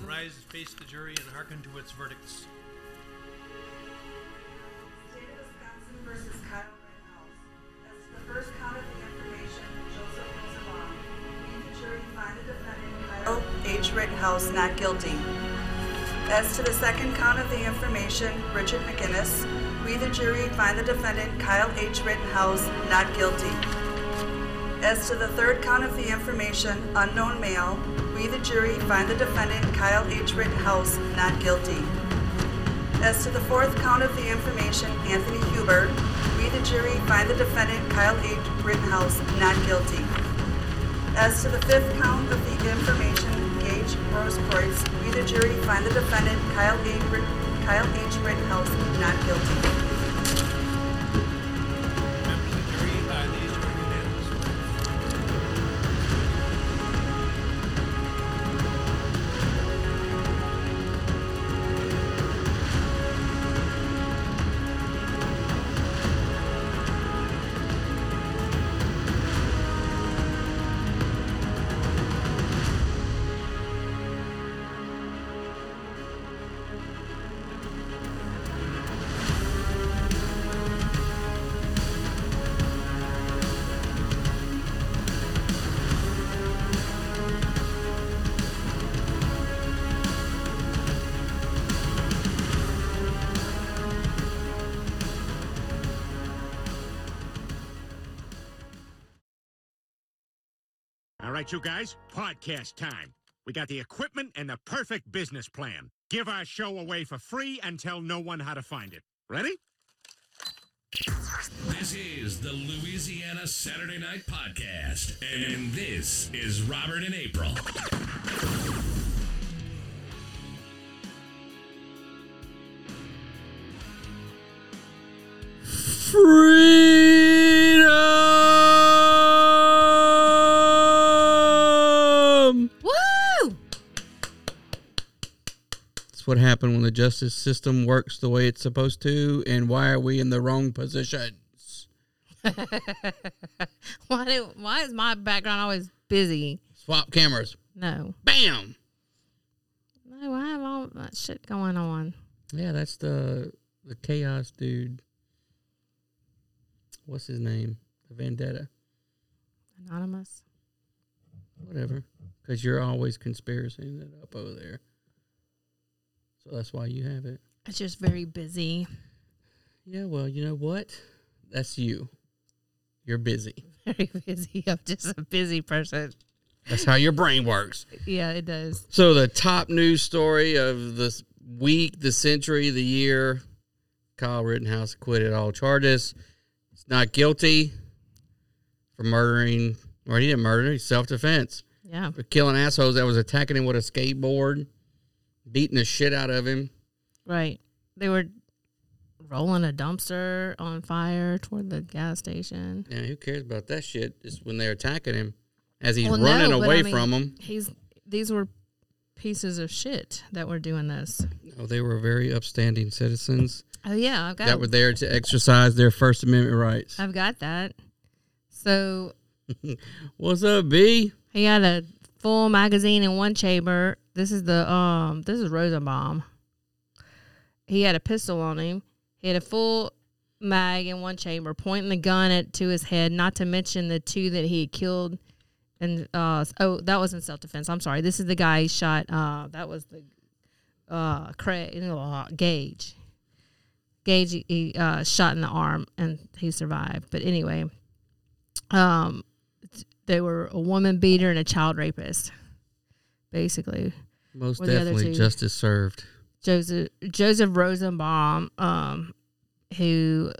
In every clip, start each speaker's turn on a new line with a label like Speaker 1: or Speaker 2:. Speaker 1: rise, face the jury, and hearken to its verdicts.
Speaker 2: State of Wisconsin versus Kyle Rittenhouse. As to the first count of the information, Joseph Rosenbaum, be the jury find the defendant Kyle H. Rittenhouse not guilty. As to the second count of the information, Richard McGinnis, we the jury find the defendant Kyle H. Rittenhouse not guilty. As to the third count of the information, unknown male, we the jury find the defendant Kyle H. Rittenhouse not guilty. As to the fourth count of the information, Anthony Huber, we the jury find the defendant Kyle H. Rittenhouse not guilty. As to the fifth count of the information, Gage Rosecourts, we the jury find the defendant Kyle H. Rit- Kyle H. Rittenhouse not guilty.
Speaker 1: Members of the jury, aye, these are unanimous.
Speaker 3: All right, you guys, podcast time. We got the equipment and the perfect business plan. Give our show away for free and tell no one how to find it. Ready?
Speaker 4: This is the Louisiana Saturday Night Podcast, and this is Robert and April.
Speaker 5: Freedom!
Speaker 6: Woo!
Speaker 5: That's what happened when the justice system works the way it's supposed to, and why are we in the wrong positions?
Speaker 6: Why do, why is my background always busy?
Speaker 5: Swap cameras.
Speaker 6: No.
Speaker 5: Bam!
Speaker 6: No, I have all that shit going on.
Speaker 5: Yeah, that's the the chaos dude. What's his name? The vendetta.
Speaker 6: Anonymous.
Speaker 5: Whatever. Because you're always conspiracying it up over there. So that's why you have it.
Speaker 6: It's just very busy.
Speaker 5: Yeah, well, you know what? That's you. You're busy.
Speaker 6: Very busy. I'm just a busy person.
Speaker 5: That's how your brain works.
Speaker 6: Yeah, it does.
Speaker 5: So the top news story of the s- week, the century, the year, Kyle Rittenhouse acquitted all charges. He's not guilty for murdering, or he didn't murder, he's self-defense.
Speaker 6: Yeah.
Speaker 5: For killing assholes that was attacking him with a skateboard, beating the shit out of him.
Speaker 6: Right. They were rolling a dumpster on fire toward the gas station.
Speaker 5: Yeah, who cares about that shit? Just when they're attacking him as he's
Speaker 6: Well, no,
Speaker 5: running
Speaker 6: but I
Speaker 5: away
Speaker 6: mean,
Speaker 5: from them.
Speaker 6: He's these were pieces of shit that were doing this.
Speaker 5: Oh, they were very upstanding citizens
Speaker 6: Oh yeah, I've got
Speaker 5: that were there to exercise their First Amendment rights.
Speaker 6: I've got that. So
Speaker 5: What's up, B?
Speaker 6: He had a full magazine in one chamber. This is the um this is Rosenbaum. He had a pistol on him. He had a full mag in one chamber, pointing the gun at to his head, not to mention the two that he had killed and uh oh that was in self defense. I'm sorry. This is the guy he shot uh that was the uh Craig uh, Gage. Gage he- he uh shot in the arm and he survived. But anyway, um they were a woman beater and a child rapist, basically.
Speaker 5: Most
Speaker 6: Well, the other
Speaker 5: definitely
Speaker 6: two.
Speaker 5: justice served.
Speaker 6: Joseph Joseph Rosenbaum, um, who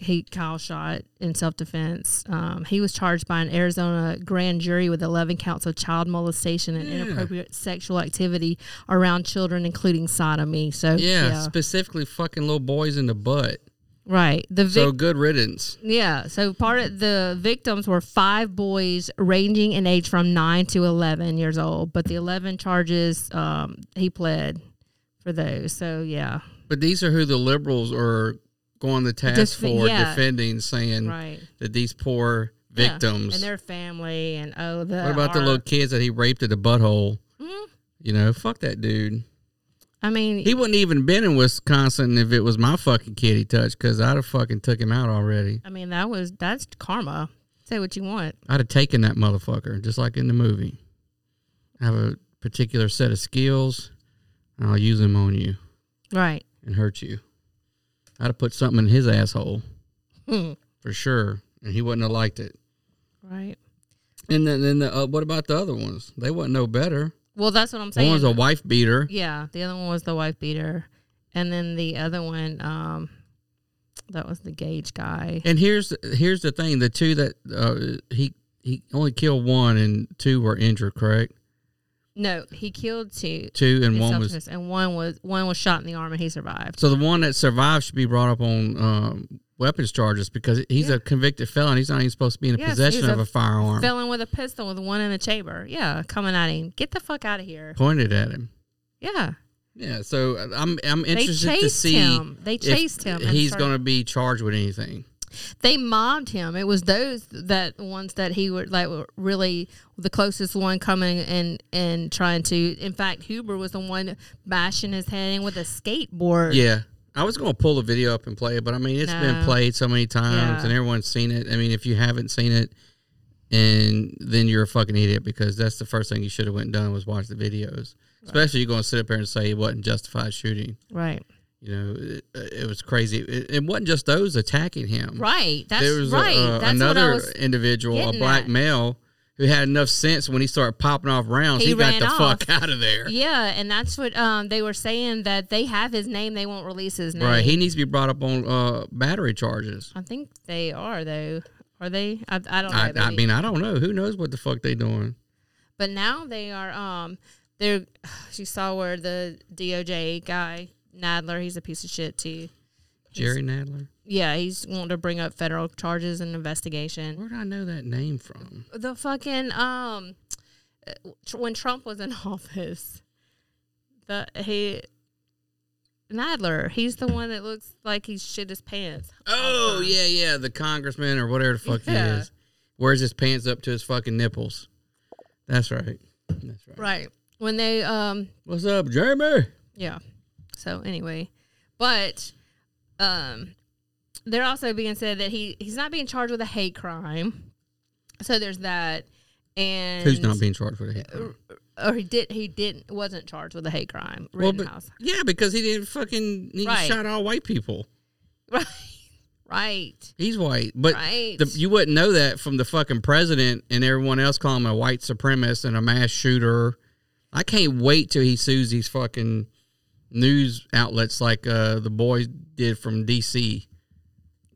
Speaker 6: he Kyle shot in self defense. Um, he was charged by an Arizona grand jury with eleven counts of child molestation and inappropriate sexual activity around children, including sodomy. So
Speaker 5: Yeah, specifically fucking little boys in the butt.
Speaker 6: right. The vic-
Speaker 5: so good riddance.
Speaker 6: Yeah. So part of the victims were five boys ranging in age from nine to 11 years old, but the 11 charges, um, he pled for those. So, yeah.
Speaker 5: But these are who the liberals are going to task
Speaker 6: Def-
Speaker 5: for
Speaker 6: yeah.
Speaker 5: defending, saying
Speaker 6: Right.
Speaker 5: that these poor
Speaker 6: Yeah.
Speaker 5: Mm.
Speaker 6: uh,
Speaker 5: victims.
Speaker 6: And their family and, oh, the.
Speaker 5: what about
Speaker 6: our-
Speaker 5: the
Speaker 6: Mm-hmm.
Speaker 5: little kids that he raped at the butthole? You know, fuck that dude.
Speaker 6: I mean,
Speaker 5: He wouldn't even been in Wisconsin if it was my fucking kid he touched, because I'd have fucking took him out already.
Speaker 6: I mean that was that's karma. Say what you want.
Speaker 5: I'd have taken that motherfucker, just like in the movie. I have a particular set of skills, and I'll use them on you
Speaker 6: Right.
Speaker 5: and hurt you. I'd have put something in his asshole
Speaker 6: Hmm.
Speaker 5: for sure, and he wouldn't have liked it.
Speaker 6: Right.
Speaker 5: And then, then the, uh, what about the other ones? They wasn't no better.
Speaker 6: Well, that's what I'm
Speaker 5: One
Speaker 6: saying.
Speaker 5: was a wife beater.
Speaker 6: yeah, the other one was the wife beater, and then the other one, um, that was the gauge guy.
Speaker 5: And here's here's the thing: the two that uh, he he only killed one, and two were injured. Correct?
Speaker 6: No, he killed two.
Speaker 5: Two and
Speaker 6: in
Speaker 5: one was
Speaker 6: selfishness, and one was one was shot in the arm and he survived.
Speaker 5: So the one that survived should be brought up on um, weapons charges because he's a convicted felon. He's not even supposed to be in a
Speaker 6: Yes,
Speaker 5: possession
Speaker 6: he's
Speaker 5: of
Speaker 6: a
Speaker 5: a firearm
Speaker 6: Fell in with a pistol with one in the chamber. Yeah, coming at him. Get the fuck out of here.
Speaker 5: pointed at him.
Speaker 6: Yeah,
Speaker 5: Yeah, so uh, I'm I'm
Speaker 6: they
Speaker 5: interested to
Speaker 6: chased
Speaker 5: see
Speaker 6: him. They
Speaker 5: if
Speaker 6: chased him. and
Speaker 5: he's
Speaker 6: started-
Speaker 5: going to be charged with anything.
Speaker 6: They mobbed him. It was those that ones that he would like were really the closest one coming and and trying to. In fact, Huber was the one bashing his head in with a skateboard.
Speaker 5: Yeah, I was going to pull the video up and play it, but I mean it's been
Speaker 6: No.
Speaker 5: played so many times
Speaker 6: Yeah.
Speaker 5: and everyone's seen it. I mean if you haven't seen it, and then you're a fucking idiot because that's the first thing you should have went and done was watch the videos. Especially you're going to sit up here and say it wasn't justified shooting.
Speaker 6: Right.
Speaker 5: You know, it, it was crazy. It, it wasn't just those attacking him.
Speaker 6: Right. That's
Speaker 5: there was a-
Speaker 6: right.
Speaker 5: a-
Speaker 6: That's what I
Speaker 5: another
Speaker 6: was.
Speaker 5: individual, a
Speaker 6: getting
Speaker 5: black
Speaker 6: at.
Speaker 5: male, who had enough sense when he started popping off rounds. He,
Speaker 6: He
Speaker 5: got
Speaker 6: ran
Speaker 5: the
Speaker 6: off.
Speaker 5: fuck out of there.
Speaker 6: Yeah, and that's what um, they were saying that they have his name. They won't release his name.
Speaker 5: Right. He needs to be brought up on uh, battery charges.
Speaker 6: I think they are though. Are they? I, I don't know.
Speaker 5: I, I
Speaker 6: Oh, baby.
Speaker 5: mean, I don't know. Who knows what the fuck they doing?
Speaker 6: But now they are um they're you saw where the DOJ guy, Nadler, he's a piece of shit too.
Speaker 5: Jerry Nadler.
Speaker 6: Yeah, he's wanting to bring up federal charges and investigation.
Speaker 5: Where did I know that name from?
Speaker 6: The fucking um tr- when Trump was in office, the he Nadler, he's the one that looks like he shit his pants. all the
Speaker 5: Oh
Speaker 6: time.
Speaker 5: yeah, yeah, the congressman or whatever the fuck he
Speaker 6: Yeah.
Speaker 5: is. Wears his pants up to his fucking nipples. That's right. That's right.
Speaker 6: Right. When they um
Speaker 5: What's up, Jeremy?
Speaker 6: Yeah. So anyway, but um, they're also being said that he he's not being charged with a hate crime. So there's that, and
Speaker 5: Who's not being charged with a hate crime?
Speaker 6: or he did he didn't wasn't charged with a hate crime.
Speaker 5: Well, but-
Speaker 6: Rittenhouse.
Speaker 5: yeah, because he didn't fucking he
Speaker 6: Right.
Speaker 5: shot all white people.
Speaker 6: right, right,
Speaker 5: He's white, but
Speaker 6: right.
Speaker 5: the, you wouldn't know that from the fucking president and everyone else calling him a white supremacist and a mass shooter. I can't wait till he sues these fucking news outlets like uh, the boy did from D.C. who-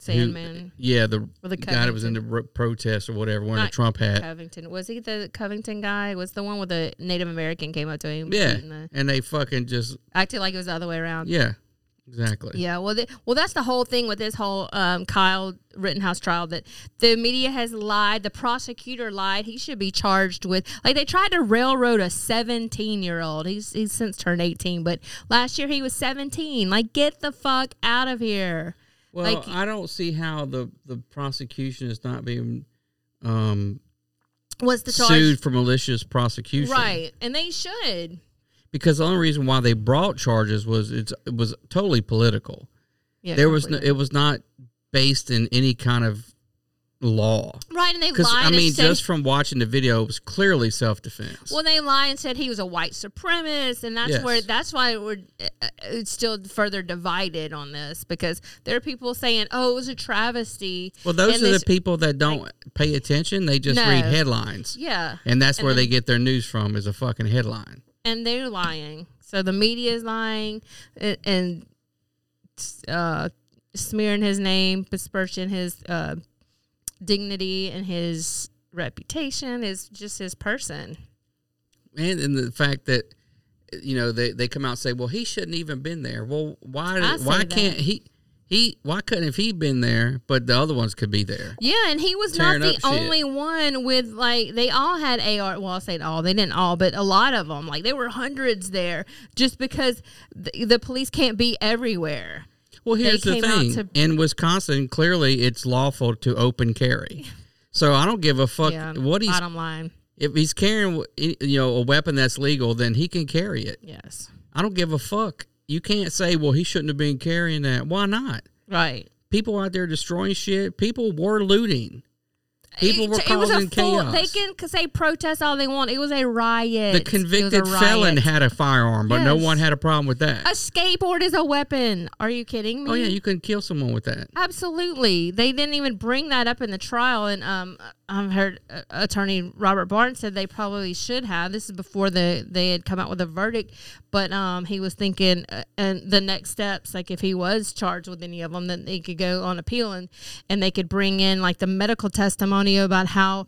Speaker 6: Sandman
Speaker 5: yeah, the,
Speaker 6: Or the
Speaker 5: guy that was in the ro- protest or whatever wearing a
Speaker 6: Not
Speaker 5: Trump hat.
Speaker 6: Covington was he the Covington guy? Was the one with the Native American came up to him?
Speaker 5: Yeah,
Speaker 6: beating the-
Speaker 5: and they fucking just
Speaker 6: acted like it was the other way around.
Speaker 5: yeah, exactly.
Speaker 6: Yeah, well, the, well, that's the whole thing with this whole um, Kyle Rittenhouse trial that the media has lied, the prosecutor lied. He should be charged with like they tried to railroad a 17 year old. He's he's since turned 18, but last year he was 17. Like, get the fuck out of here.
Speaker 5: Well,
Speaker 6: Like-
Speaker 5: I don't see how the the prosecution is not being um,
Speaker 6: What's the charge?
Speaker 5: sued for malicious prosecution,
Speaker 6: right, and they should.
Speaker 5: Because the only reason why they brought charges was it's, it was totally political.
Speaker 6: Yeah,
Speaker 5: there was no,
Speaker 6: completely.
Speaker 5: it was not based in any kind of law.
Speaker 6: right, and they
Speaker 5: Because
Speaker 6: lied.
Speaker 5: I mean,
Speaker 6: and said-
Speaker 5: just from watching the video, it was clearly self defense.
Speaker 6: Well, they lie and said he was a white supremacist, and that's
Speaker 5: Yes.
Speaker 6: where that's why we're uh, uh, it's still further divided on this because there are people saying, "Oh, it was a travesty."
Speaker 5: Well, those
Speaker 6: and
Speaker 5: are the
Speaker 6: this-
Speaker 5: people that don't pay attention. They just read
Speaker 6: No.
Speaker 5: headlines,
Speaker 6: Yeah,
Speaker 5: and that's
Speaker 6: And
Speaker 5: where
Speaker 6: then-
Speaker 5: they get their news from is a fucking headline.
Speaker 6: and they're lying. So the media is lying and, and uh, smearing his name, besmirching his uh, dignity and his reputation is just his person.
Speaker 5: and and the fact that you know they, they come out and say, well, he shouldn't even been there. Well, why
Speaker 6: I
Speaker 5: did, why
Speaker 6: say that.
Speaker 5: can't he he why couldn't have he been there? But the other ones could be there.
Speaker 6: Yeah, and he was
Speaker 5: Tearing
Speaker 6: not
Speaker 5: up
Speaker 6: the
Speaker 5: shit.
Speaker 6: only one with like they all had AR. Well, I say all they didn't all, but a lot of them like there were hundreds there just because the, the police can't be everywhere.
Speaker 5: Well, here's the
Speaker 6: came out
Speaker 5: thing:
Speaker 6: to-
Speaker 5: in Wisconsin, clearly it's lawful to open carry. So I don't give a fuck
Speaker 6: yeah,
Speaker 5: what he's
Speaker 6: bottom line.
Speaker 5: If he's carrying, you know, a weapon that's legal, then he can carry it.
Speaker 6: Yes.
Speaker 5: I don't give a fuck. You can't say, well, he shouldn't have been carrying that. Why not?
Speaker 6: Right.
Speaker 5: People out there destroying shit. People were looting. People were
Speaker 6: was a
Speaker 5: causing chaos.
Speaker 6: They can could say protest all they want. It was a riot.
Speaker 5: the
Speaker 6: It was a
Speaker 5: convicted felon
Speaker 6: riot.
Speaker 5: had a firearm, but no
Speaker 6: Yes.
Speaker 5: one had a problem with that.
Speaker 6: a skateboard is a weapon. Are you kidding me?
Speaker 5: oh yeah, you can kill someone with that.
Speaker 6: Absolutely. They didn't even bring that up in the trial. And um, I've heard uh, attorney Robert Barnes said they probably should have. This is before the, they had come out with a verdict. But um, he was thinking, uh, and the next steps, like if he was charged with any of them, then they could go on appeal and, and they could bring in like the medical testimony about how,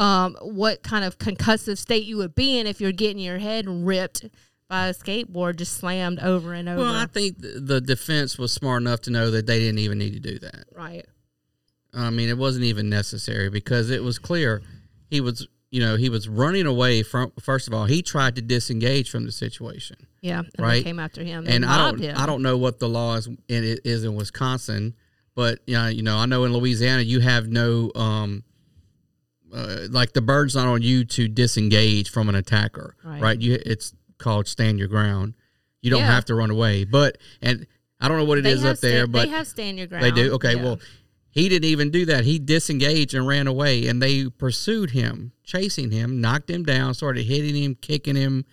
Speaker 6: um, what kind of concussive state you would be in if you're getting your head ripped by a skateboard just slammed over and over.
Speaker 5: Well, I think th- the defense was smart enough to know that they didn't even need to do that.
Speaker 6: right.
Speaker 5: I mean, it wasn't even necessary because it was clear he was, you know, he was running away from. First of all, he tried to disengage from the situation,
Speaker 6: Yeah, and they
Speaker 5: Right.
Speaker 6: came after him. They
Speaker 5: and I
Speaker 6: mobbed
Speaker 5: don't,
Speaker 6: him.
Speaker 5: I don't know what the law is in, is in Wisconsin, but you know, you know, I know in Louisiana you have no, um, uh, like the burden's not on you to disengage from an attacker,
Speaker 6: Right.
Speaker 5: right? You, it's called stand your ground. You don't
Speaker 6: Yeah.
Speaker 5: have to run away, but and I don't know what it
Speaker 6: They
Speaker 5: is
Speaker 6: have
Speaker 5: up there,
Speaker 6: sta-
Speaker 5: but
Speaker 6: they have stand your ground.
Speaker 5: They do. Okay.
Speaker 6: Yeah.
Speaker 5: Well, he didn't even do that. He disengaged and ran away, and they pursued him, chasing him, knocked him down, started hitting him, kicking him.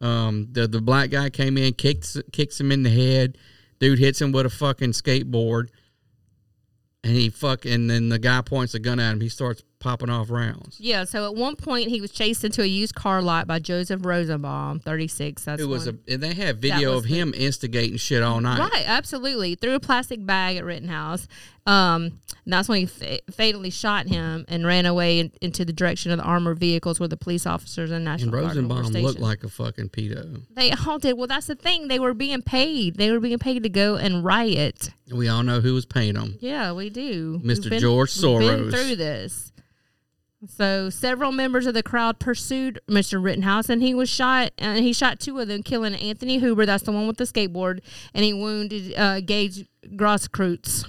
Speaker 5: Um, the the black guy came in, kicks kicks him in the head. Dude hits him with a fucking skateboard, and he fuck. And then the guy points a gun at him. He starts popping off rounds.
Speaker 6: yeah. So at one point, he was chased into a used car lot by Joseph Rosenbaum, thirty six. That's
Speaker 5: It was a,
Speaker 6: one.
Speaker 5: and they had video
Speaker 6: was
Speaker 5: of
Speaker 6: the-
Speaker 5: him instigating shit all night.
Speaker 6: right, absolutely. Threw a plastic bag at Rittenhouse. Um, and that's when he fa- fatally shot him and ran away in- into the direction of the armored vehicles where the police officers and national
Speaker 5: And
Speaker 6: Guard were
Speaker 5: Rosenbaum
Speaker 6: stationed.
Speaker 5: looked like a fucking pedo.
Speaker 6: they all did. Well, that's the thing. They were being paid. They were being paid to go and riot.
Speaker 5: We all know who was paying him.
Speaker 6: Yeah, we do.
Speaker 5: Mr.
Speaker 6: We've been-
Speaker 5: George
Speaker 6: We've been
Speaker 5: Soros.
Speaker 6: through this. So several members of the crowd pursued Mr. Rittenhouse, and he was shot. And he shot two of them, killing Anthony Huber. That's the one with the skateboard, and he wounded uh, Gage Grosskreutz,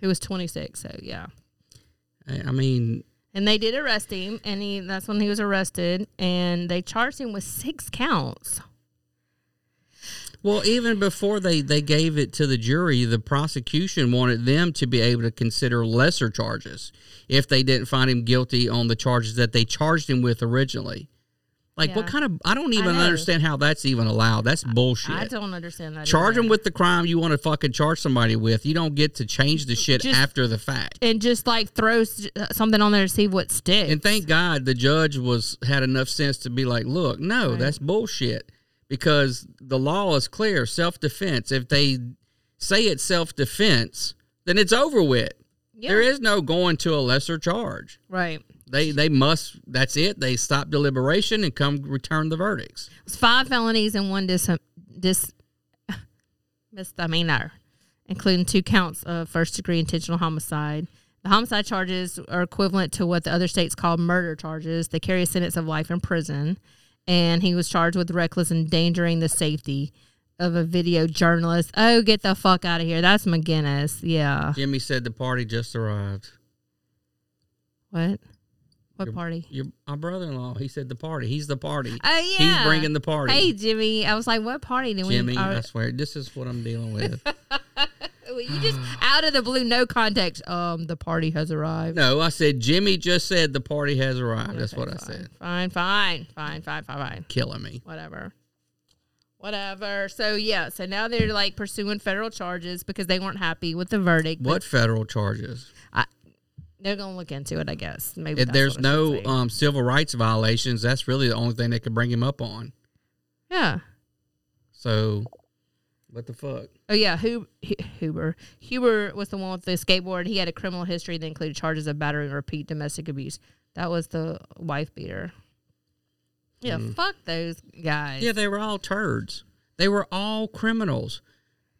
Speaker 6: who was 26. So yeah,
Speaker 5: I I mean,
Speaker 6: and they did arrest him, and he that's when he was arrested, and they charged him with six counts.
Speaker 5: Well, even before they, they gave it to the jury, the prosecution wanted them to be able to consider lesser charges if they didn't find him guilty on the charges that they charged him with originally. Like, what
Speaker 6: Yeah.
Speaker 5: kind of. I don't even
Speaker 6: know.
Speaker 5: understand how that's even allowed. That's bullshit.
Speaker 6: I don't understand that.
Speaker 5: charge
Speaker 6: either.
Speaker 5: him with the crime you want to fucking charge somebody with. You don't get to change the shit
Speaker 6: Just-
Speaker 5: after the fact.
Speaker 6: and just like throw s- something on there to see what sticks.
Speaker 5: And thank God the judge was had enough sense to be like, look, no, that's bullshit because the law is clear, self defense. If they say it's self defense, then it's over with.
Speaker 6: Yeah.
Speaker 5: There is no going to a lesser charge.
Speaker 6: right.
Speaker 5: They they must that's it. They stop deliberation and come return the verdicts.
Speaker 6: It's five felonies and one dis, dis misdemeanor, including two counts of first degree intentional homicide. The homicide charges are equivalent to what the other states call murder charges. They carry a sentence of life in prison, and he was charged with reckless endangering the safety of a video journalist. Oh, get the fuck out of here! That's McGinnis. Yeah.
Speaker 5: Jimmy said the party just arrived.
Speaker 6: What? What
Speaker 5: Your-
Speaker 6: party?
Speaker 5: Your my brother in law, he said the party. He's the party.
Speaker 6: Oh yeah.
Speaker 5: He's bringing the party.
Speaker 6: Hey Jimmy, I was like, what party did
Speaker 5: Jimmy,
Speaker 6: we? are-
Speaker 5: I swear, this is what I'm dealing with.
Speaker 6: Well, you just out of the blue, no context. Um, the party has arrived.
Speaker 5: No, I said Jimmy just said the party has arrived. That's
Speaker 6: Okay,
Speaker 5: what I
Speaker 6: fine.
Speaker 5: said.
Speaker 6: Fine, fine, fine, fine, fine, fine.
Speaker 5: Killing me.
Speaker 6: Whatever. Whatever. So yeah, so now they're like pursuing federal charges because they weren't happy with the verdict. but
Speaker 5: What federal charges?
Speaker 6: They're gonna look into it, I guess. Maybe
Speaker 5: If
Speaker 6: that's
Speaker 5: there's
Speaker 6: what I should
Speaker 5: no
Speaker 6: say.
Speaker 5: um, civil rights violations, that's really the only thing they could bring him up on.
Speaker 6: yeah.
Speaker 5: So, what the fuck?
Speaker 6: Oh yeah, Hu- Hu- Huber. Huber was the one with the skateboard. He had a criminal history that included charges of battery and repeat domestic abuse. That was the wife beater. Yeah, fuck those guys.
Speaker 5: Mm. Yeah, they were all turds. They were all criminals,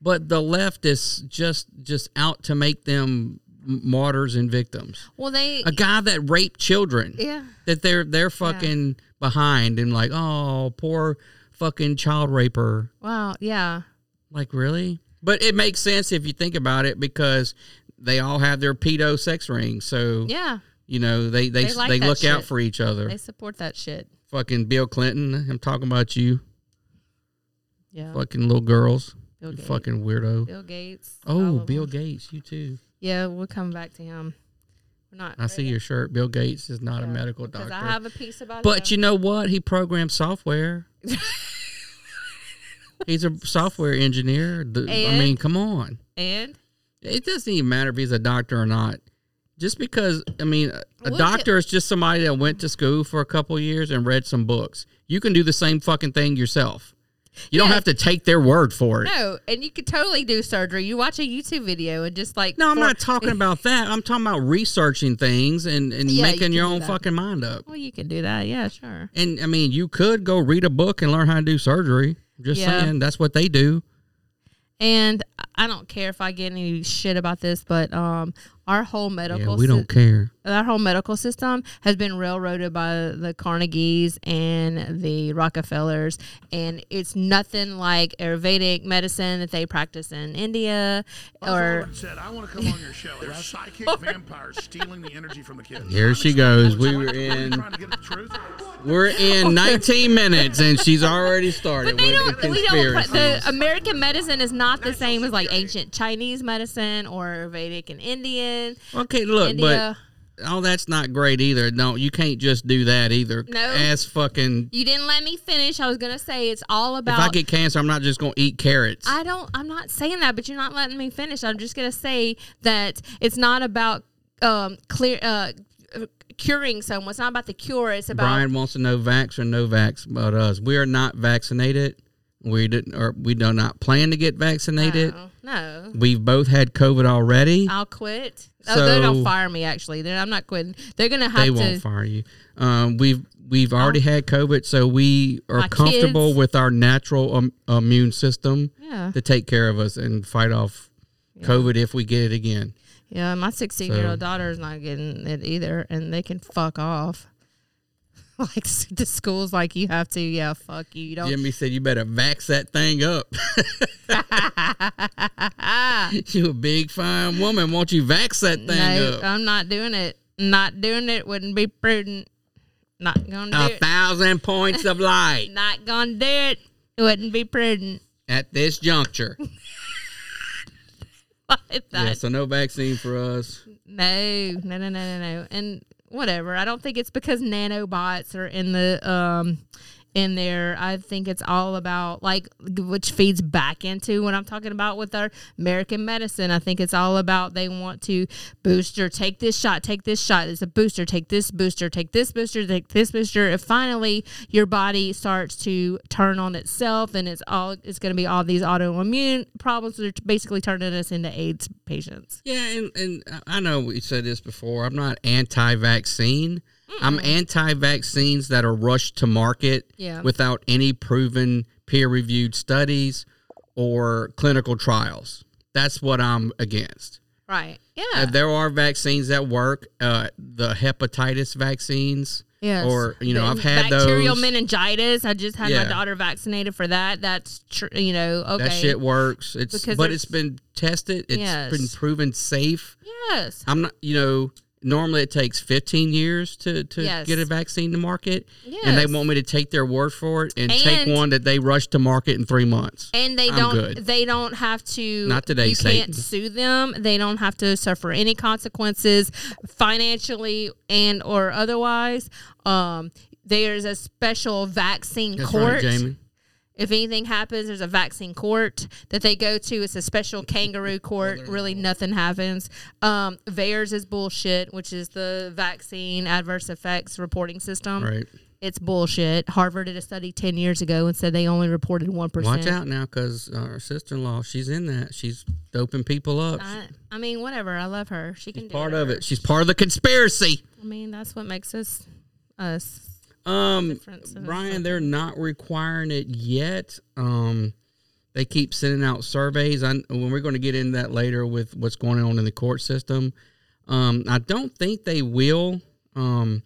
Speaker 5: but the left is just just out to make them m- martyrs and victims.
Speaker 6: Well, they.
Speaker 5: A guy that raped children.
Speaker 6: yeah.
Speaker 5: that they're they're fucking behind and like oh poor fucking child raper
Speaker 6: Wow. Yeah.
Speaker 5: like really but it makes sense if you think about it because they all have their pedo sex rings so
Speaker 6: Yeah.
Speaker 5: You know, they they
Speaker 6: They
Speaker 5: they,
Speaker 6: like that
Speaker 5: look out
Speaker 6: shit.
Speaker 5: for each other.
Speaker 6: They support that shit.
Speaker 5: Fucking Bill Clinton, I'm talking about you.
Speaker 6: Yeah.
Speaker 5: Fucking little girls,
Speaker 6: Bill
Speaker 5: you
Speaker 6: Gates.
Speaker 5: fucking weirdo.
Speaker 6: Bill Gates. all
Speaker 5: oh,
Speaker 6: of
Speaker 5: Bill
Speaker 6: them.
Speaker 5: Gates, you too.
Speaker 6: Yeah, we'll come back to him. We're not.
Speaker 5: I see your shirt. Bill Gates is not a medical
Speaker 6: because
Speaker 5: doctor.
Speaker 6: I have a piece about
Speaker 5: But
Speaker 6: him.
Speaker 5: you know what? He programmed software. he's a software engineer. The- I
Speaker 6: And?
Speaker 5: mean, come on.
Speaker 6: and
Speaker 5: It doesn't even matter if he's a doctor or not. Just because, I mean, a- a
Speaker 6: Look at-
Speaker 5: doctor is just somebody that went to school for a couple years and read some books. You can do the same fucking thing yourself. You don't
Speaker 6: Yeah.
Speaker 5: have to take their word for it.
Speaker 6: no, and you could totally do surgery. You watch a YouTube video and just like
Speaker 5: No, I'm
Speaker 6: for-
Speaker 5: not talking about that. I'm talking about researching things and, and
Speaker 6: Yeah, you
Speaker 5: making your
Speaker 6: can do
Speaker 5: own
Speaker 6: that.
Speaker 5: fucking mind up.
Speaker 6: Well, you can do that. Yeah, sure.
Speaker 5: And I mean, you could go read a book and learn how to do surgery. Just
Speaker 6: Yeah.
Speaker 5: saying, that's what they do.
Speaker 6: And I don't care if I get any shit about this, but um, our whole medical
Speaker 5: Yeah, we
Speaker 6: sys-
Speaker 5: don't care.
Speaker 6: our whole medical system has been railroaded by the Carnegies and the Rockefellers, and it's nothing like Ayurvedic medicine that they practice in India or.
Speaker 7: Buzz Aldrin said, I want to come on your show. They're psychic vampires stealing the energy from the kids.
Speaker 5: Here she goes. We were
Speaker 7: Are you
Speaker 5: in.
Speaker 7: trying to get at the truth?
Speaker 5: We're in 19 minutes, and she's already started
Speaker 6: But they
Speaker 5: with
Speaker 6: don't.
Speaker 5: the
Speaker 6: We don't. put- The um,
Speaker 5: conspiracies.
Speaker 6: American medicine is not the same as like ancient Chinese medicine or Vedic and Indian.
Speaker 5: okay, look,
Speaker 6: India.
Speaker 5: but all that's not great either. No, you can't just do that either.
Speaker 6: No.
Speaker 5: ass fucking.
Speaker 6: You didn't let me finish. I was gonna say it's all
Speaker 5: If I
Speaker 6: about
Speaker 5: get cancer, I'm not just gonna eat carrots.
Speaker 6: I don't. I'm not saying that, but you're not letting me finish. I'm just gonna say that it's not about um clear uh curing someone. It's not about the cure. It's about
Speaker 5: Brian wants to know vax or no vax about us. We are not vaccinated. We didn't, or we do not plan to get vaccinated.
Speaker 6: no, no.
Speaker 5: We've both had COVID already.
Speaker 6: I'll quit. oh, they're gonna
Speaker 5: So-
Speaker 6: fire me. Actually, they're, I'm not quitting. They're gonna have
Speaker 5: they
Speaker 6: to. Oh.
Speaker 5: won't fire you. Um, we've we've already had COVID, so we
Speaker 6: My
Speaker 5: are comfortable
Speaker 6: kids.
Speaker 5: with our natural um, immune system
Speaker 6: Yeah.
Speaker 5: to take care of us and fight off COVID if we get it again.
Speaker 6: Yeah, my 16 year old daughter is not getting it either, and they can fuck off. Like the school's like you have to. Yeah, fuck you. You don't.
Speaker 5: Jimmy said, "You better vax that thing up." you a big fine woman. Won't you vax that thing
Speaker 6: no, um,
Speaker 5: up?
Speaker 6: I'm not doing it. Not doing it wouldn't be prudent. Not gonna do
Speaker 5: a
Speaker 6: it.
Speaker 5: thousand points of light
Speaker 6: Not gonna do it. It wouldn't be prudent.
Speaker 5: at this juncture.
Speaker 6: Like that.
Speaker 5: Yeah, so no vaccine for us.
Speaker 6: No, no, no, no, no, no. And whatever. I don't think it's because nanobots are in the um in there. I think it's all about like which feeds back into what I'm talking about with our American medicine. I think it's all about they want to booster, take this shot, take this shot. It's a booster, take this booster, take this booster, take this booster. If finally your body starts to turn on itself, and it's all it's going to be all these autoimmune problems that are basically turning us into AIDS patients.
Speaker 5: Yeah, and, and I- I know we said this before. I'm not anti vaccine. I'm anti vaccines that are rushed to market
Speaker 6: Yeah.
Speaker 5: without any proven peer reviewed studies or clinical trials. That's what I'm against.
Speaker 6: Right. Yeah.
Speaker 5: Uh, there are vaccines that work, uh, the hepatitis vaccines.
Speaker 6: Yes.
Speaker 5: Or, you know,
Speaker 6: The
Speaker 5: I've had
Speaker 6: bacterial
Speaker 5: those.
Speaker 6: meningitis. I just had my
Speaker 5: Yeah.
Speaker 6: daughter vaccinated for that. That's true. You know, okay.
Speaker 5: That shit works. It's
Speaker 6: Because
Speaker 5: but
Speaker 6: there's-
Speaker 5: it's been tested. It's
Speaker 6: Yes.
Speaker 5: been proven safe.
Speaker 6: Yes.
Speaker 5: I'm not, you know, normally it takes 15 years to, to
Speaker 6: Yes.
Speaker 5: get a vaccine to market. And they
Speaker 6: Yes.
Speaker 5: want me to take their word for it and, take
Speaker 6: And-
Speaker 5: one that they rush to market in three months.
Speaker 6: And they
Speaker 5: I'm
Speaker 6: don't.
Speaker 5: good.
Speaker 6: They don't have to.
Speaker 5: Not today,
Speaker 6: You
Speaker 5: Satan.
Speaker 6: can't sue them. They don't have to suffer any consequences, financially and or otherwise. Um, there's a special vaccine
Speaker 5: That's
Speaker 6: court.
Speaker 5: right, Jamie.
Speaker 6: If anything happens, there's a vaccine court that they go to. It's a special kangaroo court. Really, nothing happens. Um, VAERS is bullshit, which is the vaccine adverse effects reporting system.
Speaker 5: Right.
Speaker 6: It's bullshit. Harvard did a study 10 years ago and said they only reported 1%.
Speaker 5: Watch out now because our sister in law, she's in that. She's doping people up.
Speaker 6: I, I mean, whatever. I love her. She can
Speaker 5: She's
Speaker 6: do
Speaker 5: part of
Speaker 6: whatever.
Speaker 5: it. She's part of the conspiracy.
Speaker 6: I mean, that's what makes us us.
Speaker 5: Um,
Speaker 6: difference in
Speaker 5: Brian, they're not requiring it yet. Um, they keep sending out surveys. I, when we're going to get into that later with what's going on in the court system. Um, I don't think they will. Um,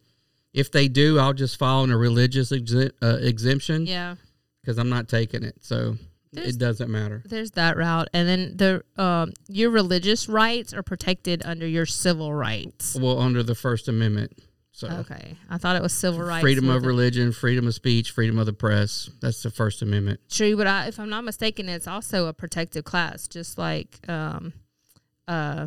Speaker 5: if they do, I'll just file in a religious exe- uh, exemption
Speaker 6: Yeah.
Speaker 5: because I'm not taking it. So
Speaker 6: There's-
Speaker 5: it doesn't matter.
Speaker 6: There's that route, and then the um, your religious rights are protected under your civil rights.
Speaker 5: Well, under the First Amendment. So
Speaker 6: Okay, I thought it was civil Oh, rights.
Speaker 5: Uh, freedom of
Speaker 6: wasn't-
Speaker 5: religion, freedom of speech, freedom of the press. That's the First Amendment.
Speaker 6: True, but I, if I'm not mistaken, it's also a protective class, just like um, uh,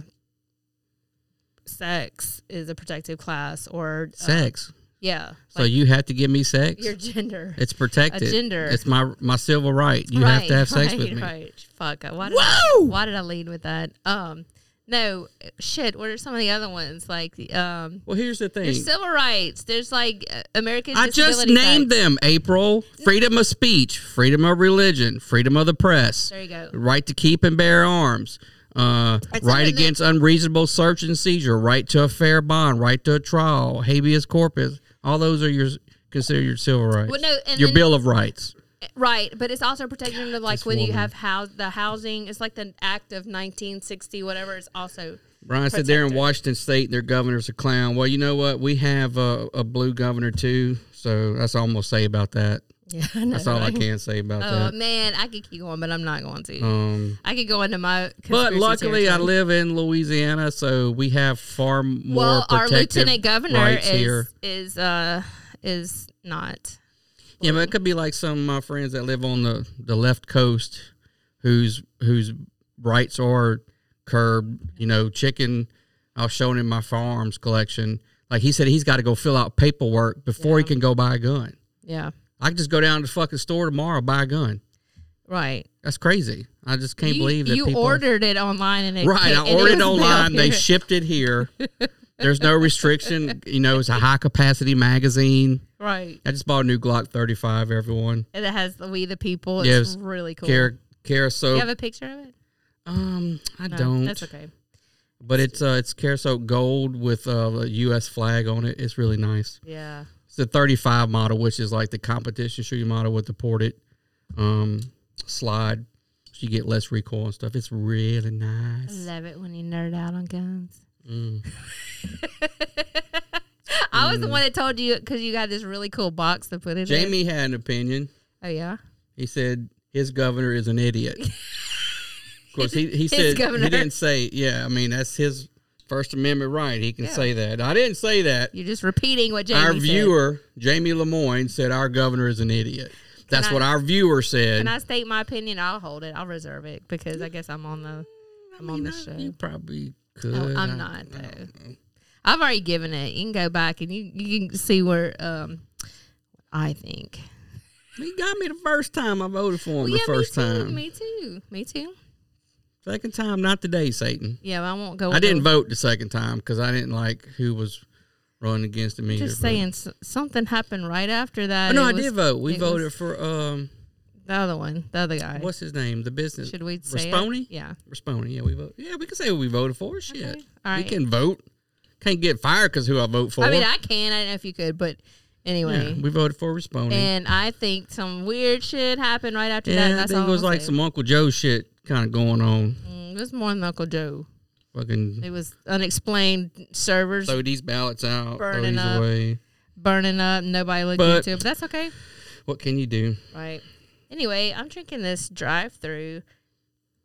Speaker 6: sex is a protective class, or uh,
Speaker 5: Sex.
Speaker 6: yeah,
Speaker 5: so
Speaker 6: like
Speaker 5: you have to give me sex.
Speaker 6: your gender.
Speaker 5: It's protected.
Speaker 6: gender.
Speaker 5: It's my my civil right. You have to
Speaker 6: Right,
Speaker 5: have sex
Speaker 6: right,
Speaker 5: with me.
Speaker 6: Right. Fuck. uh, Why did I, why did I lead with that? Um, no shit. What are some of the other ones like the um?
Speaker 5: Well, here's the thing.
Speaker 6: There's civil rights. There's like uh, American.
Speaker 5: I just
Speaker 6: Disabilities
Speaker 5: named
Speaker 6: Act.
Speaker 5: them April. Freedom of speech, freedom of religion, freedom of the press,
Speaker 6: There you go.
Speaker 5: right to keep and bear arms, uh,
Speaker 6: It's
Speaker 5: right
Speaker 6: something that-
Speaker 5: against unreasonable search and seizure, right to a fair bond, right to a trial, habeas corpus. All those are your considered your civil rights.
Speaker 6: Well, no, and
Speaker 5: your
Speaker 6: then-
Speaker 5: Bill of Rights.
Speaker 6: Right, but it's also protecting them like
Speaker 5: this
Speaker 6: when you
Speaker 5: woman.
Speaker 6: have house the housing. It's like the Act of 1960, whatever. It's also
Speaker 5: Brian said they're in
Speaker 6: protected.
Speaker 5: Washington State. Their governor's a clown. Well, you know what? We have a, a blue governor too, so that's all I'm gonna say about that.
Speaker 6: Yeah, I know,
Speaker 5: That's all I
Speaker 6: right?
Speaker 5: can say about
Speaker 6: Oh
Speaker 5: that.
Speaker 6: man, I could keep going, but I'm not going to.
Speaker 5: Um,
Speaker 6: I could go into my.
Speaker 5: But
Speaker 6: conspiracy
Speaker 5: luckily, I
Speaker 6: territory.
Speaker 5: live in Louisiana, so we have far more
Speaker 6: Well, our
Speaker 5: protective
Speaker 6: lieutenant governor
Speaker 5: rights
Speaker 6: is
Speaker 5: here.
Speaker 6: is uh is not.
Speaker 5: Yeah, but it could be like some of my friends that live on the, the left coast, whose whose rights are curbed. You know, chicken. I was showing him my firearms collection. Like he said, he's got to go fill out paperwork before he can go buy a gun.
Speaker 6: Yeah.
Speaker 5: I can just go down to the fucking store tomorrow buy a gun.
Speaker 6: Right.
Speaker 5: That's crazy. I just can't
Speaker 6: you,
Speaker 5: believe that
Speaker 6: you
Speaker 5: people are-
Speaker 6: ordered it online and it
Speaker 5: Right,
Speaker 6: it-
Speaker 5: I
Speaker 6: it
Speaker 5: ordered
Speaker 6: was
Speaker 5: online. They
Speaker 6: mailed.
Speaker 5: shipped it here. There's no restriction. You know, it's a high capacity magazine.
Speaker 6: right.
Speaker 5: I just bought a new Glock 35. Everyone,
Speaker 6: And it has the we the people. It's
Speaker 5: Yeah, it was
Speaker 6: really cool.
Speaker 5: Kara, Kara
Speaker 6: you
Speaker 5: Soap.
Speaker 6: have a picture of it?
Speaker 5: um, I
Speaker 6: No,
Speaker 5: don't.
Speaker 6: That's okay.
Speaker 5: But it's uh, it's Kara Soap Gold with uh, a U.S. flag on it. It's really nice.
Speaker 6: Yeah.
Speaker 5: It's the 35 model, which is like the competition shooting model with the ported um slide. So you get less recoil and stuff. It's really
Speaker 6: I
Speaker 5: nice.
Speaker 6: love it when you nerd out on guns.
Speaker 5: Mm.
Speaker 6: I was the one that told you because you got this really cool box to put it in.
Speaker 5: Jamie had an opinion.
Speaker 6: Oh yeah.
Speaker 5: He said his governor is an idiot. of course, he, he
Speaker 6: His
Speaker 5: said
Speaker 6: governor.
Speaker 5: he didn't say. Yeah, I mean that's his First Amendment right. He can
Speaker 6: Yeah.
Speaker 5: say that. I didn't say that.
Speaker 6: You're just repeating what Jamie
Speaker 5: our
Speaker 6: said.
Speaker 5: viewer Jamie Lemoyne said our governor is an idiot. That's
Speaker 6: I-
Speaker 5: what our viewer
Speaker 6: Can
Speaker 5: said.
Speaker 6: I state my opinion? I'll hold it. I'll reserve it because I guess I'm on the I'm on the show.
Speaker 5: You probably could.
Speaker 6: No,
Speaker 5: I-
Speaker 6: Oh, I'm not though. I've already given it. You can go back and you, you can see where um I think.
Speaker 5: He got me the first time I voted for him. the
Speaker 6: yeah,
Speaker 5: first
Speaker 6: me too.
Speaker 5: time,
Speaker 6: Me too. Me too.
Speaker 5: second time, not today, Satan.
Speaker 6: Yeah, but I won't go.
Speaker 5: I didn't
Speaker 6: vote.
Speaker 5: vote the second time because I didn't like who was running against him either.
Speaker 6: Just
Speaker 5: but-
Speaker 6: saying, s- something happened right after that.
Speaker 5: Oh, no,
Speaker 6: It
Speaker 5: I
Speaker 6: was
Speaker 5: did vote. We
Speaker 6: it
Speaker 5: voted
Speaker 6: was
Speaker 5: for um.
Speaker 6: the other one, the other guy.
Speaker 5: What's his name? The business.
Speaker 6: Should we say it?
Speaker 5: Rasponi?
Speaker 6: Yeah.
Speaker 5: Rasponi. Yeah, we vote. Yeah, we can say who we voted for. Shit,
Speaker 6: All
Speaker 5: we
Speaker 6: right.
Speaker 5: can vote. Can't get fired because who I vote for.
Speaker 6: I mean, I can. I don't know if you could, but
Speaker 5: yeah,
Speaker 6: anyway.
Speaker 5: we voted for Rasponi.
Speaker 6: and I think some weird shit happened right after that.
Speaker 5: yeah,
Speaker 6: and
Speaker 5: I
Speaker 6: That's
Speaker 5: think
Speaker 6: all
Speaker 5: it was
Speaker 6: I'll
Speaker 5: like
Speaker 6: say.
Speaker 5: some Uncle Joe shit kind of going on.
Speaker 6: Mm, It was more than Uncle Joe.
Speaker 5: Fucking
Speaker 6: It was unexplained servers
Speaker 5: throw these ballots out, throw
Speaker 6: Burning
Speaker 5: these
Speaker 6: up.
Speaker 5: away.
Speaker 6: burning up. Nobody looked
Speaker 5: But-
Speaker 6: into it, but that's okay.
Speaker 5: What can you do?
Speaker 6: Right. Anyway, I'm drinking this drive through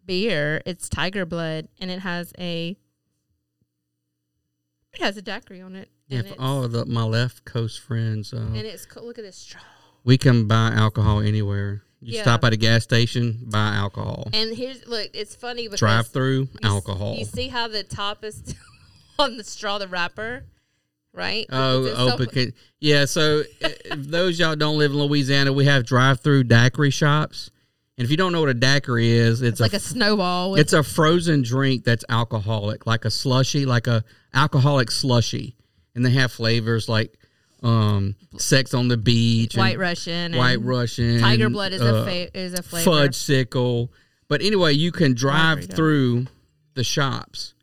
Speaker 6: beer. It's tiger blood and it has a it has a daiquiri on it.
Speaker 5: Yeah,
Speaker 6: and
Speaker 5: for
Speaker 6: it's,
Speaker 5: all of the, my left coast friends, uh,
Speaker 6: and it's co- look at this strong.
Speaker 5: we can buy alcohol anywhere. You
Speaker 6: Yeah.
Speaker 5: stop at a gas station, buy alcohol.
Speaker 6: And here's look, it's funny because
Speaker 5: Drive through
Speaker 6: you s-
Speaker 5: alcohol.
Speaker 6: You see how the top is on the straw, the wrapper, right?
Speaker 5: Oh,
Speaker 6: It's so-
Speaker 5: open. Can, yeah, so i- if those y'all don't live in Louisiana, we have drive-through daiquiri shops. And if you don't know what a daiquiri is, it's,
Speaker 6: It's like
Speaker 5: a,
Speaker 6: a snowball. With,
Speaker 5: it's a frozen drink that's alcoholic, like a slushy, like a alcoholic slushy. And they have flavors like um, sex on the beach, and
Speaker 6: White Russian.
Speaker 5: White
Speaker 6: and
Speaker 5: Russian,
Speaker 6: Tiger blood is
Speaker 5: uh,
Speaker 6: a fa- is a flavor.
Speaker 5: fudge sickle. But anyway, you can drive
Speaker 6: Margarita.
Speaker 5: through the shops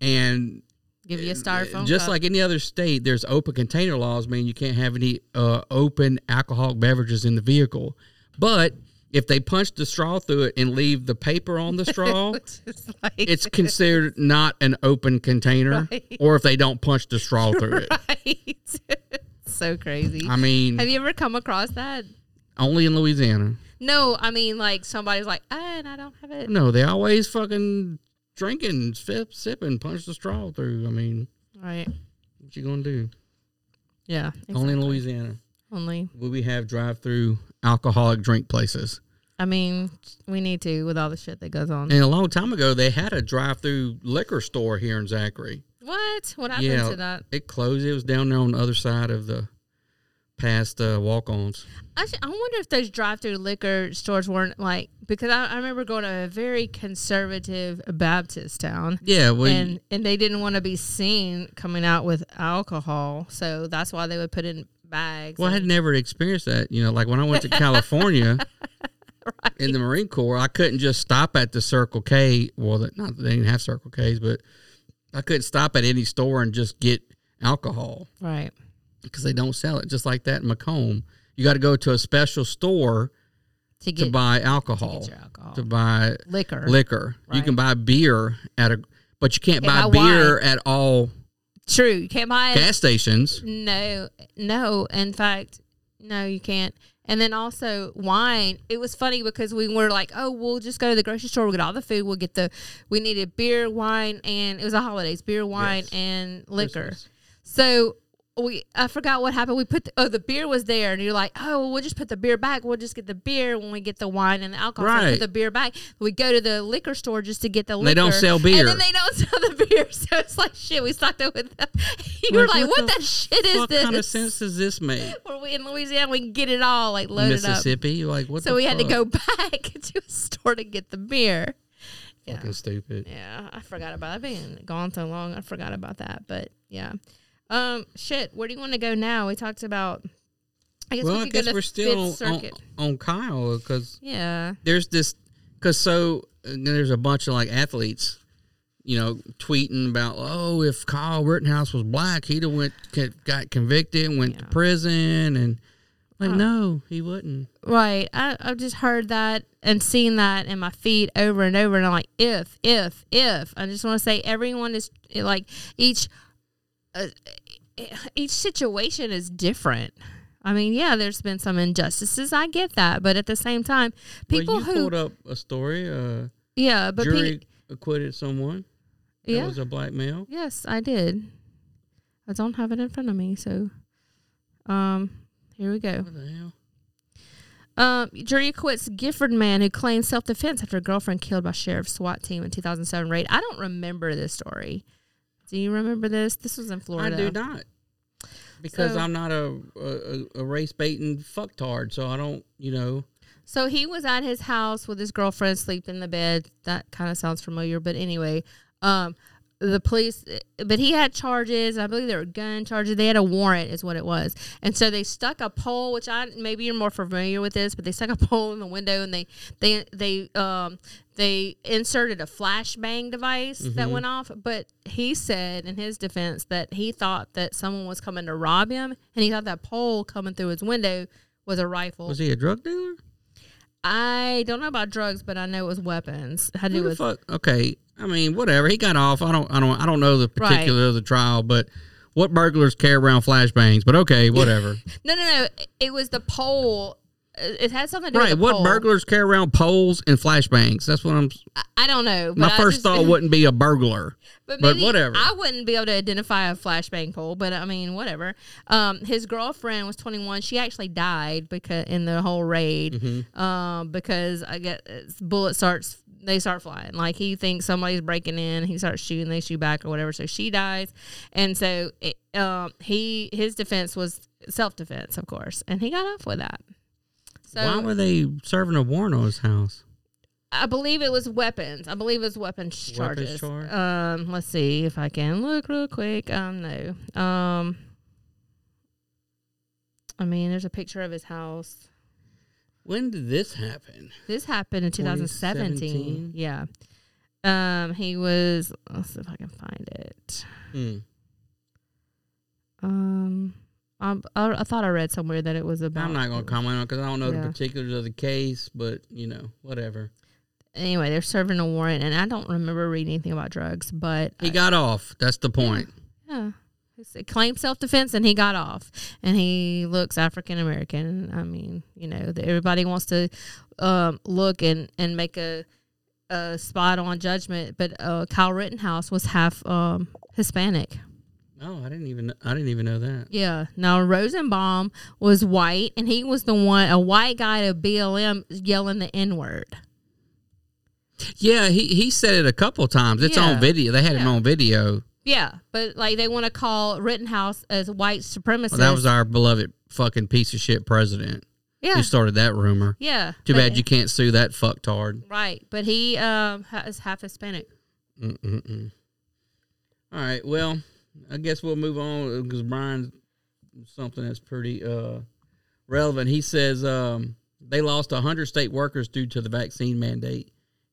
Speaker 5: and
Speaker 6: Give you a styrofoam.
Speaker 5: Uh, just
Speaker 6: cup.
Speaker 5: like any other state, there's open container laws, meaning you can't have any uh, open alcoholic beverages in the vehicle. But if they punch the straw through it and leave the paper on the straw,
Speaker 6: It's like-
Speaker 5: it's considered not an open container.
Speaker 6: Right.
Speaker 5: Or if they don't punch the straw through it.
Speaker 6: right. so crazy.
Speaker 5: I mean,
Speaker 6: Have you ever come across that?
Speaker 5: only in Louisiana.
Speaker 6: No, I mean like somebody's like, ah, and I don't have it.
Speaker 5: No, they always fucking drinking, sip, sipping, punch the straw through. I mean,
Speaker 6: Right.
Speaker 5: what you gonna do?
Speaker 6: Yeah.
Speaker 5: Only in
Speaker 6: exactly.
Speaker 5: Louisiana
Speaker 6: Only.
Speaker 5: will we have drive-through alcoholic drink places.
Speaker 6: I mean, we need to with all the shit that goes on.
Speaker 5: And a long time ago, they had a drive-through liquor store here in Zachary.
Speaker 6: what? What happened to that?
Speaker 5: it closed. It was down there on the other side of the past uh, walk-ons.
Speaker 6: Actually, I wonder if those drive-through liquor stores weren't like because I, I remember going to a very conservative Baptist town,
Speaker 5: Yeah, well,
Speaker 6: and and they didn't want to be seen coming out with alcohol, so that's why they would put in bags.
Speaker 5: Well, I had
Speaker 6: and-
Speaker 5: never experienced that. You know, like when I went to California in the Marine Corps, I couldn't just stop at the Circle K. Well, that- not that they didn't have Circle Ks, but I couldn't stop at any store and just get alcohol
Speaker 6: right?
Speaker 5: because they don't sell it just like that in Macomb. You got to go to a special store
Speaker 6: To get
Speaker 5: to buy alcohol,
Speaker 6: get your alcohol.
Speaker 5: to buy
Speaker 6: liquor,
Speaker 5: liquor. You can buy beer at a, but you can't buy
Speaker 6: Can't buy
Speaker 5: beer at all
Speaker 6: True, you can't buy it.
Speaker 5: gas stations.
Speaker 6: No, no. In fact, no, you can't. And then also wine. It was funny because we were like, oh, we'll just go to the grocery store. We'll get all the food. We'll get the, we needed beer, wine, and it was the holidays, beer, wine,
Speaker 5: Yes.
Speaker 6: and liquor. So we, I forgot what happened. We put, the, oh, the beer was there. And you're like, oh, well, we'll just put the beer back. We'll just get the beer when we get the wine and the alcohol. So we
Speaker 5: Right.
Speaker 6: put the beer back. We go to the liquor store just to get the liquor.
Speaker 5: They don't sell
Speaker 6: And
Speaker 5: beer.
Speaker 6: then they don't sell the beer. So it's like, shit, we stocked up with that. You were like, what the, shit is
Speaker 5: What
Speaker 6: this?
Speaker 5: kind of sense does this make?
Speaker 6: Where we in Louisiana, we can get it all like loaded
Speaker 5: Mississippi. Like
Speaker 6: up.
Speaker 5: what?
Speaker 6: So
Speaker 5: the
Speaker 6: we had to
Speaker 5: fuck?
Speaker 6: go back to a store to get the beer. Yeah.
Speaker 5: Fucking stupid.
Speaker 6: Yeah, I forgot about. I've been gone so long, I forgot about that. But yeah, um, shit. Where do you want to go now? We talked about. I guess
Speaker 5: Well,
Speaker 6: we
Speaker 5: I
Speaker 6: could
Speaker 5: guess
Speaker 6: go to
Speaker 5: we're still
Speaker 6: Fifth
Speaker 5: on, on,
Speaker 6: Circuit.
Speaker 5: on Kyle because
Speaker 6: yeah,
Speaker 5: there's this because so uh, there's a bunch of like athletes, you know, tweeting about oh if Kyle Rittenhouse was black he'd have went co- got convicted and went to
Speaker 6: Yeah.
Speaker 5: prison and like no he wouldn't.
Speaker 6: right. I I've just heard that and seen that in my feed over and over, and I'm like, if, if, if. I just want to say everyone is eh, like each. Uh, each situation is different. I mean, yeah, there's been some injustices. I get that, but at the same time, people
Speaker 5: well,
Speaker 6: who
Speaker 5: you pulled up a story. Uh,
Speaker 6: yeah, but pe-
Speaker 5: jury acquitted someone. That
Speaker 6: yeah.
Speaker 5: was a black male.
Speaker 6: Yes, I did. I don't have it in front of me, so um here we go.
Speaker 5: What the hell?
Speaker 6: Um, jury acquits Gifford man who claims self defense after girlfriend killed by sheriff's SWAT team in 2007 raid. I don't remember this story. Do you remember this? This was in Florida.
Speaker 5: I do not. Because
Speaker 6: So-
Speaker 5: I'm not a, a, a race baiting fucktard, so I don't, you know.
Speaker 6: So he was at his house with his girlfriend, sleep in the bed. That kind of sounds familiar, but anyway, um, the police. But he had charges. I believe there were gun charges. They had a warrant, is what it was. And so they stuck a pole, which I maybe you're more familiar with this, but they stuck a pole in the window, and they they they um they inserted a flashbang device that went off. But he said in his defense that he thought that someone was coming to rob him, and he thought that pole coming through his window was a rifle.
Speaker 5: Was he a drug dealer?
Speaker 6: I don't know about drugs, but I know it was weapons. Had to
Speaker 5: Who
Speaker 6: do
Speaker 5: the
Speaker 6: with
Speaker 5: fuck? Okay, I mean, whatever. He got off. I don't, I don't, I don't know the
Speaker 6: Right.
Speaker 5: particulars of the trial, but what burglars carry around flashbangs? But okay, whatever.
Speaker 6: no, no, no. It was the pole. It had something to do
Speaker 5: right?
Speaker 6: with the
Speaker 5: What
Speaker 6: pole.
Speaker 5: burglars carry around poles and flashbangs? That's what I'm.
Speaker 6: I, I don't know. But
Speaker 5: My
Speaker 6: I
Speaker 5: first
Speaker 6: just-
Speaker 5: thought wouldn't be a burglar.
Speaker 6: but,
Speaker 5: but
Speaker 6: maybe
Speaker 5: whatever.
Speaker 6: I wouldn't be able to identify a flashbang pole, but I mean, whatever. Um, his girlfriend was 21. She actually died because in the whole raid,
Speaker 5: Mm-hmm.
Speaker 6: um, because I guess bullet starts. They start flying. Like he thinks somebody's breaking in. He starts shooting. They shoot back or whatever. So she dies, and so it, um, he his defense was self defense, of course, and he got off with that. So
Speaker 5: Why were they serving a warrant on his house?
Speaker 6: I believe it was weapons. I believe it was weapons charges.
Speaker 5: charge?
Speaker 6: Um, let's see if I can look real quick. Um, no. Um, I mean, there's a picture of his house.
Speaker 5: When did this happen?
Speaker 6: This happened in 2017.
Speaker 5: 2017?
Speaker 6: Yeah. Um, he was. Let's see if I can find it.
Speaker 5: Hmm.
Speaker 6: Um, I, I, I thought I read somewhere that it was about.
Speaker 5: I'm not going to comment on because I don't know
Speaker 6: Yeah.
Speaker 5: the particulars of the case, but you know, whatever.
Speaker 6: Anyway, they're serving a warrant, and I don't remember reading anything about drugs, but
Speaker 5: He got off. That's the point.
Speaker 6: yeah, It claimed self defense and he got off. And he looks African American. I mean, you know, the, everybody wants to um, look and, and make a, a spot on judgment, but uh, Kyle Rittenhouse was half um, Hispanic.
Speaker 5: Oh, I didn't even I didn't even know that.
Speaker 6: Yeah. Now Rosenbaum was white, and he was the one a white guy to BLM yelling the N word.
Speaker 5: Yeah, he he said it a couple times. It's
Speaker 6: Yeah.
Speaker 5: on video. They had it
Speaker 6: Yeah.
Speaker 5: on video.
Speaker 6: Yeah, but like they want to call Rittenhouse as white supremacist.
Speaker 5: Well, that was our beloved fucking piece of shit president
Speaker 6: yeah,
Speaker 5: who started that rumor.
Speaker 6: yeah.
Speaker 5: Too
Speaker 6: but-
Speaker 5: bad you can't sue that fucktard.
Speaker 6: Right, but he um ha- is half Hispanic.
Speaker 5: Mm-mm-mm. All right, well, I guess we'll move on because Brian's something that's pretty uh, relevant. He says um, they lost 100 state workers due to the vaccine mandate.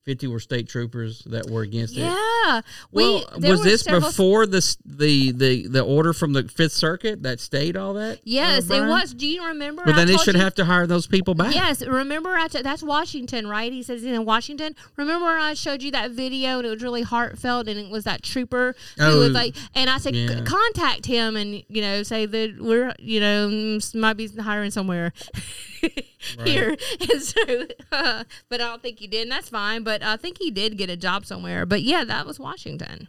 Speaker 5: 50 were state troopers that were against it.
Speaker 6: Yeah.
Speaker 5: Well,
Speaker 6: there
Speaker 5: was
Speaker 6: were
Speaker 5: this
Speaker 6: several-
Speaker 5: before the, s- the the the order from the Fifth Circuit that stayed all that? uh,
Speaker 6: Yes, it
Speaker 5: Brian?
Speaker 6: was. Do you remember?
Speaker 5: Well,
Speaker 6: I
Speaker 5: then they
Speaker 6: told
Speaker 5: should
Speaker 6: you-
Speaker 5: have to hire those people back.
Speaker 6: Yes, remember I t- that's Washington, right? He says he's in Washington. Remember when I showed you that video and it was really heartfelt and it was that trooper who
Speaker 5: Oh,
Speaker 6: was like, and I said "C-
Speaker 5: yeah.
Speaker 6: contact him and you know say that we're you know mm, s- might be hiring somewhere here. And so, uh, but I don't think he did, and that's fine. But I think he did get a job somewhere. But yeah, that was Washington.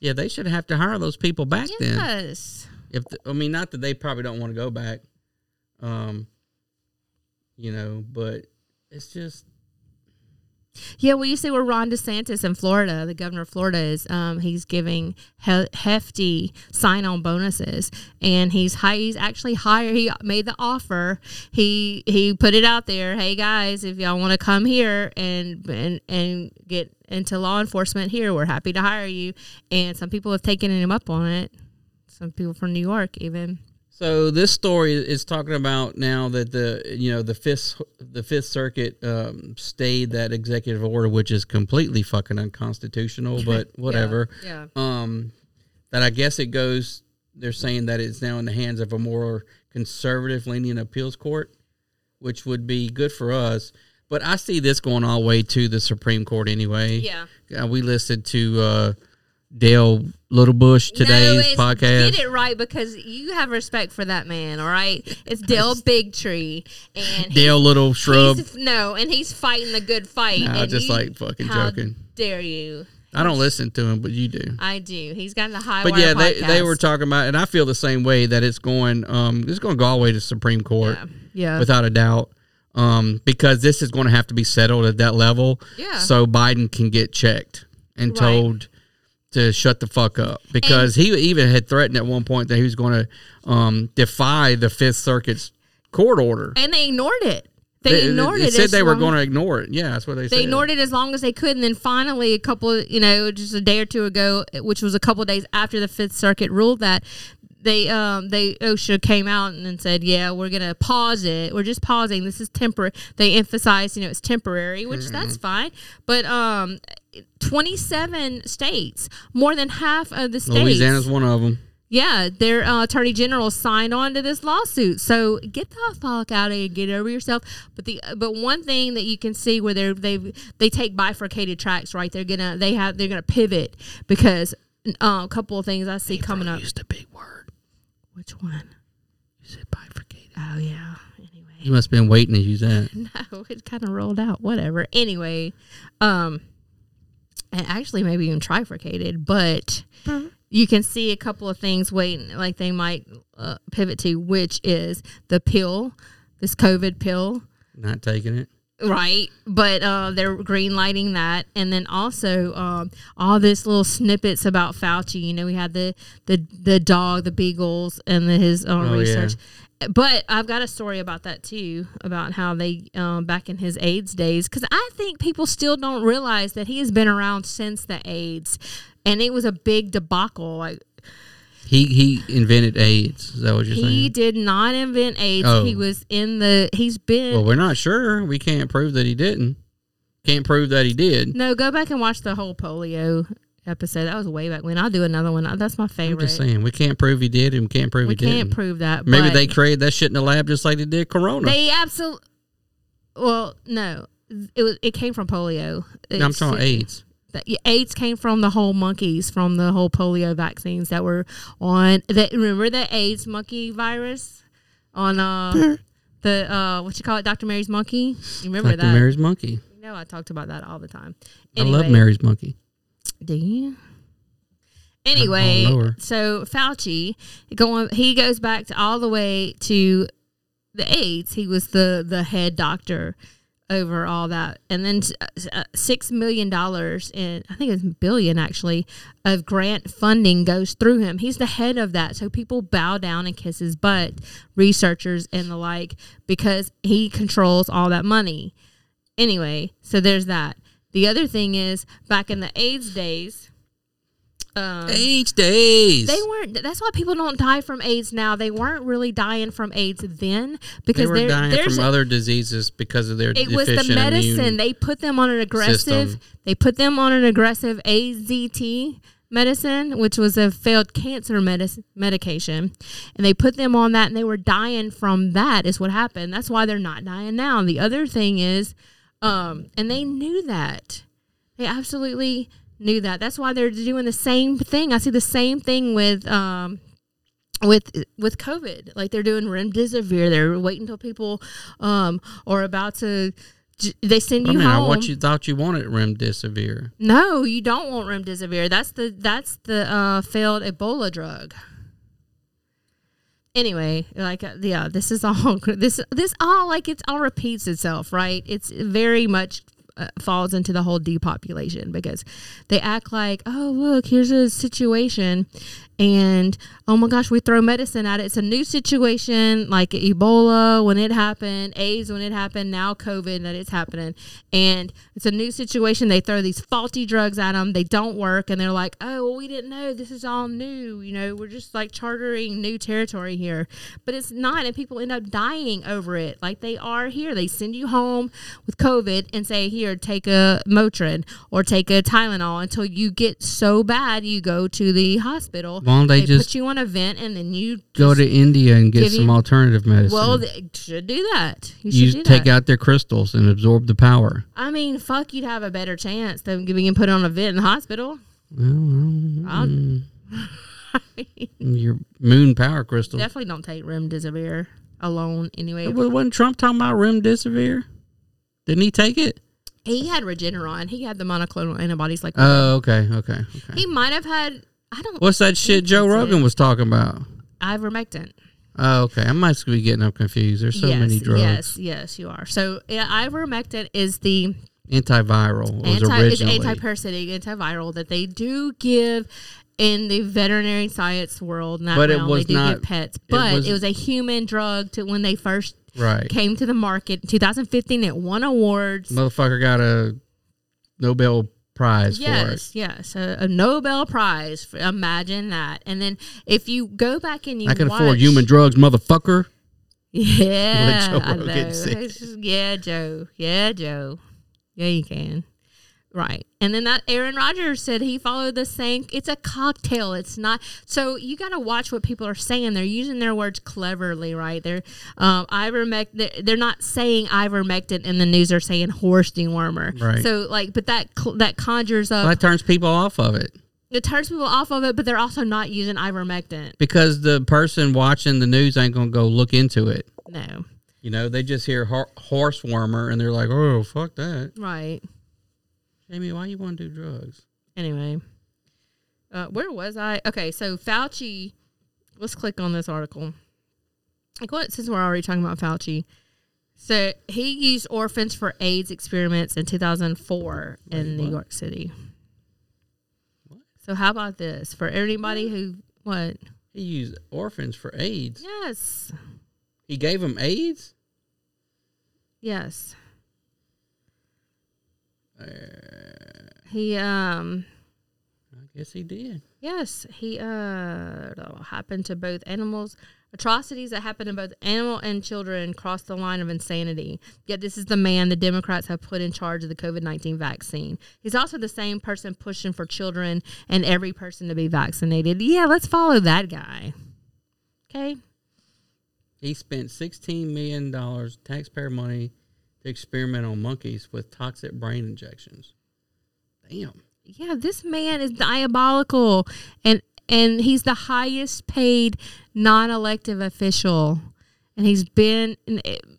Speaker 5: Yeah, they should have to hire those people back then.
Speaker 6: Yes.
Speaker 5: If the, I mean, not that they probably don't want to go back, um, you know, but it's just
Speaker 6: Yeah, well, you see where Ron DeSantis in Florida, the governor of Florida, is. Um, he's giving he- hefty sign-on bonuses, and he's hi- he's actually hired. He made the offer. He he put it out there. Hey guys, if y'all want to come here and and and get into law enforcement here, we're happy to hire you. And some people have taken him up on it. Some people from New York, even.
Speaker 5: so. This story is talking about now that the you know the fifth the Fifth Circuit um, stayed that executive order, which is completely fucking unconstitutional, but whatever.
Speaker 6: Yeah.
Speaker 5: um, that I guess it goes. They're saying that it's now in the hands of a more conservative lenient appeals court, which would be good for us. But I see this going all the way to the Supreme Court anyway.
Speaker 6: Yeah.
Speaker 5: Uh, we listened to uh, Dale Littlebush
Speaker 6: No,
Speaker 5: today's
Speaker 6: it's-
Speaker 5: podcast.
Speaker 6: Get it right because you have respect for that man, all right? It's Dale Bigtree, and he-
Speaker 5: Dale Little Shrub.
Speaker 6: he's no, and he's fighting the good fight.
Speaker 5: Nah,
Speaker 6: and
Speaker 5: just
Speaker 6: you-
Speaker 5: like fucking
Speaker 6: how
Speaker 5: joking.
Speaker 6: Dare you?
Speaker 5: I don't listen to him, but you do.
Speaker 6: I do. He's got the high.
Speaker 5: But
Speaker 6: wire
Speaker 5: yeah, they, they
Speaker 6: podcast.
Speaker 5: were talking about, and I feel the same way that it's going. Um, it's going to go all the way to Supreme Court.
Speaker 6: yeah.
Speaker 5: without a doubt. Um, because this is going to have to be settled at that level.
Speaker 6: Yeah.
Speaker 5: So Biden can get checked and
Speaker 6: Right.
Speaker 5: told to shut the fuck up because he even had threatened at one point that he was going to um, defy the Fifth Circuit's court order.
Speaker 6: and they ignored it. They, ignored it.
Speaker 5: said
Speaker 6: as
Speaker 5: they were
Speaker 6: long-
Speaker 5: going to ignore it. Yeah, that's what they, said.
Speaker 6: They ignored it as long as they could, and then finally, a couple, you know, just a day or two ago, which was a couple days after the Fifth Circuit ruled that they, um, they OSHA came out and then said, "Yeah, we're gonna pause it. We're just pausing. This is temporary." They emphasized, you know, it's temporary, which that's fine, but um. 27 states, more than half of the states.
Speaker 5: Louisiana's one of them.
Speaker 6: Yeah, their uh, attorney general signed on to this lawsuit. So get the fuck out of here, get over yourself. But the but one thing that you can see where they're they they take bifurcated tracks, right? They're gonna they have they're gonna pivot because uh, a couple of things I see coming up.
Speaker 5: Used a big word.
Speaker 6: Which one?
Speaker 5: You said bifurcated.
Speaker 6: Oh yeah. Anyway,
Speaker 5: You must have been waiting to use that.
Speaker 6: no, it kind of rolled out. Whatever. Anyway, um, and actually maybe even trifurcated, but you can see a couple of things waiting, like they might uh, pivot to, which is the pill, this COVID pill,
Speaker 5: Not taking it.
Speaker 6: right? But uh, they're green lighting that, and then also um, all this little snippets about Fauci. You know, we had the the the dog, the beagles, and the, his own
Speaker 5: Oh, yeah.
Speaker 6: research. But I've got a story about that too, about how they um, back in his AIDS days, because I think people still don't realize that he has been around since the AIDS, and it was a big debacle. Like
Speaker 5: He he invented AIDS. Is that what you're
Speaker 6: He
Speaker 5: saying?
Speaker 6: did not invent AIDS.
Speaker 5: Oh.
Speaker 6: He was in the. He's been.
Speaker 5: Well, we're not sure. We can't prove that he didn't. Can't prove that he did.
Speaker 6: no, go back and watch the whole polio episode. That was way back when. I'll do another one. That's my favorite.
Speaker 5: I'm just saying we can't prove he did, and we can't prove
Speaker 6: we
Speaker 5: he didn't.
Speaker 6: can't prove that.
Speaker 5: Maybe
Speaker 6: but
Speaker 5: they created that shit in the lab just like they did Corona.
Speaker 6: They absolutely. Well, no, it was. It came from polio.
Speaker 5: No, I'm
Speaker 6: It's-
Speaker 5: talking AIDS.
Speaker 6: that yeah, AIDS came from the whole monkeys from the whole polio vaccines that were on. That remember the AIDS monkey virus on uh, the uh, what you call it, Dr. Mary's monkey. You remember
Speaker 5: Dr.
Speaker 6: that?
Speaker 5: Mary's monkey.
Speaker 6: You know, I talked about that all the time.
Speaker 5: I love
Speaker 6: Anyway,
Speaker 5: Mary's monkey.
Speaker 6: do you? Anyway,
Speaker 5: know her.
Speaker 6: so Fauci going he goes back to all the way to the AIDS. He was the the head doctor over all that, and then uh, six million dollars in I think it's billion actually of grant funding goes through him. He's the head of that, so people bow down and kiss his butt, researchers and the like, because he controls all that money. Anyway, so there's that. The other thing is back in the AIDS days. Um,
Speaker 5: AIDS days.
Speaker 6: they weren't. That's why people don't die from AIDS now. They weren't really dying from AIDS then
Speaker 5: They
Speaker 6: because
Speaker 5: were
Speaker 6: there-
Speaker 5: dying
Speaker 6: there's
Speaker 5: from other diseases because of their
Speaker 6: it was
Speaker 5: deficient
Speaker 6: the medicine.
Speaker 5: immune.
Speaker 6: They put them on an aggressive.
Speaker 5: system.
Speaker 6: They put them on an aggressive AZT medicine, which was a failed cancer medicine medication, and they put them on that, and they were dying from that. Is what happened. That's why they're not dying now. And the other thing is, um, and they knew that. They absolutely knew that. That's why they're doing the same thing. I see the same thing with. Um, with with COVID, like they're doing remdesivir, they're waiting until people um are about to. j- They send
Speaker 5: I
Speaker 6: you
Speaker 5: mean, I
Speaker 6: home.
Speaker 5: what you thought you wanted remdesivir.
Speaker 6: No, you don't want remdesivir. That's the that's the uh, failed Ebola drug. Anyway, like uh, yeah, this is all this this all like it's all repeats itself, right? It's very much uh, falls into the whole depopulation because they act like, oh look, here's a situation, and oh my gosh, we throw medicine at it. It's a new situation, like Ebola when it happened, AIDS when it happened, now COVID that it's happening, and it's a new situation. They throw these faulty drugs at them. They don't work, and they're like, "Oh, well, we didn't know. This is all new. You know, we're just like chartering new territory here." But it's not, and people end up dying over it. Like they are here. They send you home with COVID and say, "Here, take a Motrin or take a Tylenol until you get so bad you go to the hospital."
Speaker 5: Why don't they just-
Speaker 6: put you on a vent and then you
Speaker 5: Go to India and get
Speaker 6: Give
Speaker 5: some
Speaker 6: you-
Speaker 5: alternative medicine.
Speaker 6: Well, they should do that. You should
Speaker 5: you
Speaker 6: do that.
Speaker 5: take out their crystals and absorb the power.
Speaker 6: I mean, fuck, you'd have a better chance than being put on a vent in the hospital. I'll-
Speaker 5: Mm. Your moon power crystal.
Speaker 6: Definitely don't take remdesivir alone anyway.
Speaker 5: Well, Wasn't Trump talking about remdesivir? Didn't he take it?
Speaker 6: He had Regeneron. He had the monoclonal antibodies. Like
Speaker 5: Oh, okay, okay, okay.
Speaker 6: he might have had. I don't.
Speaker 5: Uh. What's that shit Joe
Speaker 6: That's
Speaker 5: Rogan
Speaker 6: it.
Speaker 5: was talking about?
Speaker 6: Ivermectin.
Speaker 5: Oh, okay. I might be getting up confused. There's so
Speaker 6: yes,
Speaker 5: many drugs.
Speaker 6: yes, yes, you are. So yeah, ivermectin is the
Speaker 5: Antiviral was
Speaker 6: anti it's
Speaker 5: originally.
Speaker 6: anti-parasitic, antiviral that they do give in the veterinary science world. Not
Speaker 5: But it
Speaker 6: realm.
Speaker 5: was
Speaker 6: they do
Speaker 5: not-
Speaker 6: give pets,
Speaker 5: it
Speaker 6: but it was,
Speaker 5: was-
Speaker 6: a human drug to when they first
Speaker 5: right.
Speaker 6: came to the market in 2015. It won awards.
Speaker 5: Motherfucker got a Nobel Prize for it.
Speaker 6: Yes, yes, a, a Nobel Prize. For, imagine that. And then if you go back and you
Speaker 5: I can
Speaker 6: watch,
Speaker 5: afford human drugs, motherfucker.
Speaker 6: Yeah,
Speaker 5: Joe
Speaker 6: I know.
Speaker 5: Rogan said.
Speaker 6: It's just- Yeah, Joe. Yeah, Joe. Yeah, you can. Right. And then that Aaron Rodgers said he followed the same. It's a cocktail. It's not. So you got to watch what people are saying. They're using their words cleverly, right? They're um, ivermectin. They're, they're not saying ivermectin in the news. They're saying horse dewormer.
Speaker 5: Right.
Speaker 6: So like, but that cl- that conjures up.
Speaker 5: That turns people off of it
Speaker 6: it turns people off of it, but they're also not using ivermectin.
Speaker 5: because the person watching the news ain't gonna go look into it.
Speaker 6: No.
Speaker 5: You know, they just hear hor- horse warmer and they're like, "Oh, fuck that."
Speaker 6: Right.
Speaker 5: Jamie, why you want to do drugs?
Speaker 6: anyway, uh, where was I? Okay, so Fauci. Let's click on this article. Like what? Since we're already talking about Fauci, so he used orphans for AIDS experiments in 2004 in New York City. So how about this for anybody who what?
Speaker 5: He used orphans for AIDS.
Speaker 6: Yes,
Speaker 5: He gave them AIDS.
Speaker 6: yes. Uh, He um
Speaker 5: I guess he did.
Speaker 6: Yes, he uh happened to both animals. Atrocities that happen to both animal and children cross the line of insanity. Yet this is the man the Democrats have put in charge of the COVID nineteen vaccine. He's also the same person pushing for children and every person to be vaccinated. Yeah, let's follow that guy. Okay.
Speaker 5: He spent sixteen million dollars taxpayer money to experiment on monkeys with toxic brain injections. Damn.
Speaker 6: yeah, this man is diabolical, and and he's the highest paid non-elective official, and he's been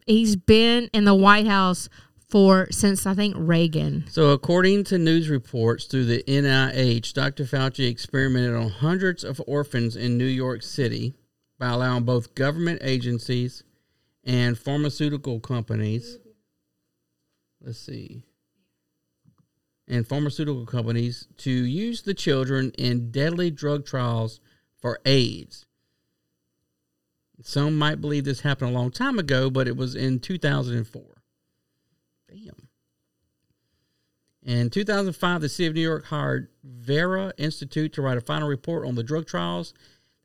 Speaker 6: he's been in the White House for since I think Reagan.
Speaker 5: So, according to news reports through the NIH, Dr. Fauci experimented on hundreds of orphans in New York City by allowing both government agencies and pharmaceutical companies. Let's see. And pharmaceutical companies to use the children in deadly drug trials for AIDS. Some might believe this happened a long time ago, but it was in 2004. Damn. In 2005, the city of New York hired Vera Institute to write a final report on the drug trials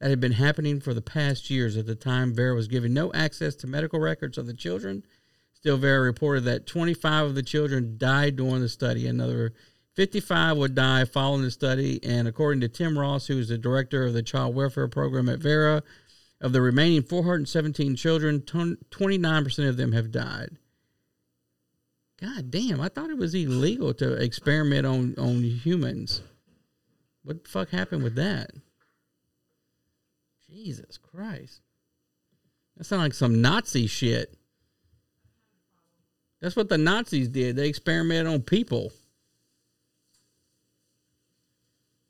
Speaker 5: that had been happening for the past years. At the time, Vera was given no access to medical records of the children. Still, Vera reported that 25 of the children died during the study. Another 55 would die following the study. And according to Tim Ross, who is the director of the child welfare program at Vera, of the remaining 417 children, 29% of them have died. God damn, I thought it was illegal to experiment on, on humans. What the fuck happened with that? Jesus Christ. That sounds like some Nazi shit. That's what the Nazis did. They experimented on people.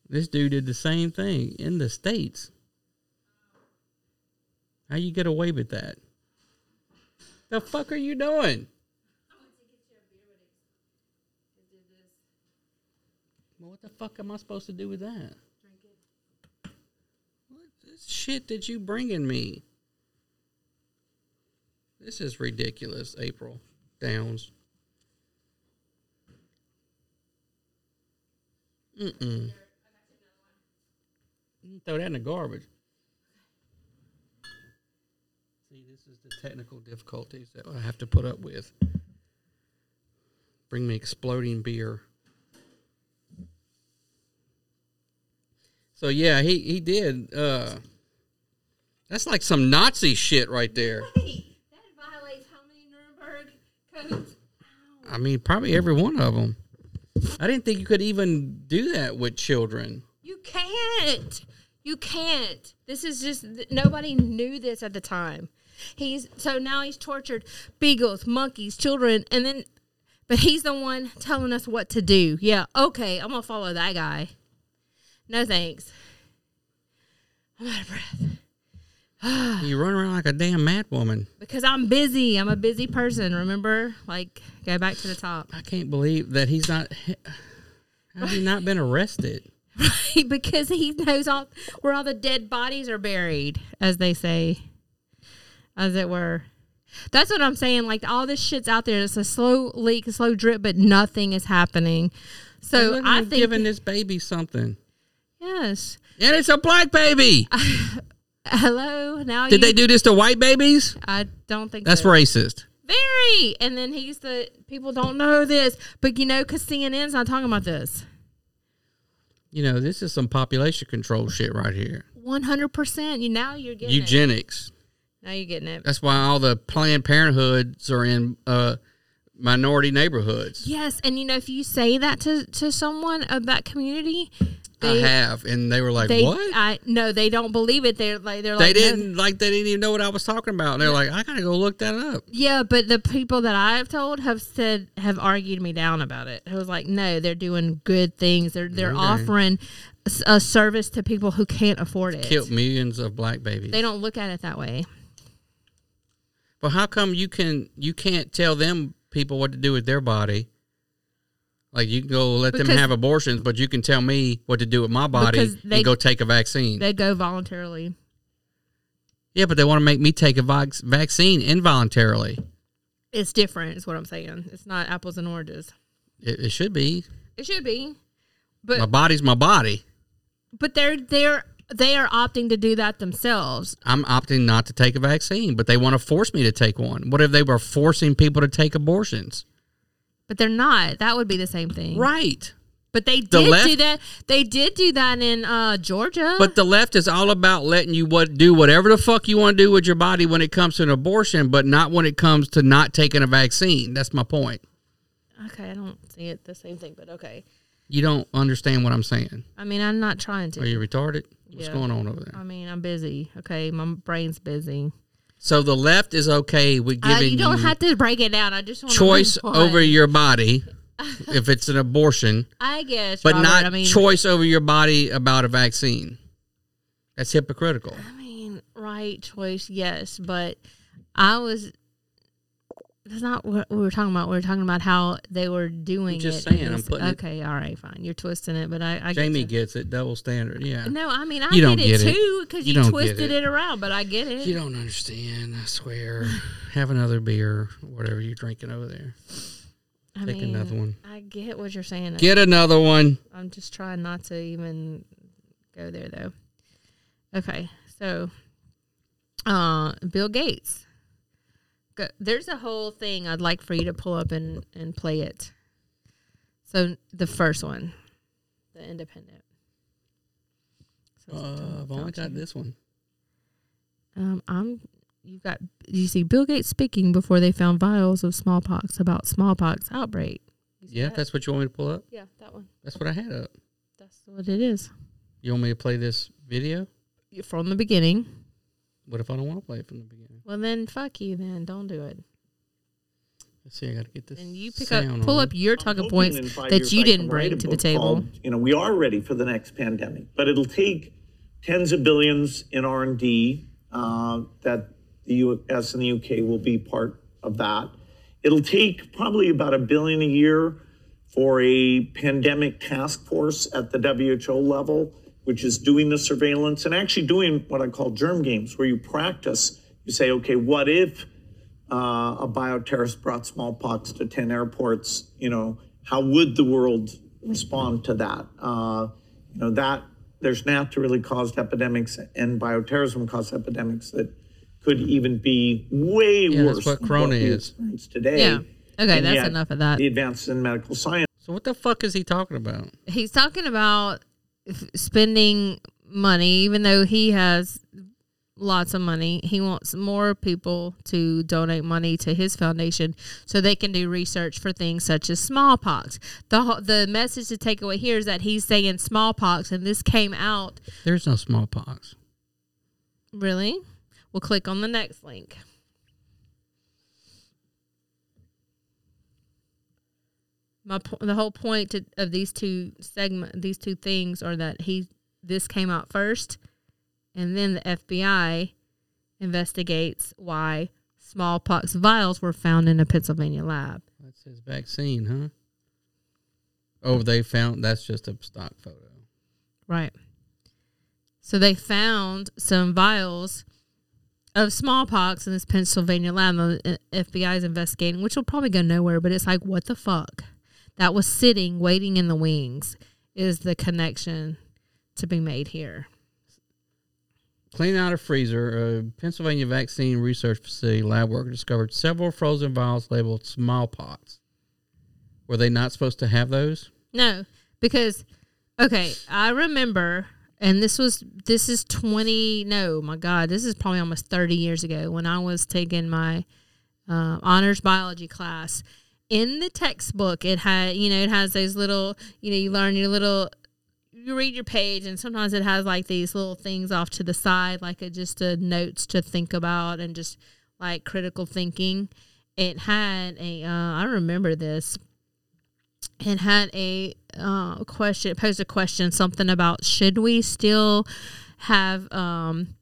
Speaker 5: This dude did the same thing in the States. How you get away with that? The fuck are you doing? Well, what the fuck am I supposed to do with that? What this shit that you bringing me? This is ridiculous, April Downs. Mm-mm. You can Throw that in the garbage. See, this is the technical difficulties that I have to put up with. Bring me exploding beer. So yeah, he he did. Uh, that's like some Nazi shit right there.
Speaker 6: That violates how many Nuremberg codes?
Speaker 5: I mean, probably every one of them. I didn't think you could even do that with children.
Speaker 6: You can't. You can't. This is just th- nobody knew this at the time. He's so now he's tortured beagles, monkeys, children, and then but he's the one telling us what to do. Yeah, okay, I'm gonna follow that guy. No thanks. I'm out of breath.
Speaker 5: You run around like a damn mad woman.
Speaker 6: Because I'm busy. I'm a busy person, remember? Like go back to the top.
Speaker 5: I can't believe that he's not. How have you not been arrested?
Speaker 6: because he knows all where all the dead bodies are buried, as they say, as it were. That's what I'm saying. Like all this shit's out there. It's a slow leak, a slow drip, but nothing is happening. So
Speaker 5: Look at
Speaker 6: I
Speaker 5: him
Speaker 6: think
Speaker 5: giving this baby something,
Speaker 6: yes.
Speaker 5: and it's a black baby.
Speaker 6: Hello. Now
Speaker 5: Did
Speaker 6: you,
Speaker 5: they do this to white babies?
Speaker 6: I don't think
Speaker 5: That's
Speaker 6: so.
Speaker 5: racist.
Speaker 6: Very. And then he's the people don't know this, but you know, because CNN's not talking about this.
Speaker 5: You know, this is some population control shit right here.
Speaker 6: One hundred percent. You now you're getting it.
Speaker 5: Eugenics.
Speaker 6: Now you're getting it.
Speaker 5: That's why all the Planned Parenthoods are in uh, minority neighborhoods.
Speaker 6: Yes, and you know if you say that to to someone of that community,
Speaker 5: I
Speaker 6: they
Speaker 5: have, and they were like,
Speaker 6: they
Speaker 5: "What?"
Speaker 6: I no, they don't believe it. They're like they're
Speaker 5: they
Speaker 6: like no.
Speaker 5: didn't like. They didn't even know what I was talking about. And they're like, "I gotta go look that up."
Speaker 6: Yeah, but the people that I've told have said have argued me down about it. I was like, no, they're doing good things. They're they're offering s- a service to people who can't afford it.
Speaker 5: Killed millions of black babies.
Speaker 6: They don't look at it that way.
Speaker 5: But how come you can you can't tell them people what to do with their body? Like you can go let them
Speaker 6: Because-
Speaker 5: have abortions, but you can tell me what to do with my body
Speaker 6: Because they-
Speaker 5: and go take a vaccine.
Speaker 6: They go voluntarily.
Speaker 5: yeah, but they want to make me take a vac- vaccine involuntarily.
Speaker 6: It's different. Is what I'm saying. It's not apples and oranges.
Speaker 5: It, it should be
Speaker 6: It should be, but
Speaker 5: my body's my body.
Speaker 6: but they're they're they are opting to do that themselves.
Speaker 5: I'm opting not to take a vaccine, but they want to force me to take one. What if they were forcing people to take abortions?
Speaker 6: But they're not. That would be the same thing.
Speaker 5: Right.
Speaker 6: But they did
Speaker 5: The left-
Speaker 6: do that. They did do that in uh, Georgia.
Speaker 5: But the left is all about letting you what do whatever the fuck you want to do with your body when it comes to an abortion, but not when it comes to not taking a vaccine. That's my point.
Speaker 6: okay, I don't see it the same thing, but okay.
Speaker 5: You don't understand what I'm saying.
Speaker 6: I mean, I'm not trying to.
Speaker 5: Are you retarded? What's
Speaker 6: Yeah. Um,
Speaker 5: going on over there?
Speaker 6: I mean, I'm busy. Okay, my brain's busy.
Speaker 5: So the left is okay with
Speaker 6: Uh,
Speaker 5: giving
Speaker 6: you don't
Speaker 5: you
Speaker 6: have to break it down. I just want
Speaker 5: choice over your body if it's an abortion,
Speaker 6: I guess,
Speaker 5: but
Speaker 6: Robert,
Speaker 5: not
Speaker 6: I mean,
Speaker 5: choice over your body about a vaccine. That's hypocritical.
Speaker 6: I mean, right choice, yes, but I was. That's not what we were talking about. We were talking about how they were doing
Speaker 5: just
Speaker 6: it.
Speaker 5: saying, I'm
Speaker 6: Yes.
Speaker 5: putting it-
Speaker 6: okay, all right, fine. You're twisting it, but I, I
Speaker 5: Jamie
Speaker 6: get
Speaker 5: gets it. Double standard. Yeah.
Speaker 6: you. No, I mean I
Speaker 5: You
Speaker 6: get,
Speaker 5: don't
Speaker 6: it
Speaker 5: get it.
Speaker 6: too because
Speaker 5: You
Speaker 6: you,
Speaker 5: don't get
Speaker 6: twisted
Speaker 5: it.
Speaker 6: it. around, but I get it.
Speaker 5: You don't understand. I swear. Have another beer, whatever you're drinking over there.
Speaker 6: I
Speaker 5: Take
Speaker 6: mean,
Speaker 5: another one.
Speaker 6: I get what you're saying.
Speaker 5: Get another one.
Speaker 6: I'm just trying not to even go there though. Okay, so uh, Bill Gates. Go, there's a whole thing I'd like for you to pull up and and play it. So the first one, the Independent. So it's
Speaker 5: Uh,
Speaker 6: Donald
Speaker 5: I've only got
Speaker 6: Fauci.
Speaker 5: this one.
Speaker 6: Um, I'm. You got. You see Bill Gates speaking before they found vials of smallpox about smallpox outbreak. You see
Speaker 5: Yeah,
Speaker 6: that?
Speaker 5: that's what you want me to pull up.
Speaker 6: yeah, that one.
Speaker 5: That's what I had up.
Speaker 6: That's what it is
Speaker 5: You want me to play this video?
Speaker 6: from the beginning.
Speaker 5: What if I don't want to play it from the beginning?
Speaker 6: Well, then fuck you. Then don't do it.
Speaker 5: Let's see. I got to get this.
Speaker 6: And you pick up,
Speaker 5: sound
Speaker 6: pull
Speaker 5: on.
Speaker 6: up your talking points
Speaker 8: hoping in five
Speaker 6: that
Speaker 8: years
Speaker 6: you
Speaker 8: I can
Speaker 6: didn't
Speaker 8: write a
Speaker 6: bring to the
Speaker 8: book
Speaker 6: table.
Speaker 8: called, you know, we are ready for the next pandemic, but it'll take tens of billions in R and D uh, that the U.S. and the U.K. will be part of that. It'll take probably about a billion a year for a pandemic task force at the WHO level, which is doing the surveillance and actually doing what I call germ games, where you practice. You say, okay, what if? uh, a bioterrorist brought smallpox to 10 airports, you know, how would the world respond to that? Uh, you know, that there's naturally caused epidemics and bioterrorism caused epidemics that could even be way
Speaker 5: Yeah, that's
Speaker 8: worse
Speaker 5: what
Speaker 8: than
Speaker 5: Corona
Speaker 8: we
Speaker 5: is.
Speaker 8: experience today.
Speaker 6: Yeah. Okay,
Speaker 8: And
Speaker 6: that's
Speaker 8: yet,
Speaker 6: enough of that.
Speaker 8: The advances in medical science.
Speaker 5: So what the fuck is he talking about?
Speaker 6: He's talking about f- spending money, even though he has lots of money. He wants more people to donate money to his foundation so they can do research for things such as smallpox. The ho- the message to take away here is that he's saying smallpox, and this came out
Speaker 5: There's no smallpox.
Speaker 6: really. We'll click on the next link. my po- the whole point to, of these two segment these two things are that he this came out first and then the FBI investigates why smallpox vials were found in a Pennsylvania lab.
Speaker 5: That says vaccine, huh? Oh, they found that's just a stock photo.
Speaker 6: Right. So they found some vials of smallpox in this Pennsylvania lab. The uh, FBI is investigating, which will probably go nowhere, but it's like, what the fuck? That was sitting, waiting in the wings, is the connection to be made here.
Speaker 5: Clean out a freezer. A Pennsylvania vaccine research facility lab worker discovered several frozen vials labeled smallpox. Were they not supposed to have those?
Speaker 6: No, because, okay, I remember, and this was, this is 20, no, my God, this is probably almost 30 years ago when I was taking my uh, honors biology class. In the textbook, it had, you know, it has those little, you know, you learn your little, you read your page, and sometimes it has like these little things off to the side, like it just uh, notes to think about and just like critical thinking. It had a, uh, I remember this, it had a uh, question, it posed a question, something about should we still have, um,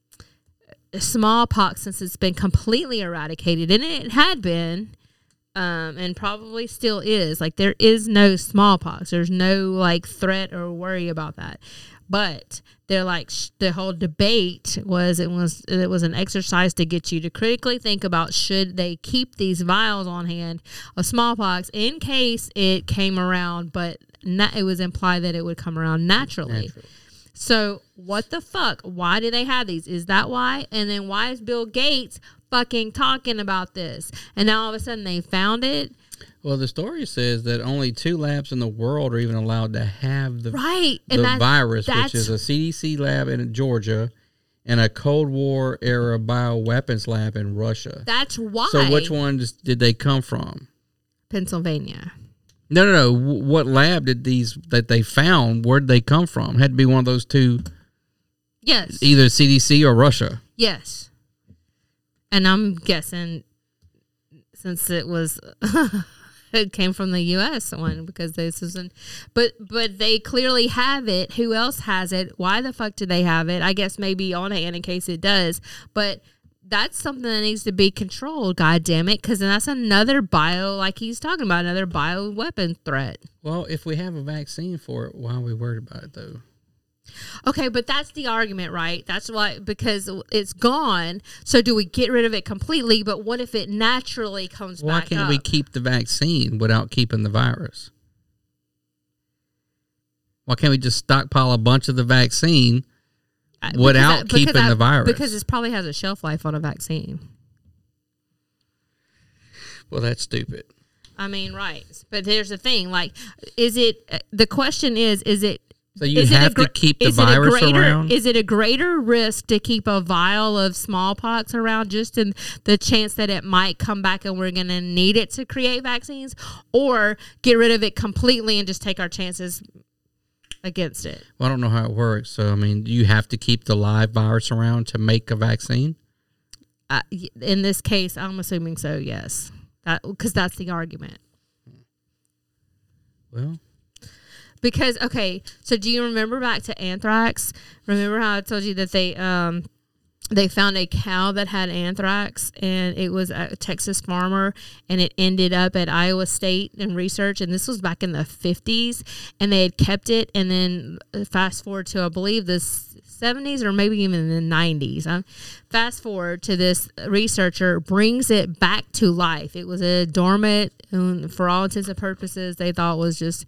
Speaker 6: smallpox since it's been completely eradicated and it had been um, and probably still is like there is no smallpox there's no like threat or worry about that but they're like sh- the whole debate was it was it was an exercise to get you to critically think about should they keep these vials on hand of smallpox in case it came around but na- it was implied that it would come around naturally. So what the fuck? Why do they have these? Is that why? And then why is Bill Gates fucking talking about this? And now all of a sudden they found it.
Speaker 5: Well, the story says that only two labs in the world are even allowed to have the
Speaker 6: Right.
Speaker 5: the
Speaker 6: and that's,
Speaker 5: virus,
Speaker 6: that's,
Speaker 5: which is a CDC lab in Georgia and a Cold War era bioweapons lab in Russia.
Speaker 6: that's why
Speaker 5: So, which ones did they come from?
Speaker 6: Pennsylvania.
Speaker 5: No, no, no. W- What lab did these that they found? Where did they come from? Had to be one of those two,
Speaker 6: Yes.
Speaker 5: either CDC or Russia.
Speaker 6: Yes. And I'm guessing since it was it came from the US one because this isn't but but they clearly have it. Who else has it? Why the fuck do they have it? I guess maybe on hand in case it does. But that's something that needs to be controlled, god damn it, because that's another bio like he's talking about, another bio weapon threat.
Speaker 5: Well, if we have a vaccine for it, why are we worried about it though?
Speaker 6: Okay, but that's the argument, right? That's why because it's gone. So do we get rid of it completely? But what if it naturally comes
Speaker 5: Why
Speaker 6: back
Speaker 5: can't
Speaker 6: up?
Speaker 5: we keep the vaccine without keeping the virus? Why can't we just stockpile a bunch of the vaccine?
Speaker 6: I-
Speaker 5: without
Speaker 6: Uh, because
Speaker 5: keeping the virus?
Speaker 6: Because it probably has a shelf life on a vaccine.
Speaker 5: Well, that's stupid.
Speaker 6: I mean, right? But there's the thing. Like, is it? uh, The question is, is it?
Speaker 5: So you
Speaker 6: is it a
Speaker 5: have to
Speaker 6: gre-
Speaker 5: keep the
Speaker 6: is it a
Speaker 5: virus
Speaker 6: greater,
Speaker 5: around?
Speaker 6: Is it a greater risk to keep a vial of smallpox around just in the chance that it might come back and we're going to need it to create vaccines, or get rid of it completely and just take our chances against it?
Speaker 5: Well, I don't know how it works. So, I mean, you have to keep the live virus around to make a vaccine. Uh,
Speaker 6: I- y in this case, I'm assuming so. Yes, because that's the argument.
Speaker 5: Well,
Speaker 6: because okay so do you remember back to anthrax remember how i told you that they um they found a cow that had anthrax and it was a texas farmer and it ended up at iowa state in research and this was back in the 50s and they had kept it and then uh, fast forward to i believe the s- 70s or maybe even the 90s Um, fast forward to this researcher brings it back to life it was a dormant and for all intents and purposes they thought was just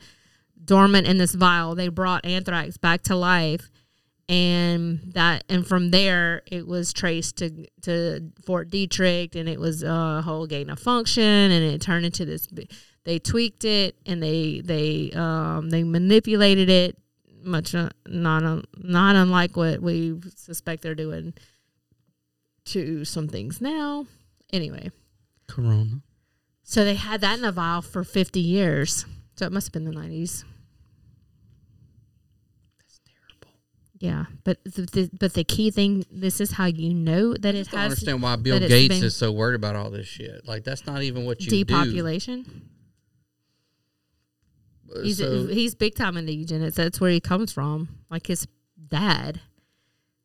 Speaker 6: dormant in this vial. They brought anthrax back to life, and that and from there it was traced to to Fort Detrick, and it was a whole gain of function, and it turned into this. b- They tweaked it and they they um, they manipulated it much uh, not un, not unlike what we suspect they're doing to some things now. Anyway,
Speaker 5: Corona.
Speaker 6: so they had that in a vial for 50 years. So it must have been the 90s. Yeah, but the, the, but the key thing this is how you know that it
Speaker 5: I don't
Speaker 6: has
Speaker 5: understand why Bill
Speaker 6: that it's
Speaker 5: Gates
Speaker 6: been
Speaker 5: is so worried about all this shit. Like, that's not even what you
Speaker 6: depopulation.
Speaker 5: do.
Speaker 6: He's
Speaker 5: Uh, So-
Speaker 6: he's big time into eugenics. That's where he comes from. Like his dad,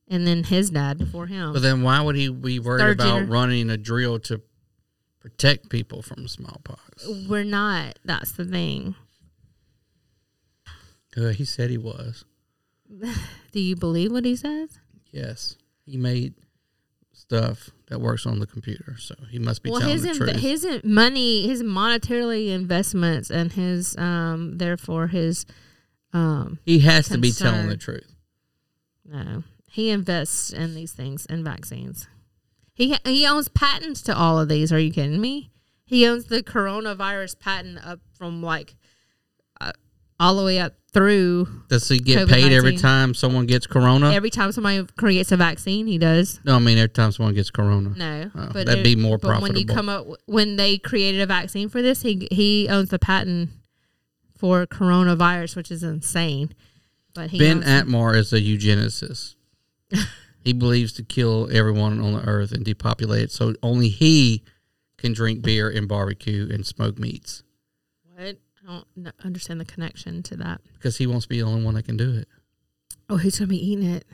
Speaker 6: and then his dad before him.
Speaker 5: But then why would he be worried
Speaker 6: Third
Speaker 5: about
Speaker 6: gener-
Speaker 5: running a drill to protect people from smallpox?
Speaker 6: We're not. That's the thing.
Speaker 5: Uh, he said he was.
Speaker 6: Do you believe what he says?
Speaker 5: Yes. He made stuff that works on the computer. So he must be telling
Speaker 6: his
Speaker 5: the
Speaker 6: inv-
Speaker 5: truth.
Speaker 6: his in- money, his monetarily investments, and his um, therefore his um,
Speaker 5: he has to be telling
Speaker 6: concern.
Speaker 5: the truth.
Speaker 6: no, uh, he invests in these things in vaccines. He ha- he owns patents to all of these. Are you kidding me? He owns the coronavirus patent up from like uh, all the way up through.
Speaker 5: Does he get paid every
Speaker 6: COVID-19.
Speaker 5: time someone gets corona?
Speaker 6: Every time somebody creates a vaccine, he does.
Speaker 5: no, I mean every time someone gets corona.
Speaker 6: No,
Speaker 5: Oh, that'd be more
Speaker 6: but When you
Speaker 5: profitable.
Speaker 6: come up, when they created a vaccine for this, he he owns the patent for coronavirus, which is insane. But he
Speaker 5: ben
Speaker 6: owns-
Speaker 5: Atmar is a eugenicist. he believes to kill everyone on the earth and depopulate it, so only he can drink beer and barbecue and smoke meats
Speaker 6: what? I don't kn- understand the connection to that.
Speaker 5: because he wants to be the only one that can do it.
Speaker 6: Oh, who's gonna be eating it?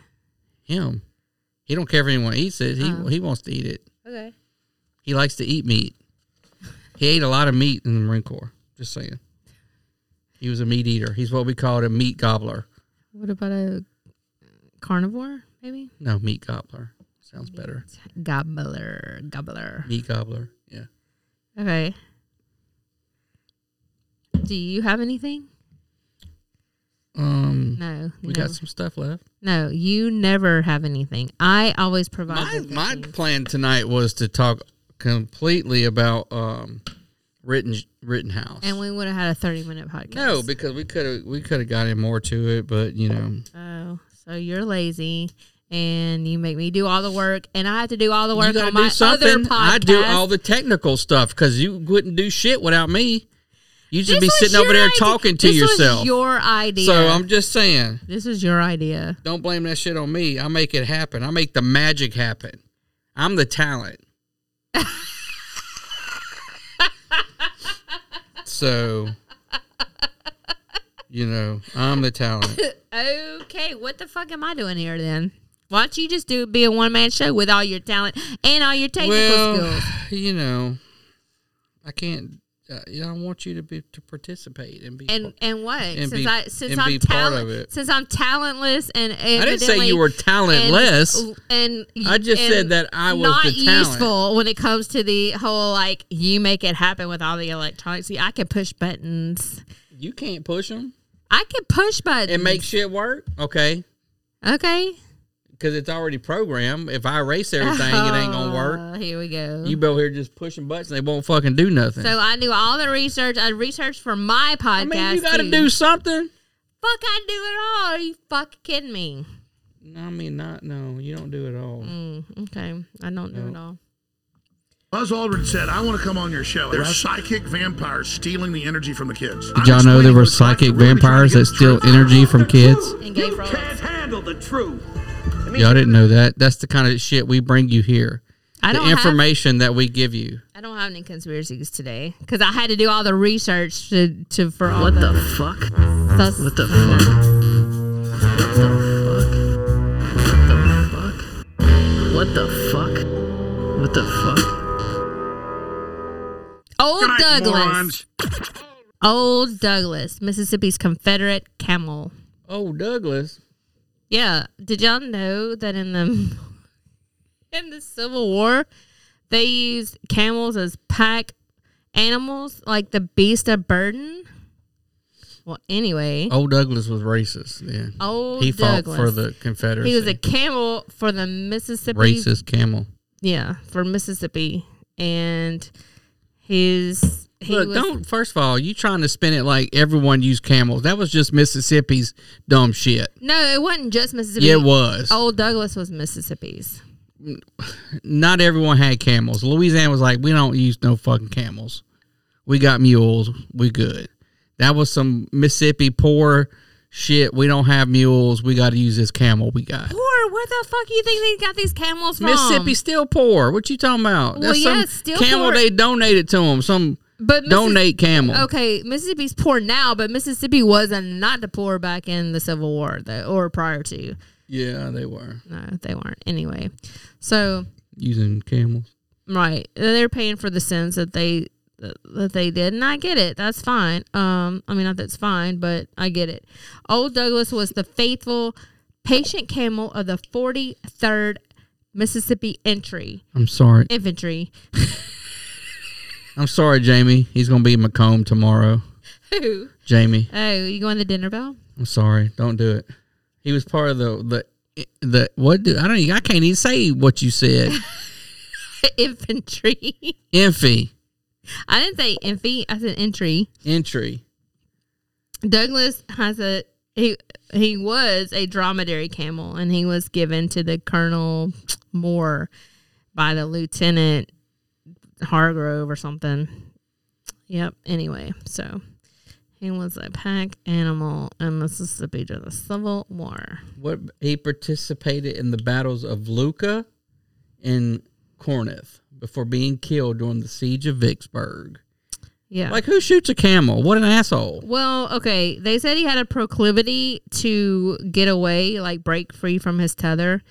Speaker 5: Him, he don't care if anyone eats it. He
Speaker 6: Oh.
Speaker 5: he wants to eat it.
Speaker 6: Okay.
Speaker 5: He likes to eat meat. He ate a lot of meat in the Marine Corps. Just saying. He was a meat eater. He's what we called a meat gobbler.
Speaker 6: What about a carnivore? Maybe
Speaker 5: No, meat gobbler sounds better.
Speaker 6: gobbler, gobbler.
Speaker 5: Meat gobbler. Yeah.
Speaker 6: Okay. Do you have anything?
Speaker 5: Um,
Speaker 6: No.
Speaker 5: we
Speaker 6: no.
Speaker 5: got some stuff left.
Speaker 6: no, you never have anything. I always provide.
Speaker 5: My
Speaker 6: with
Speaker 5: my
Speaker 6: vaccines.
Speaker 5: plan tonight was to talk completely about um, written Rittenhouse.
Speaker 6: And we would have had a 30 minute podcast.
Speaker 5: no, because we could have we could have gotten more to it, but you know,
Speaker 6: Oh, so you're lazy and you make me do all the work and I have to do all the
Speaker 5: you
Speaker 6: work
Speaker 5: gotta
Speaker 6: on my
Speaker 5: do something.
Speaker 6: other podcast.
Speaker 5: I do all the technical stuff because you wouldn't do shit without me. You should be
Speaker 6: was
Speaker 5: sitting over
Speaker 6: your
Speaker 5: there
Speaker 6: idea-
Speaker 5: talking to
Speaker 6: this
Speaker 5: yourself.
Speaker 6: Was your idea.
Speaker 5: so I'm just saying,
Speaker 6: this is your idea.
Speaker 5: don't blame that shit on me. I make it happen. I make the magic happen. I'm the talent. so, you know, I'm the talent.
Speaker 6: Okay, what the fuck am I doing here then? Why don't you just do be a one man show with all your talent and all your technical skills?
Speaker 5: you know, I can't. Uh, you know, I want you to be to participate and be.
Speaker 6: And and what? since
Speaker 5: be-
Speaker 6: I since
Speaker 5: and
Speaker 6: I'm
Speaker 5: be part of
Speaker 6: talent
Speaker 5: it.
Speaker 6: since I'm talentless and
Speaker 5: I didn't say you were talentless.
Speaker 6: and, and
Speaker 5: I just
Speaker 6: and
Speaker 5: said that I was
Speaker 6: not
Speaker 5: the talent.
Speaker 6: useful when it comes to the whole like you make it happen with all the electronics. See, I can push buttons.
Speaker 5: you can't push them
Speaker 6: I can push buttons.
Speaker 5: and make shit work. Okay,
Speaker 6: okay.
Speaker 5: because it's already programmed. If I erase everything, it ain't gonna work.
Speaker 6: Oh, here we go.
Speaker 5: You be over here just pushing buttons, they won't fucking do nothing.
Speaker 6: so I do all the research. I researched for my podcast.
Speaker 5: I mean, you got to
Speaker 6: too.
Speaker 5: do something.
Speaker 6: Fuck, I do it all. Are you fucking kidding me?
Speaker 5: No, I mean, not no. You don't do it all.
Speaker 6: Mm, okay, I don't do it all.
Speaker 7: Buzz Aldrin said, I want to come on your show. There are psychic vampires stealing the energy from the kids.
Speaker 5: Did y'all know there were psychic vampires that steal energy from kids?
Speaker 6: And gay frogs.
Speaker 1: handle the truth.
Speaker 5: Y'all didn't know that. That's the kind of shit we bring you here.
Speaker 6: I
Speaker 5: The
Speaker 6: don't have.
Speaker 5: information that we give you.
Speaker 6: I don't have any conspiracies today because I had to do all the research to, to for all what the
Speaker 9: Fuck.
Speaker 6: sus-
Speaker 9: What the fuck? What the fuck? What the fuck? What the fuck?
Speaker 6: old
Speaker 7: Good night,
Speaker 6: Douglas,
Speaker 7: morons.
Speaker 6: old Douglas, Mississippi's Confederate camel.
Speaker 5: Oh, Douglas.
Speaker 6: Yeah, did y'all know that in the in the Civil War they used camels as pack animals, like the beast of burden? Well, anyway,
Speaker 5: Old Douglas was racist. Yeah.
Speaker 6: old
Speaker 5: Oh, he fought
Speaker 6: Douglas.
Speaker 5: for the Confederacy.
Speaker 6: He was a camel for the Mississippi.
Speaker 5: racist camel.
Speaker 6: Yeah, for Mississippi, and his he
Speaker 5: Look,
Speaker 6: was,
Speaker 5: don't. First of all, you trying to spin it like everyone used camels. That was just Mississippi's dumb shit.
Speaker 6: No, it wasn't just Mississippi.
Speaker 5: Yeah, it was.
Speaker 6: Old Douglas was Mississippi's.
Speaker 5: Not everyone had camels. Louisiana was like, we don't use no fucking camels. We got mules. We good. That was some Mississippi poor shit. We don't have mules. We got to use this camel we got.
Speaker 6: Poor, where the fuck you think they got these camels from?
Speaker 5: Mississippi still poor. What you talking about?
Speaker 6: Well,
Speaker 5: some
Speaker 6: yeah, still
Speaker 5: camel
Speaker 6: poor.
Speaker 5: they donated to them. Some
Speaker 6: but Missis-
Speaker 5: donate camel.
Speaker 6: Okay, Mississippi's poor now, but Mississippi wasn't not the poor back in the Civil War though, or prior to.
Speaker 5: Yeah, they were
Speaker 6: No, they weren't anyway. So
Speaker 5: using camels.
Speaker 6: right, they're paying for the sins that they that they did, and I get it. That's fine. Um, I mean, not that's fine, but I get it. Old Douglas was the faithful, patient camel of the forty third Mississippi Entry
Speaker 5: I'm sorry.
Speaker 6: Infantry.
Speaker 5: I'm sorry, Jamie. He's gonna be in Macomb tomorrow.
Speaker 6: Who?
Speaker 5: Jamie,
Speaker 6: Oh, you going to dinner bell?
Speaker 5: I'm sorry. Don't do it. He was part of the the the what? Do, I don't. even- I can't even say what you said.
Speaker 6: Infantry.
Speaker 5: Enfy
Speaker 6: I didn't say infy. I said entry.
Speaker 5: entry.
Speaker 6: Douglas has a he he was a dromedary camel and he was given to the Colonel Moore by the Lieutenant Hargrove or something. Yep. Anyway, so he was a pack animal in Mississippi during the Civil War.
Speaker 5: What he participated in the battles of Luca and Corinth before being killed during the siege of Vicksburg.
Speaker 6: Yeah.
Speaker 5: Like who shoots a camel? What an asshole!
Speaker 6: Well, okay. They said he had a proclivity to get away, like break free from his tether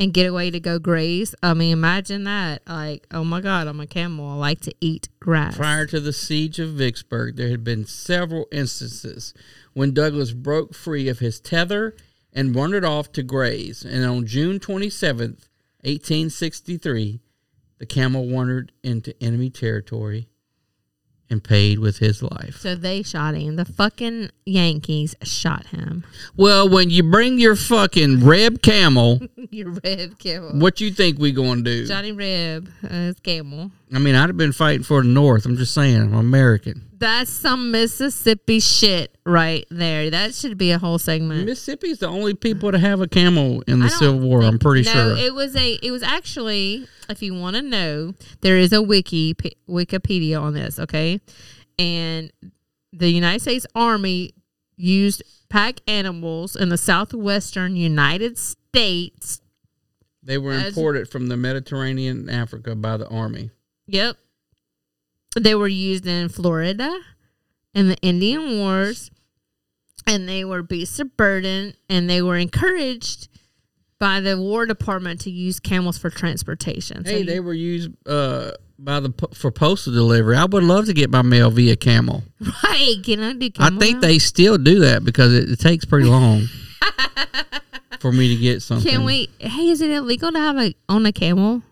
Speaker 6: and get away to go graze. I mean, imagine that. Like, oh my God, I'm a camel. I like to eat grass.
Speaker 5: Prior to the siege of Vicksburg, there had been several instances when Douglas broke free of his tether and wandered off to graze. And on June 27th, 1863, the camel wandered into enemy territory and paid with his life.
Speaker 6: so they shot him. The fucking Yankees shot him.
Speaker 5: Well, when you bring your fucking reb camel,
Speaker 6: Your rib camel.
Speaker 5: what you think we going to do?
Speaker 6: Johnny Rib, uh, his camel.
Speaker 5: I mean, I'd have been fighting for the North. I'm just saying, I'm American.
Speaker 6: That's some Mississippi shit right there. That should be a whole segment.
Speaker 5: Mississippi's the only people to have a camel in the
Speaker 6: I don't
Speaker 5: Civil War. I'm
Speaker 6: think-
Speaker 5: pretty
Speaker 6: no,
Speaker 5: sure.
Speaker 6: it was a. It was actually, if you want to know, there is a wiki Wikipedia on this. Okay, and the United States Army used pack animals in the southwestern United States.
Speaker 5: They were
Speaker 6: As-
Speaker 5: imported from the Mediterranean and Africa by the army.
Speaker 6: Yep. They were used in Florida in the Indian Wars, and they were beasts of burden, and they were encouraged by the War Department to use camels for transportation. So
Speaker 5: Hey,
Speaker 6: you-
Speaker 5: they were used uh, by the po- for postal delivery. I would love to get my mail via camel.
Speaker 6: right? Can I do?
Speaker 5: I
Speaker 6: Camel
Speaker 5: think
Speaker 6: now?
Speaker 5: they still do that because it, it takes pretty long for me to get something.
Speaker 6: Can we? Hey, is it illegal to have a on a camel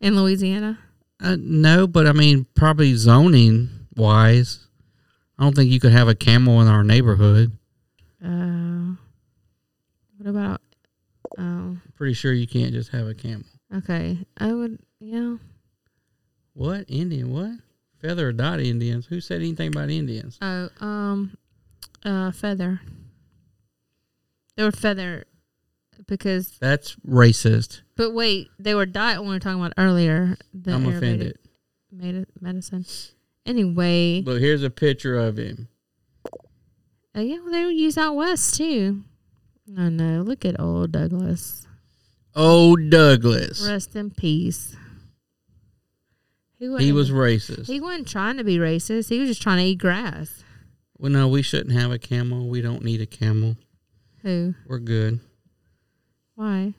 Speaker 6: in Louisiana?
Speaker 5: Uh, no, but I mean, probably zoning wise, I don't think you could have a camel in our neighborhood.
Speaker 6: Uh, what about? Oh,
Speaker 5: pretty sure you can't just have a camel.
Speaker 6: okay. I would. Yeah.
Speaker 5: What Indian? What feather or dot Indians? Who said anything about Indians?
Speaker 6: Oh, um, uh, feather. They were feather because,
Speaker 5: That's racist.
Speaker 6: but wait, they were diet when we were talking about earlier. The
Speaker 5: I'm
Speaker 6: Ayurvedic
Speaker 5: offended.
Speaker 6: medi- medicine. Anyway,
Speaker 5: Look, here's a picture of him.
Speaker 6: uh, yeah, they were used out west too. I know. Look at old Douglas.
Speaker 5: Oh, Douglas.
Speaker 6: Rest in peace.
Speaker 5: He
Speaker 6: wasn't-
Speaker 5: was racist.
Speaker 6: He wasn't trying to be racist. He was just trying to eat grass.
Speaker 5: well, no, we shouldn't have a camel. We don't need a camel.
Speaker 6: Who?
Speaker 5: We're good.
Speaker 6: Why?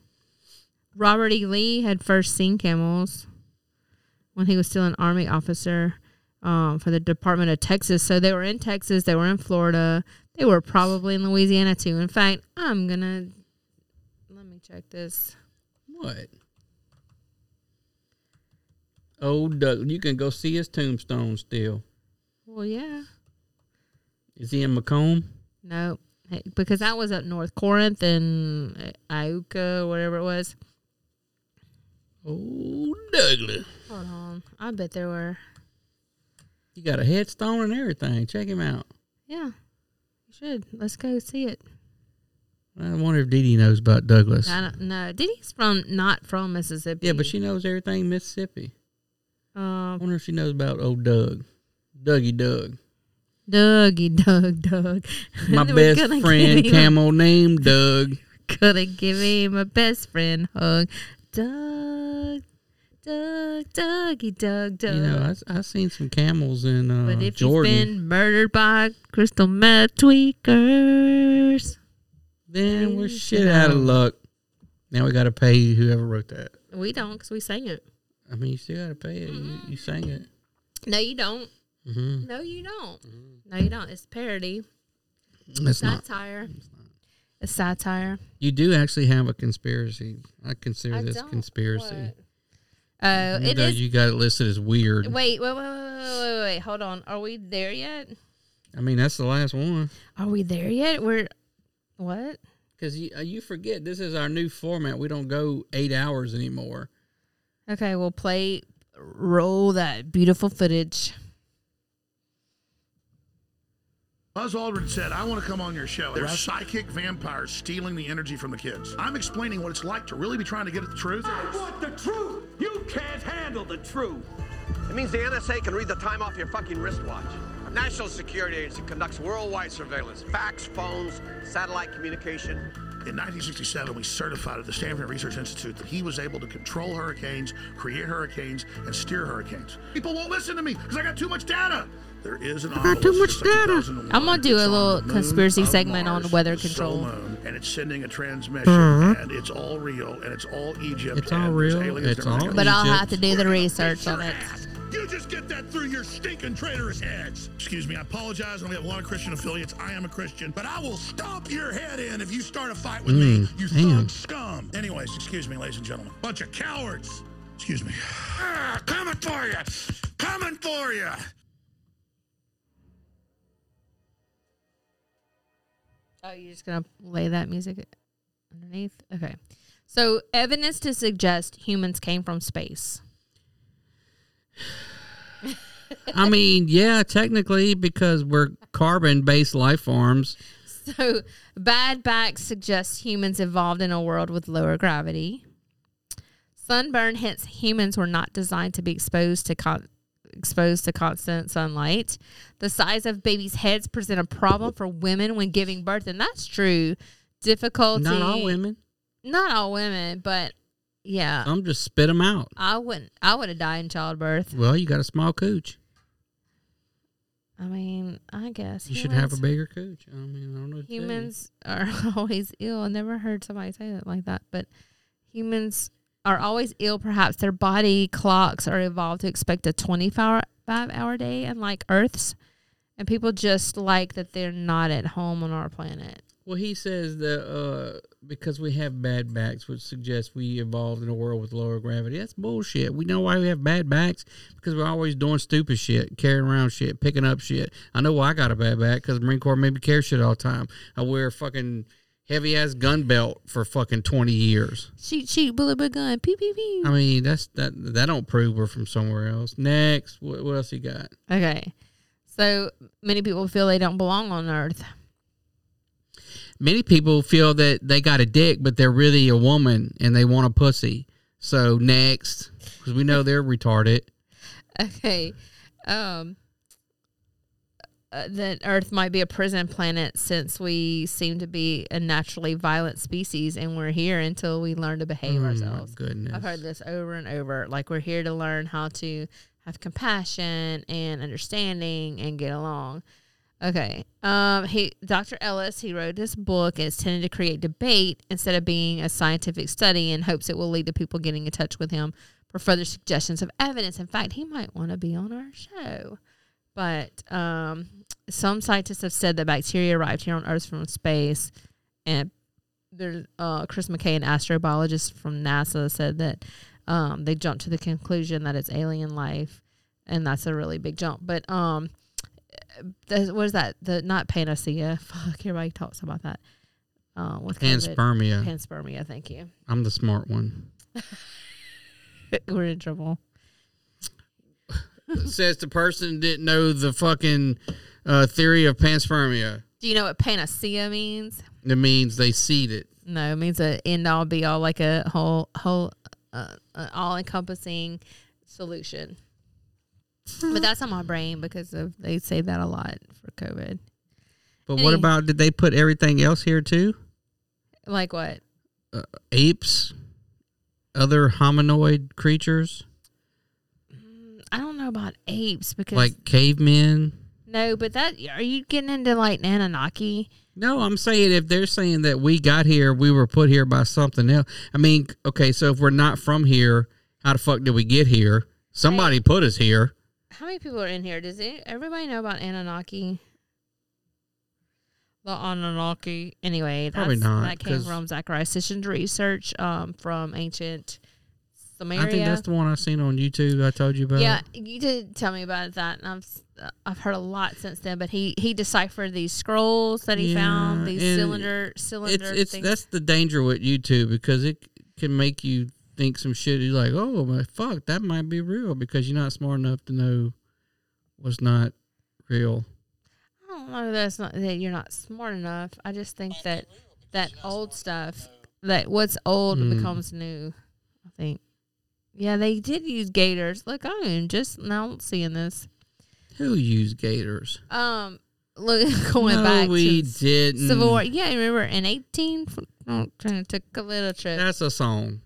Speaker 6: Robert E. Lee had first seen camels when he was still an army officer um, for the Department of Texas. So they were in Texas. They were in Florida. They were probably in Louisiana too. In fact, I'm gonna let me check this.
Speaker 5: What? Oh, Doug, you can go see his tombstone still.
Speaker 6: Well, yeah.
Speaker 5: Is he in Macomb?
Speaker 6: No, Hey, because that was up north, Corinth and uh, Iuka, whatever it was.
Speaker 5: Oh, Douglas.
Speaker 6: Hold on, I bet there were.
Speaker 5: You got a headstone and everything. Check him out.
Speaker 6: Yeah, you should. Let's go see it.
Speaker 5: I wonder if Dee Dee knows about Douglas.
Speaker 6: I don't know. Diddy's from not from Mississippi.
Speaker 5: Yeah, but she knows everything Mississippi. I
Speaker 6: Um,
Speaker 5: wonder if she knows about old Doug. Dougie Doug.
Speaker 6: Dougie, Doug, Doug.
Speaker 5: My
Speaker 6: We're
Speaker 5: best
Speaker 6: gonna give
Speaker 5: friend,
Speaker 6: him-
Speaker 5: camel named Doug.
Speaker 6: Gonna give him a best friend hug. Doug, Doug, Dougie, Doug, Doug.
Speaker 5: You know, I, I seen some camels in uh,
Speaker 6: but if
Speaker 5: Jordan.
Speaker 6: he's been murdered by crystal meth tweakers.
Speaker 5: then we're shit out of luck. Now we got to pay whoever wrote that.
Speaker 6: We don't because we sang it.
Speaker 5: I mean, you still got to pay it. You,
Speaker 6: Mm-hmm.
Speaker 5: you sang it.
Speaker 6: No, you don't.
Speaker 5: Mm-hmm.
Speaker 6: No, you don't. No, you don't. It's parody,
Speaker 5: It's not.
Speaker 6: satire. It's satire.
Speaker 5: You do actually have a conspiracy. I consider
Speaker 6: I
Speaker 5: this
Speaker 6: don't-
Speaker 5: conspiracy.
Speaker 6: Oh, it
Speaker 5: Even though
Speaker 6: is.
Speaker 5: you got it listed as weird.
Speaker 6: Wait, wait, wait, wait, wait, wait, wait. Hold on. Are we there yet?
Speaker 5: I mean, that's the last one.
Speaker 6: Are we there yet? We're what?
Speaker 5: Because you, uh, you forget this is our new format. We don't go eight hours anymore.
Speaker 6: Okay, we'll play. Roll that beautiful footage.
Speaker 7: Buzz Aldrin said, I want to come on your show. They're psychic vampires stealing the energy from the kids. I'm explaining what it's like to really be trying to get at the truth.
Speaker 10: want the truth. You can't handle the truth. It means the NSA can read the time off your fucking wristwatch. National Security Agency conducts worldwide surveillance, fax, phones, satellite communication.
Speaker 7: In 1967, we certified at the Stanford Research Institute that he was able to control hurricanes, create hurricanes, and steer hurricanes. People won't listen to me because I got too much data. There is an I
Speaker 5: got too much data.
Speaker 6: I'm gonna do a little conspiracy segment on weather control.
Speaker 7: and it's sending a transmission, and it's all real, and it's all
Speaker 5: Uh-huh. It's
Speaker 7: Egypt.
Speaker 5: all
Speaker 7: and there's
Speaker 5: real,
Speaker 7: aliens
Speaker 5: it's
Speaker 7: that are
Speaker 5: all
Speaker 7: gonna-
Speaker 6: But I'll
Speaker 5: Egypt.
Speaker 6: have to do the research on it.
Speaker 7: You just get that through your stinking traitorous heads. Excuse me, I apologize. and we have a lot of Christian affiliates. I am a Christian, Mm, but I will stomp your head in if you start a fight with me, you
Speaker 5: damn.
Speaker 7: thug scum. Anyways, excuse me, ladies and gentlemen. Bunch of cowards. Excuse me. Ah, coming for you. Coming for you.
Speaker 6: Oh, you're just gonna lay that music underneath? Okay. So evidence to suggest humans came from space.
Speaker 5: I mean, yeah, technically, because we're carbon based life forms.
Speaker 6: So bad back suggests humans evolved in a world with lower gravity. Sunburn hints humans were not designed to be exposed to con- exposed to constant sunlight. The size of babies' heads present a problem for women when giving birth, and that's true. Difficulty.
Speaker 5: Not all women. Oh.
Speaker 6: Not all women, but yeah,
Speaker 5: Some just spit them out.
Speaker 6: I wouldn't. I would have died in childbirth.
Speaker 5: Well, you got a small cooch.
Speaker 6: I mean, I guess
Speaker 5: You should have a
Speaker 6: humans-
Speaker 5: bigger cooch. I mean, I don't know. what to tell you.
Speaker 6: humans are always ill. I never heard somebody say that like that, but humans are always ill. Perhaps their body clocks are evolved to expect a 25 hour, five hour day, unlike Earth's. And people just like that they're not at home on our planet.
Speaker 5: Well, he says that uh, because we have bad backs, which suggests we evolved in a world with lower gravity. That's bullshit. We know why we have bad backs because we're always doing stupid shit, carrying around shit, picking up shit. I know why I got a bad back because Marine Corps made me carry shit all the time. I wear a fucking heavy ass gun belt for fucking twenty years.
Speaker 6: Shoot, shoot, bullet, bullet gun, pew, pew, pew.
Speaker 5: I mean, that's that. That don't prove we're from somewhere else. Next, what, what else you got?
Speaker 6: Okay. So many people feel they don't belong on Earth.
Speaker 5: many people feel that they got a dick, but they're really a woman and they want a pussy. So next, because we know they're retarded.
Speaker 6: Okay. Um, uh, that Earth might be a prison planet since we seem to be a naturally violent species and we're here until we learn to behave ourselves.
Speaker 5: goodness.
Speaker 6: I've heard this over and over. Like, we're here to learn how to have compassion and understanding and get along. Okay. Um, he, Dr. Ellis, he wrote this book. It's tended to create debate instead of being a scientific study and hopes it will lead to people getting in touch with him for further suggestions of evidence. In fact, he might want to be on our show. But um, some scientists have said that bacteria arrived here on Earth from space. And there's uh, Chris McKay, an astrobiologist from NASA, said that um, they jumped to the conclusion that it's alien life. And that's a really big jump. But um, the, what is that? The Not panacea. Fuck, everybody talks about that. Uh, with COVID.
Speaker 5: Panspermia.
Speaker 6: Panspermia, thank you.
Speaker 5: I'm the smart one.
Speaker 6: We're in trouble.
Speaker 5: Says the person didn't know the fucking uh, theory of panspermia.
Speaker 6: Do you know what panacea means?
Speaker 5: It means they seed it.
Speaker 6: No, it means a end all be all, like a whole whole uh, uh, all encompassing solution. but that's on my brain because of they say that a lot for COVID.
Speaker 5: But what
Speaker 6: Hey.
Speaker 5: about did they put everything else here too?
Speaker 6: Like what?
Speaker 5: Apes, other hominoid creatures
Speaker 6: I don't know about apes because
Speaker 5: like cavemen.
Speaker 6: no, but that are you getting into like Anunnaki?
Speaker 5: No, I'm saying if they're saying that we got here, we were put here by something else. I mean, okay, so if we're not from here, how the fuck did we get here? Somebody put us here.
Speaker 6: How many people are in here? Does it, everybody know about Anunnaki? The Anunnaki. Anyway,
Speaker 5: Probably
Speaker 6: that's,
Speaker 5: not,
Speaker 6: that came
Speaker 5: 'cause-
Speaker 6: from Zachariah Sitchin's research um, from ancient Samaria.
Speaker 5: I think that's the one I seen on YouTube. I told you about.
Speaker 6: Yeah, you did tell me about that, and I've s- uh, I've heard a lot since then. But he he deciphered these scrolls that he
Speaker 5: Yeah,
Speaker 6: found, these
Speaker 5: and
Speaker 6: cylinder cylinder
Speaker 5: it's it's
Speaker 6: things.
Speaker 5: that's the danger with YouTube because it c- can make you think some shit. You're like, oh my fuck, that might be real because you're not smart enough to know what's not real.
Speaker 6: I don't know. That's not that you're not smart enough. I just think that that old stuff, that what's old
Speaker 5: Hmm.
Speaker 6: becomes new. I think. Yeah, they did use gators. Look, I am just now seeing this.
Speaker 5: Who used gators?
Speaker 6: Um, look, going
Speaker 5: no,
Speaker 6: back
Speaker 5: we
Speaker 6: to
Speaker 5: didn't.
Speaker 6: Civil War. Yeah, remember in eighteen, trying to took a little trip.
Speaker 5: That's a song.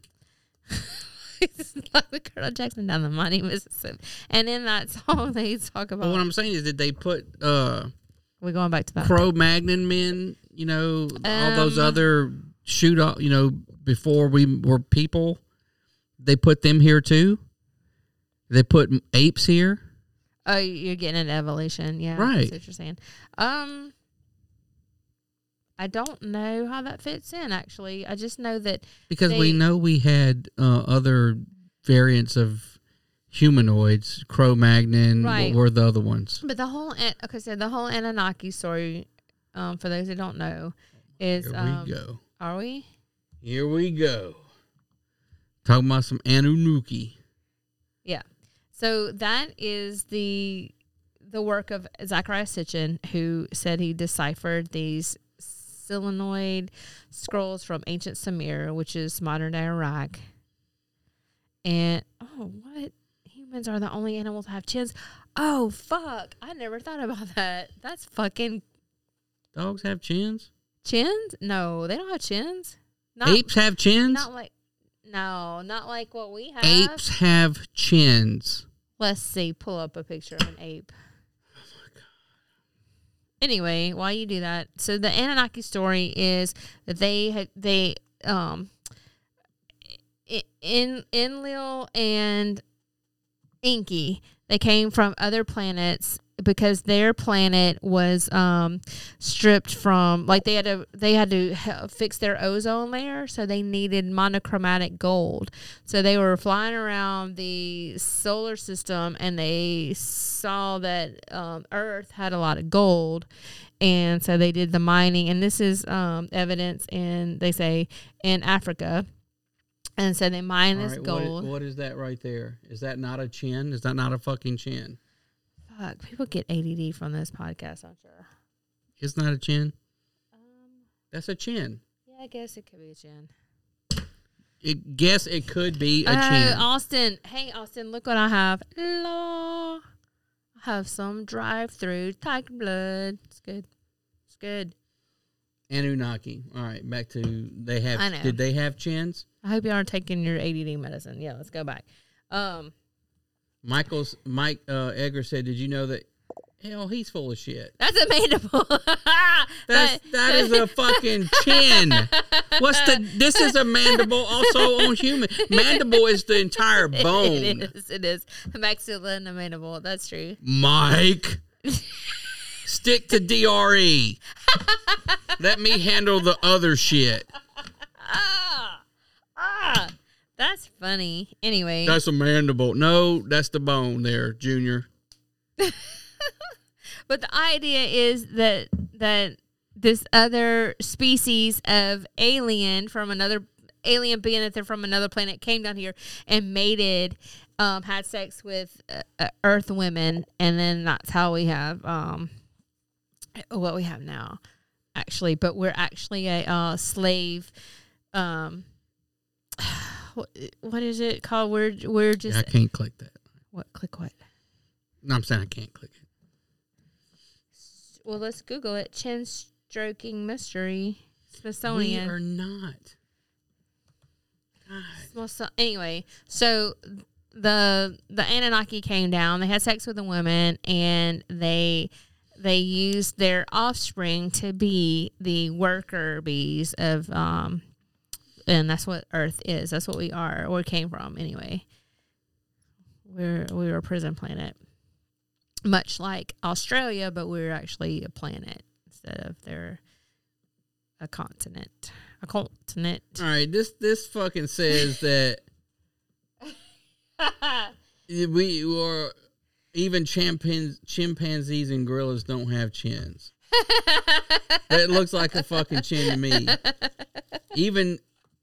Speaker 6: It's like the Colonel Jackson down the mighty Mississippi. And in that song, they talk
Speaker 5: But what
Speaker 6: about.
Speaker 5: I'm saying is, did they put uh?
Speaker 6: We're going back to that.
Speaker 5: Cro Magnon men, you know, all those
Speaker 6: Um,
Speaker 5: other shoot off, you know, before we were people, they put them here too. They put m- apes here.
Speaker 6: Oh, you're getting an evolution. Yeah.
Speaker 5: Right.
Speaker 6: That's what you're saying. Um, I don't know how that fits in, actually. I just know that.
Speaker 5: because we
Speaker 6: They-
Speaker 5: know we had uh, other variants of humanoids, Cro Magnon.
Speaker 6: Right.
Speaker 5: What were the other ones?
Speaker 6: But the whole. An- Okay, so the whole Anunnaki story, um, for those who don't know, is.
Speaker 5: Here
Speaker 6: um,
Speaker 5: we go.
Speaker 6: Are we?
Speaker 5: Here we go. Talking about some Anunnaki.
Speaker 6: Yeah. So that is the the work of Zachariah Sitchin, who said he deciphered these solenoid scrolls from ancient Sumer, which is modern day Iraq. And oh, what he Humans are the only animals that have chins. Oh fuck! I never thought about that. That's fucking
Speaker 5: Dogs have chins.
Speaker 6: chins. No, they don't have chins. Not,
Speaker 5: Apes have chins.
Speaker 6: Not like no, not like what we have.
Speaker 5: Apes have chins.
Speaker 6: Let's see. Pull up a picture of an ape. Anyway, while you do that, so the Anunnaki story is that they had they um I- in Enlil and Inky they came from other planets because their planet was um stripped from like they had to they had to he- fix their ozone layer so they needed monochromatic gold so they were flying around the solar system and they saw that um, earth had a lot of gold and so they did the mining and this is um, evidence in they say in africa and so they mine
Speaker 5: All
Speaker 6: this
Speaker 5: right, what i-
Speaker 6: gold
Speaker 5: what is that right there? Is that not a chin? Is that not a fucking chin?
Speaker 6: Fuck, people get ADD from this podcast, I'm sure.
Speaker 5: It's not a chin. That's a chin.
Speaker 6: Yeah, I guess it could be a chin.
Speaker 5: It, guess it could be a
Speaker 6: Oh,
Speaker 5: chin.
Speaker 6: Austin. Hey, Austin, look what I have. Law. I have some drive through tiger blood. It's good. It's good.
Speaker 5: Anunnaki. All right, back to they have.
Speaker 6: I know.
Speaker 5: Did they have chins?
Speaker 6: I hope you aren't taking your ADD medicine. Yeah, let's go back. Um,
Speaker 5: Michael's Mike uh, Edgar said, "Did you know that?" Hell, he's full of shit.
Speaker 6: that's a mandible.
Speaker 5: That's
Speaker 6: That-
Speaker 5: that is a fucking chin. What's the? This is a mandible, also on human. Mandible is the entire bone.
Speaker 6: It is. It is. Maxilla and a mandible. That's true.
Speaker 5: Mike, stick to DRE. Let me handle the other shit.
Speaker 6: Ah, ah, that's funny. Anyway.
Speaker 5: That's a mandible. No, that's the bone there, Junior.
Speaker 6: But the idea is that that this other species of alien from another alien being that they're from another planet came down here and mated, um, had sex with uh, uh, Earth women, and then that's how we have um, what we have now, actually. But we're actually a uh, slave. Um, what, what is it called? We're we're just
Speaker 5: I can't click that.
Speaker 6: what click what.
Speaker 5: No, I'm saying I can't click it.
Speaker 6: Well, let's Google it. Chin stroking mystery.
Speaker 5: We
Speaker 6: Smithsonian.
Speaker 5: are not.
Speaker 6: Smithso- anyway, so the the Anunnaki came down. They had sex with a woman, and they they used their offspring to be the worker bees of um, and that's what Earth is. That's what we are. Where we came from, anyway. We're we were a prison planet, much like Australia, but we're actually a planet instead of their a continent. A continent.
Speaker 5: All right, this this fucking says that we are even chimpan- chimpanzees and gorillas don't have chins. that looks like a fucking chin to me. Even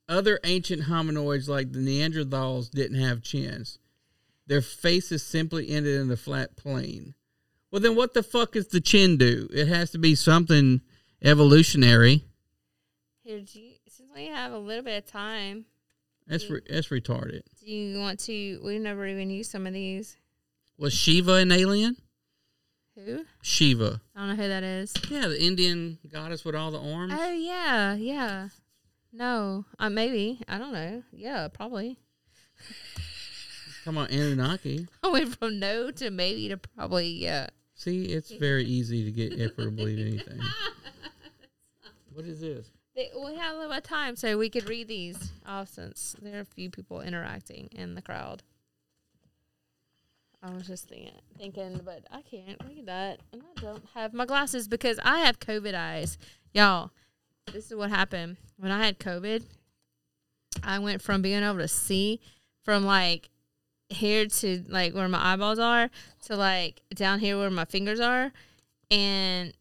Speaker 5: other ancient hominoids like the Neanderthals didn't have chins. Their faces simply ended in a flat plane. Well, then what the fuck is the chin do? It has to be something evolutionary.
Speaker 6: Here, do you, since we have a little bit of time,
Speaker 5: That's re- that's retarded.
Speaker 6: do you want to? We've never even used some of these.
Speaker 5: Was Shiva an alien?
Speaker 6: Who?
Speaker 5: Shiva.
Speaker 6: I don't know who that is.
Speaker 5: Yeah, the Indian goddess with all the arms.
Speaker 6: Oh yeah, yeah. No, uh, maybe I don't know. Yeah, probably.
Speaker 5: Talking about Anunnaki.
Speaker 6: I went from no to maybe to probably yeah.
Speaker 5: See, it's very easy to get Emperor to believe anything. What is this?
Speaker 6: They, we had a little bit of time, so we could read these off since there are a few people interacting in the crowd. I was just thinking, thinking, but I can't read that, and I don't have my glasses because I have COVID eyes, y'all. This is what happened when I had COVID. I went from being able to see from like here to like where my eyeballs are to like down here where my fingers are, and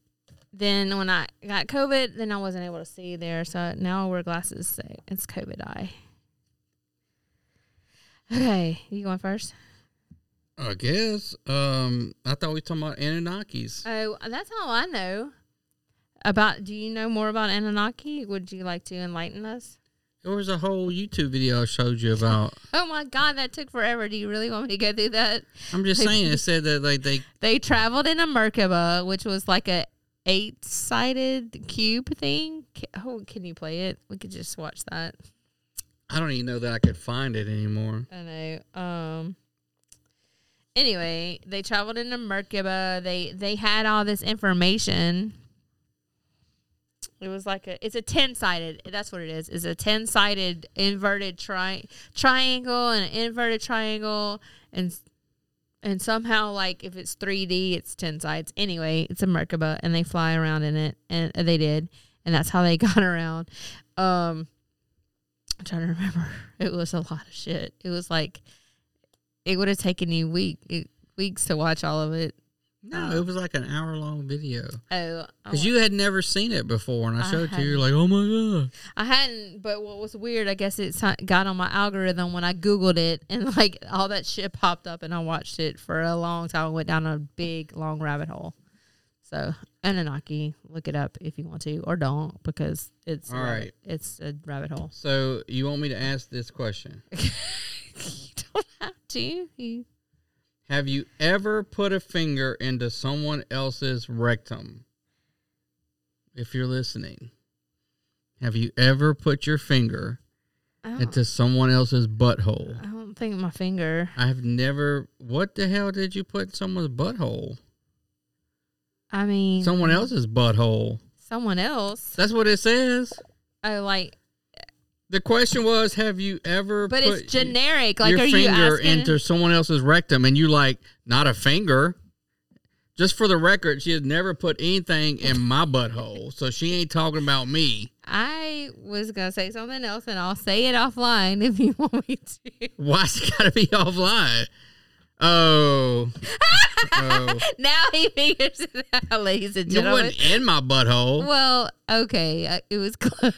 Speaker 6: then when I got COVID, then I wasn't able to see there. So now I wear glasses. So it's COVID eye. Okay, you going first?
Speaker 5: I guess. Um, I thought we were talking about Anunnakis.
Speaker 6: Oh, that's all I know. About do you know more about Anunnaki? Would you like to enlighten us?
Speaker 5: There was a whole YouTube video I showed you about.
Speaker 6: Oh my god, that took forever. Do you really want me to go through that?
Speaker 5: I'm just saying. It said that like they
Speaker 6: They traveled in a Merkaba, which was like a eight-sided cube thing. Ca- Oh, can you play it? We could just watch that.
Speaker 5: I don't even know that I could find it anymore.
Speaker 6: I know. Um. Anyway, they traveled into Merkaba. They they had all this information. It was like a. It's a ten sided. That's what it is. It's a ten sided inverted tri- triangle and an inverted triangle and s- and somehow like if it's three D, it's ten sides. Anyway, it's a Merkaba, and they fly around in it, and uh, they did, and that's how they got around. Um. I'm trying to remember. It was a lot of shit. It was like it would have taken you week it, weeks to watch all of it.
Speaker 5: No, it was like an hour long video
Speaker 6: Oh, I,
Speaker 5: because
Speaker 6: wa-
Speaker 5: you had never seen it before, and I
Speaker 6: I
Speaker 5: showed it to you. You're like, oh my god.
Speaker 6: I hadn't. But what was weird, I guess it si- got on my algorithm when I googled it, and like all that shit popped up, and I watched it for a long time. I went down a big long rabbit hole. So Anunnaki, look it up if you want to, or don't because it's
Speaker 5: All
Speaker 6: a rabbit-
Speaker 5: right.
Speaker 6: It's a rabbit hole.
Speaker 5: So you want me to ask this question?
Speaker 6: you don't have to. You,
Speaker 5: Have you ever put a finger into someone else's rectum? If you're listening, have you ever put your finger
Speaker 6: I don't-
Speaker 5: into someone else's butthole?
Speaker 6: I don't think my finger.
Speaker 5: I've never. What the hell did you put in someone's butthole?
Speaker 6: I mean,
Speaker 5: Someone else's butthole.
Speaker 6: someone else.
Speaker 5: That's what it says.
Speaker 6: Oh, like,
Speaker 5: The question was, have you ever?
Speaker 6: but
Speaker 5: put
Speaker 6: it's generic. Like,
Speaker 5: Your
Speaker 6: are you
Speaker 5: finger
Speaker 6: asking?
Speaker 5: into someone else's rectum, and you like not a finger. Just for the record, she has never put anything in my butthole, so she ain't talking about me.
Speaker 6: I was gonna say something else, and I'll say it offline if you want me to.
Speaker 5: Why's it gotta be offline? Oh, oh.
Speaker 6: now he figures it out, ladies and
Speaker 5: it
Speaker 6: gentlemen.
Speaker 5: wasn't in my butthole.
Speaker 6: Well, okay, I, it was close.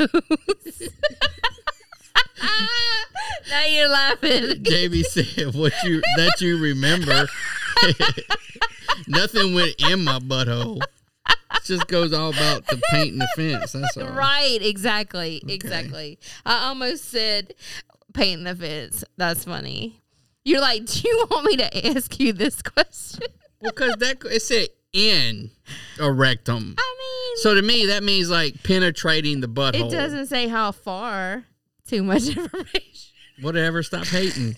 Speaker 6: now you're laughing.
Speaker 5: Jamie said, "What you that you remember? Nothing went in my butthole. It just goes all about the paint and the fence. That's all.
Speaker 6: Right, exactly, exactly. I almost said painting the fence. That's funny. You're like, do you want me to ask you this question?
Speaker 5: Because that it said in a rectum.
Speaker 6: I mean,
Speaker 5: So oh. to me, that means like penetrating the butthole.
Speaker 6: it doesn't say how far. Too much information.
Speaker 5: Whatever. Stop hating.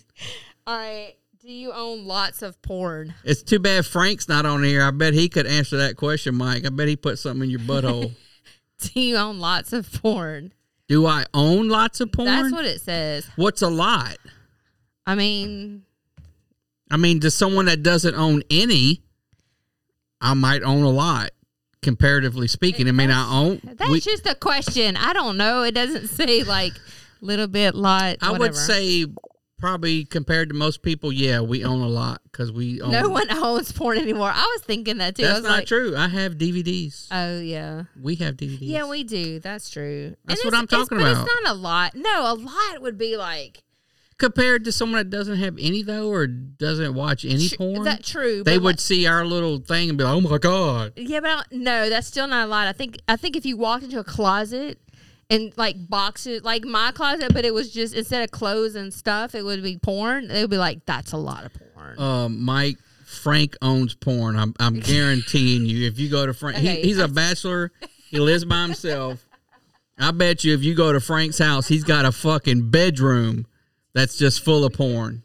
Speaker 6: All right. Do you own lots of porn?
Speaker 5: It's too bad Frank's not on here. I bet he could answer that question, Mike. I bet he put something in your butthole.
Speaker 6: Do you own lots of porn?
Speaker 5: Do I own lots of porn?
Speaker 6: That's what it says.
Speaker 5: What's a lot?
Speaker 6: I mean,
Speaker 5: I mean, to someone that doesn't own any, I might own a lot, comparatively speaking. I mean, I own.
Speaker 6: that's
Speaker 5: we-
Speaker 6: just a question. I don't know. It doesn't say like little bit, lot.
Speaker 5: I would
Speaker 6: whatever.
Speaker 5: say probably compared to most people, yeah, we own a lot because we own.
Speaker 6: no one owns porn anymore. I was thinking that too. I
Speaker 5: That's
Speaker 6: was
Speaker 5: not
Speaker 6: like,
Speaker 5: true. I have DVDs.
Speaker 6: Oh yeah.
Speaker 5: we have DVDs.
Speaker 6: Yeah, we do. That's true.
Speaker 5: That's
Speaker 6: And it's-
Speaker 5: what I'm
Speaker 6: it's-
Speaker 5: talking
Speaker 6: but
Speaker 5: about.
Speaker 6: It's not a lot. No, a lot would be like
Speaker 5: compared to someone that doesn't have any though, or doesn't watch any
Speaker 6: tr-
Speaker 5: porn.
Speaker 6: Is that true?
Speaker 5: They
Speaker 6: But,
Speaker 5: would
Speaker 6: like-
Speaker 5: see our little thing and be like, "Oh my god!"
Speaker 6: Yeah, but I don't, no, that's still not a lot. I think I think if you walked into a closet and like boxes, like my closet, but it was just instead of clothes and stuff, it would be porn. They would be like, "That's a lot of porn."
Speaker 5: Uh, Mike Frank owns porn. I'm, I'm guaranteeing you. If you go to Frank,
Speaker 6: Okay,
Speaker 5: he, he's a bachelor. He lives by himself. I bet you, if you go to Frank's house, he's got a fucking bedroom that's just full of porn,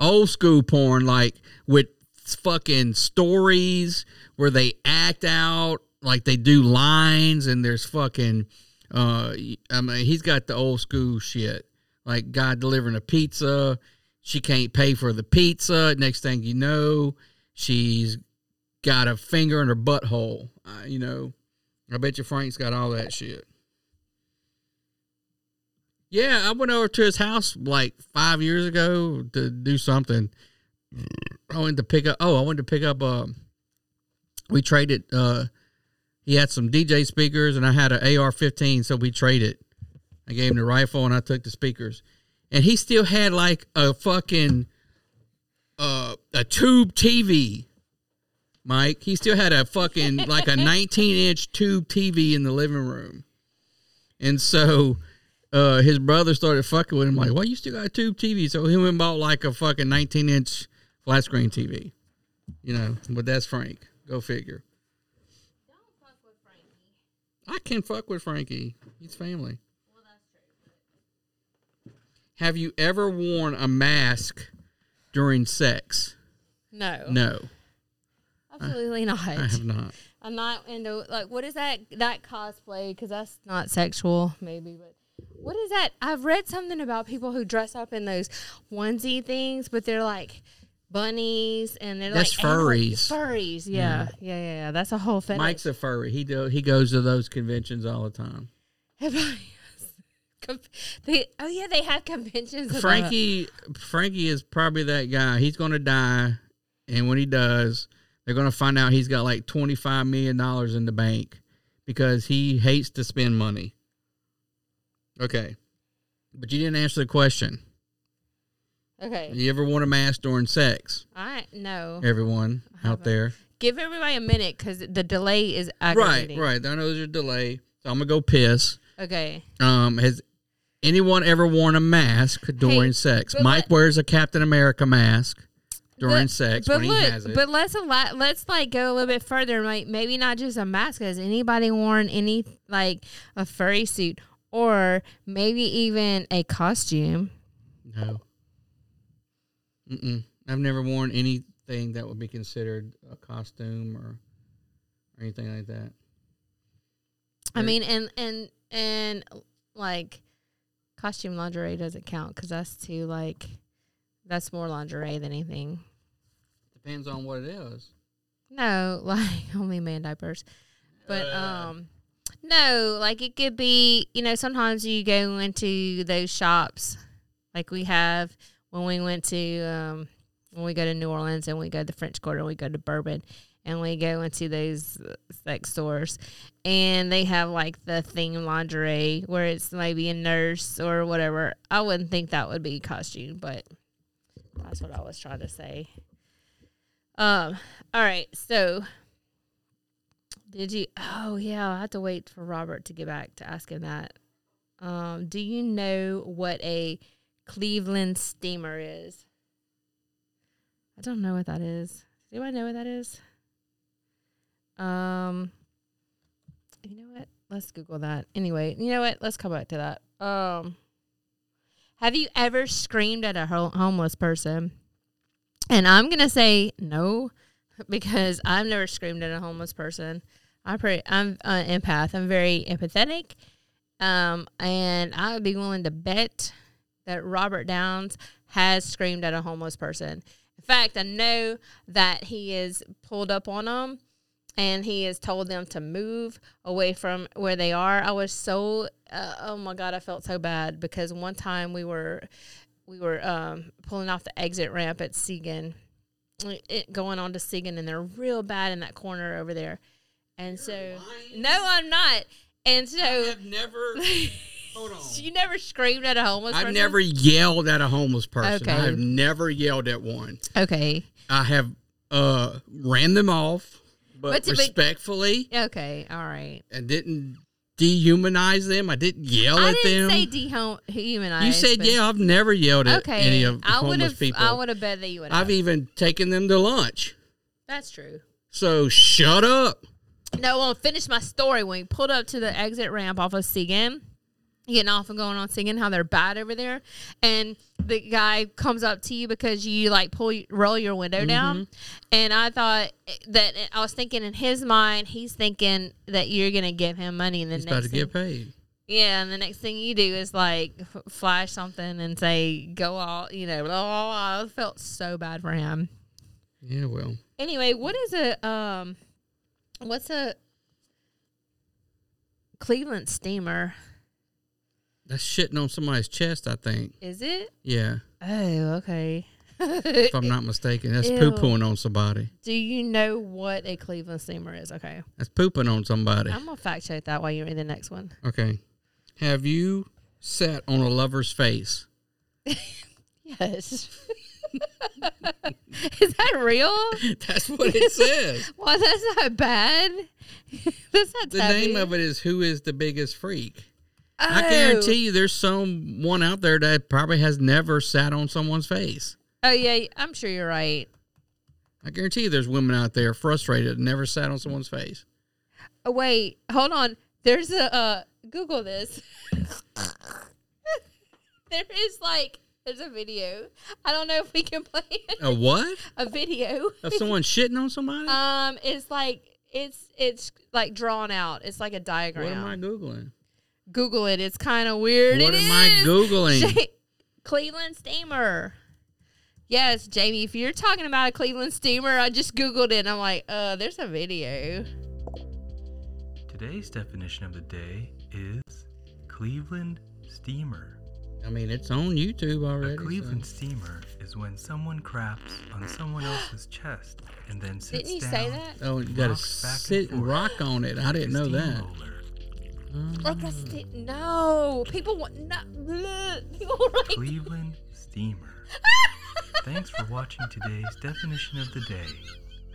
Speaker 5: old school porn, like with fucking stories where they act out, like they do lines, and there's fucking. Uh, I mean, he's got the old school shit, like guy delivering a pizza. She can't pay for the pizza. Next thing you know, she's got a finger in her butthole. Uh, you know, I bet you Frank's got all that shit. Yeah, I went over to his house like five years ago to do something. I went to pick up. Oh, I went to pick up. Um, we traded. Uh, he had some DJ speakers, and I had an AR-15, so we traded. I gave him the rifle, and I took the speakers, and he still had like a fucking uh, a tube TV. Mike. He still had a fucking like a 19 inch tube TV in the living room. And so uh, his brother started fucking with him, like, "Why you still got a tube TV?" So he went and bought like a fucking 19 inch flat screen TV, you know. But that's Frank. Go figure. I can fuck with Frankie. He's family. Have you ever worn a mask during sex?
Speaker 6: No.
Speaker 5: No,
Speaker 6: Absolutely not.
Speaker 5: I have not.
Speaker 6: I'm not into like what is that that cosplay because that's not sexual maybe, but what is that? I've read something about people who dress up in those onesie things, but they're like bunnies and they're
Speaker 5: That's
Speaker 6: like animal-
Speaker 5: furries.
Speaker 6: Furries, yeah. yeah, yeah, yeah. That's a whole fetish.
Speaker 5: Mike's a furry. He do, he goes to those conventions all the time.
Speaker 6: Com- they, oh yeah, they have conventions. about-
Speaker 5: Frankie Frankie is probably that guy. He's gonna die, and when he does, they're gonna find out he's got like twenty five million dollars in the bank because he hates to spend money. Okay, but you didn't answer the question.
Speaker 6: Okay,
Speaker 5: You ever worn a mask during sex?
Speaker 6: I no.
Speaker 5: Everyone out there,
Speaker 6: Give everybody a minute because the delay is
Speaker 5: right?
Speaker 6: aggravating.
Speaker 5: Right. I know there's a delay, so I'm gonna go piss.
Speaker 6: right. Okay.
Speaker 5: Um, has anyone ever worn a mask during
Speaker 6: Hey,
Speaker 5: sex?
Speaker 6: but
Speaker 5: Mike
Speaker 6: let-
Speaker 5: wears a Captain America mask during
Speaker 6: But-
Speaker 5: sex
Speaker 6: but
Speaker 5: when
Speaker 6: look,
Speaker 5: he has it.
Speaker 6: But let's allow, let's like go a little bit further. Like maybe not just a mask. Has anybody worn any like a furry suit or maybe even a costume?
Speaker 5: no. Mm-mm. I've never worn anything that would be considered a costume or, or anything like that.
Speaker 6: I
Speaker 5: Right.
Speaker 6: mean, and and and like costume lingerie doesn't count because that's too like that's more lingerie than anything.
Speaker 5: Depends on what it is.
Speaker 6: No, like only man diapers. But um no, like it could be, you know, sometimes you go into those shops like we have when we went to um when we go to New Orleans and we go to the French Quarter, we go to Bourbon and we go into those uh, sex stores and they have like the theme lingerie where it's maybe a nurse or whatever. I wouldn't think that would be costume, but that's what I was trying to say. Um. All right. So, did you? Oh yeah, I have to wait for Robert to get back to ask him that. Um. Do you know what a Cleveland steamer is? I don't know what that is. Does anybody know what that is? Um. You know what? Let's Google that. Anyway, you know what? Let's come back to that. Um. Have you ever screamed at a ho- homeless person? And I'm gonna say no, because I've never screamed at a homeless person. I pretty, I'm an empath. I'm very empathetic, um, and I would be willing to bet that Robert Downs has screamed at a homeless person. In fact, I know that he is pulled up on them, and he has told them to move away from where they are. I was so, uh, oh my god, I felt so bad because one time we were we were um, pulling off the exit ramp at Segan, eh, it, going on to Segan, and they're real bad in that corner over there. And so, no, I'm not. And so,
Speaker 5: never. Hold on.
Speaker 6: you never screamed at a homeless
Speaker 5: I've
Speaker 6: person.
Speaker 5: never yelled at a homeless person.
Speaker 6: Okay.
Speaker 5: I have never yelled at one.
Speaker 6: Okay.
Speaker 5: I have uh ran them off, but,
Speaker 6: But to be-
Speaker 5: respectfully,
Speaker 6: Okay. All right.
Speaker 5: and didn't dehumanize them. I didn't yell
Speaker 6: I
Speaker 5: at
Speaker 6: didn't
Speaker 5: them.
Speaker 6: say dehumanize.
Speaker 5: you said
Speaker 6: but-
Speaker 5: yeah. I've never yelled at
Speaker 6: Okay.
Speaker 5: any of
Speaker 6: I would
Speaker 5: homeless
Speaker 6: have.
Speaker 5: people.
Speaker 6: I would have bet that you would.
Speaker 5: I've
Speaker 6: have.
Speaker 5: even taken them to lunch.
Speaker 6: That's true.
Speaker 5: So shut up.
Speaker 6: No, I'll finish my story. When we pulled up to the exit ramp off of Segan, getting off and going on Segan, how they're bad over there, and the guy comes up to you because you like pull roll your window
Speaker 5: Mm-hmm.
Speaker 6: down, and I thought that I was thinking in his mind, he's thinking that you're gonna give him money, and the
Speaker 5: He's
Speaker 6: next
Speaker 5: about to
Speaker 6: thing,
Speaker 5: get paid.
Speaker 6: Yeah, and the next thing you do is like f- flash something and say go all you know. Blah, blah, blah. I felt so bad for him.
Speaker 5: Yeah, well,
Speaker 6: Anyway, what is a um, what's a Cleveland steamer?
Speaker 5: that's shitting on somebody's chest. I think.
Speaker 6: Is it?
Speaker 5: Yeah,
Speaker 6: Oh, okay.
Speaker 5: if I'm not mistaken, that's
Speaker 6: Ew.
Speaker 5: poo pooing on somebody.
Speaker 6: do you know what a Cleveland steamer is? Okay,
Speaker 5: That's pooping on somebody.
Speaker 6: I'm gonna fact check that while you read the next one.
Speaker 5: Okay. Have you sat on a lover's face?
Speaker 6: Yes. is that real?
Speaker 5: That's what it says.
Speaker 6: Well, that's not bad. that's not
Speaker 5: The
Speaker 6: taboo.
Speaker 5: name of it is Who is the Biggest Freak?
Speaker 6: Oh.
Speaker 5: I guarantee you, there's someone out there that probably has never sat on someone's face.
Speaker 6: Oh yeah, I'm sure you're right.
Speaker 5: I guarity you, there's women out there frustrated and never sat on someone's face.
Speaker 6: Oh, wait, hold on. There's a uh, Google this. there is like there's a video. I don't know if we can play it.
Speaker 5: A what?
Speaker 6: a video.
Speaker 5: Of someone shitting on somebody?
Speaker 6: Um, it's like it's it's like drawn out. It's like a
Speaker 5: what
Speaker 6: diagram.
Speaker 5: am I googling?
Speaker 6: Google it. It's kind of weird.
Speaker 5: What
Speaker 6: It
Speaker 5: am I
Speaker 6: is.
Speaker 5: Googling?
Speaker 6: Sha- Cleveland steamer. Yes, Jamie. If you're talking about a Cleveland steamer, I just googled it. and I'm like, uh, there's a video.
Speaker 11: Today's definition of the day is Cleveland steamer.
Speaker 5: I mean, it's on YouTube already.
Speaker 11: A
Speaker 5: so-
Speaker 11: Cleveland steamer is when someone craps on someone else's chest and then sits
Speaker 6: Didn't you
Speaker 11: down.
Speaker 6: say that?
Speaker 5: Oh, you gotta
Speaker 11: rocks back and
Speaker 5: sit and
Speaker 11: forth
Speaker 5: rock on it. I
Speaker 11: like a
Speaker 5: didn't know that.
Speaker 11: steamroller.
Speaker 6: Like I said, no. People want not. bleh, People like.
Speaker 11: Cleveland steamer. Thanks for watching today's definition of the day.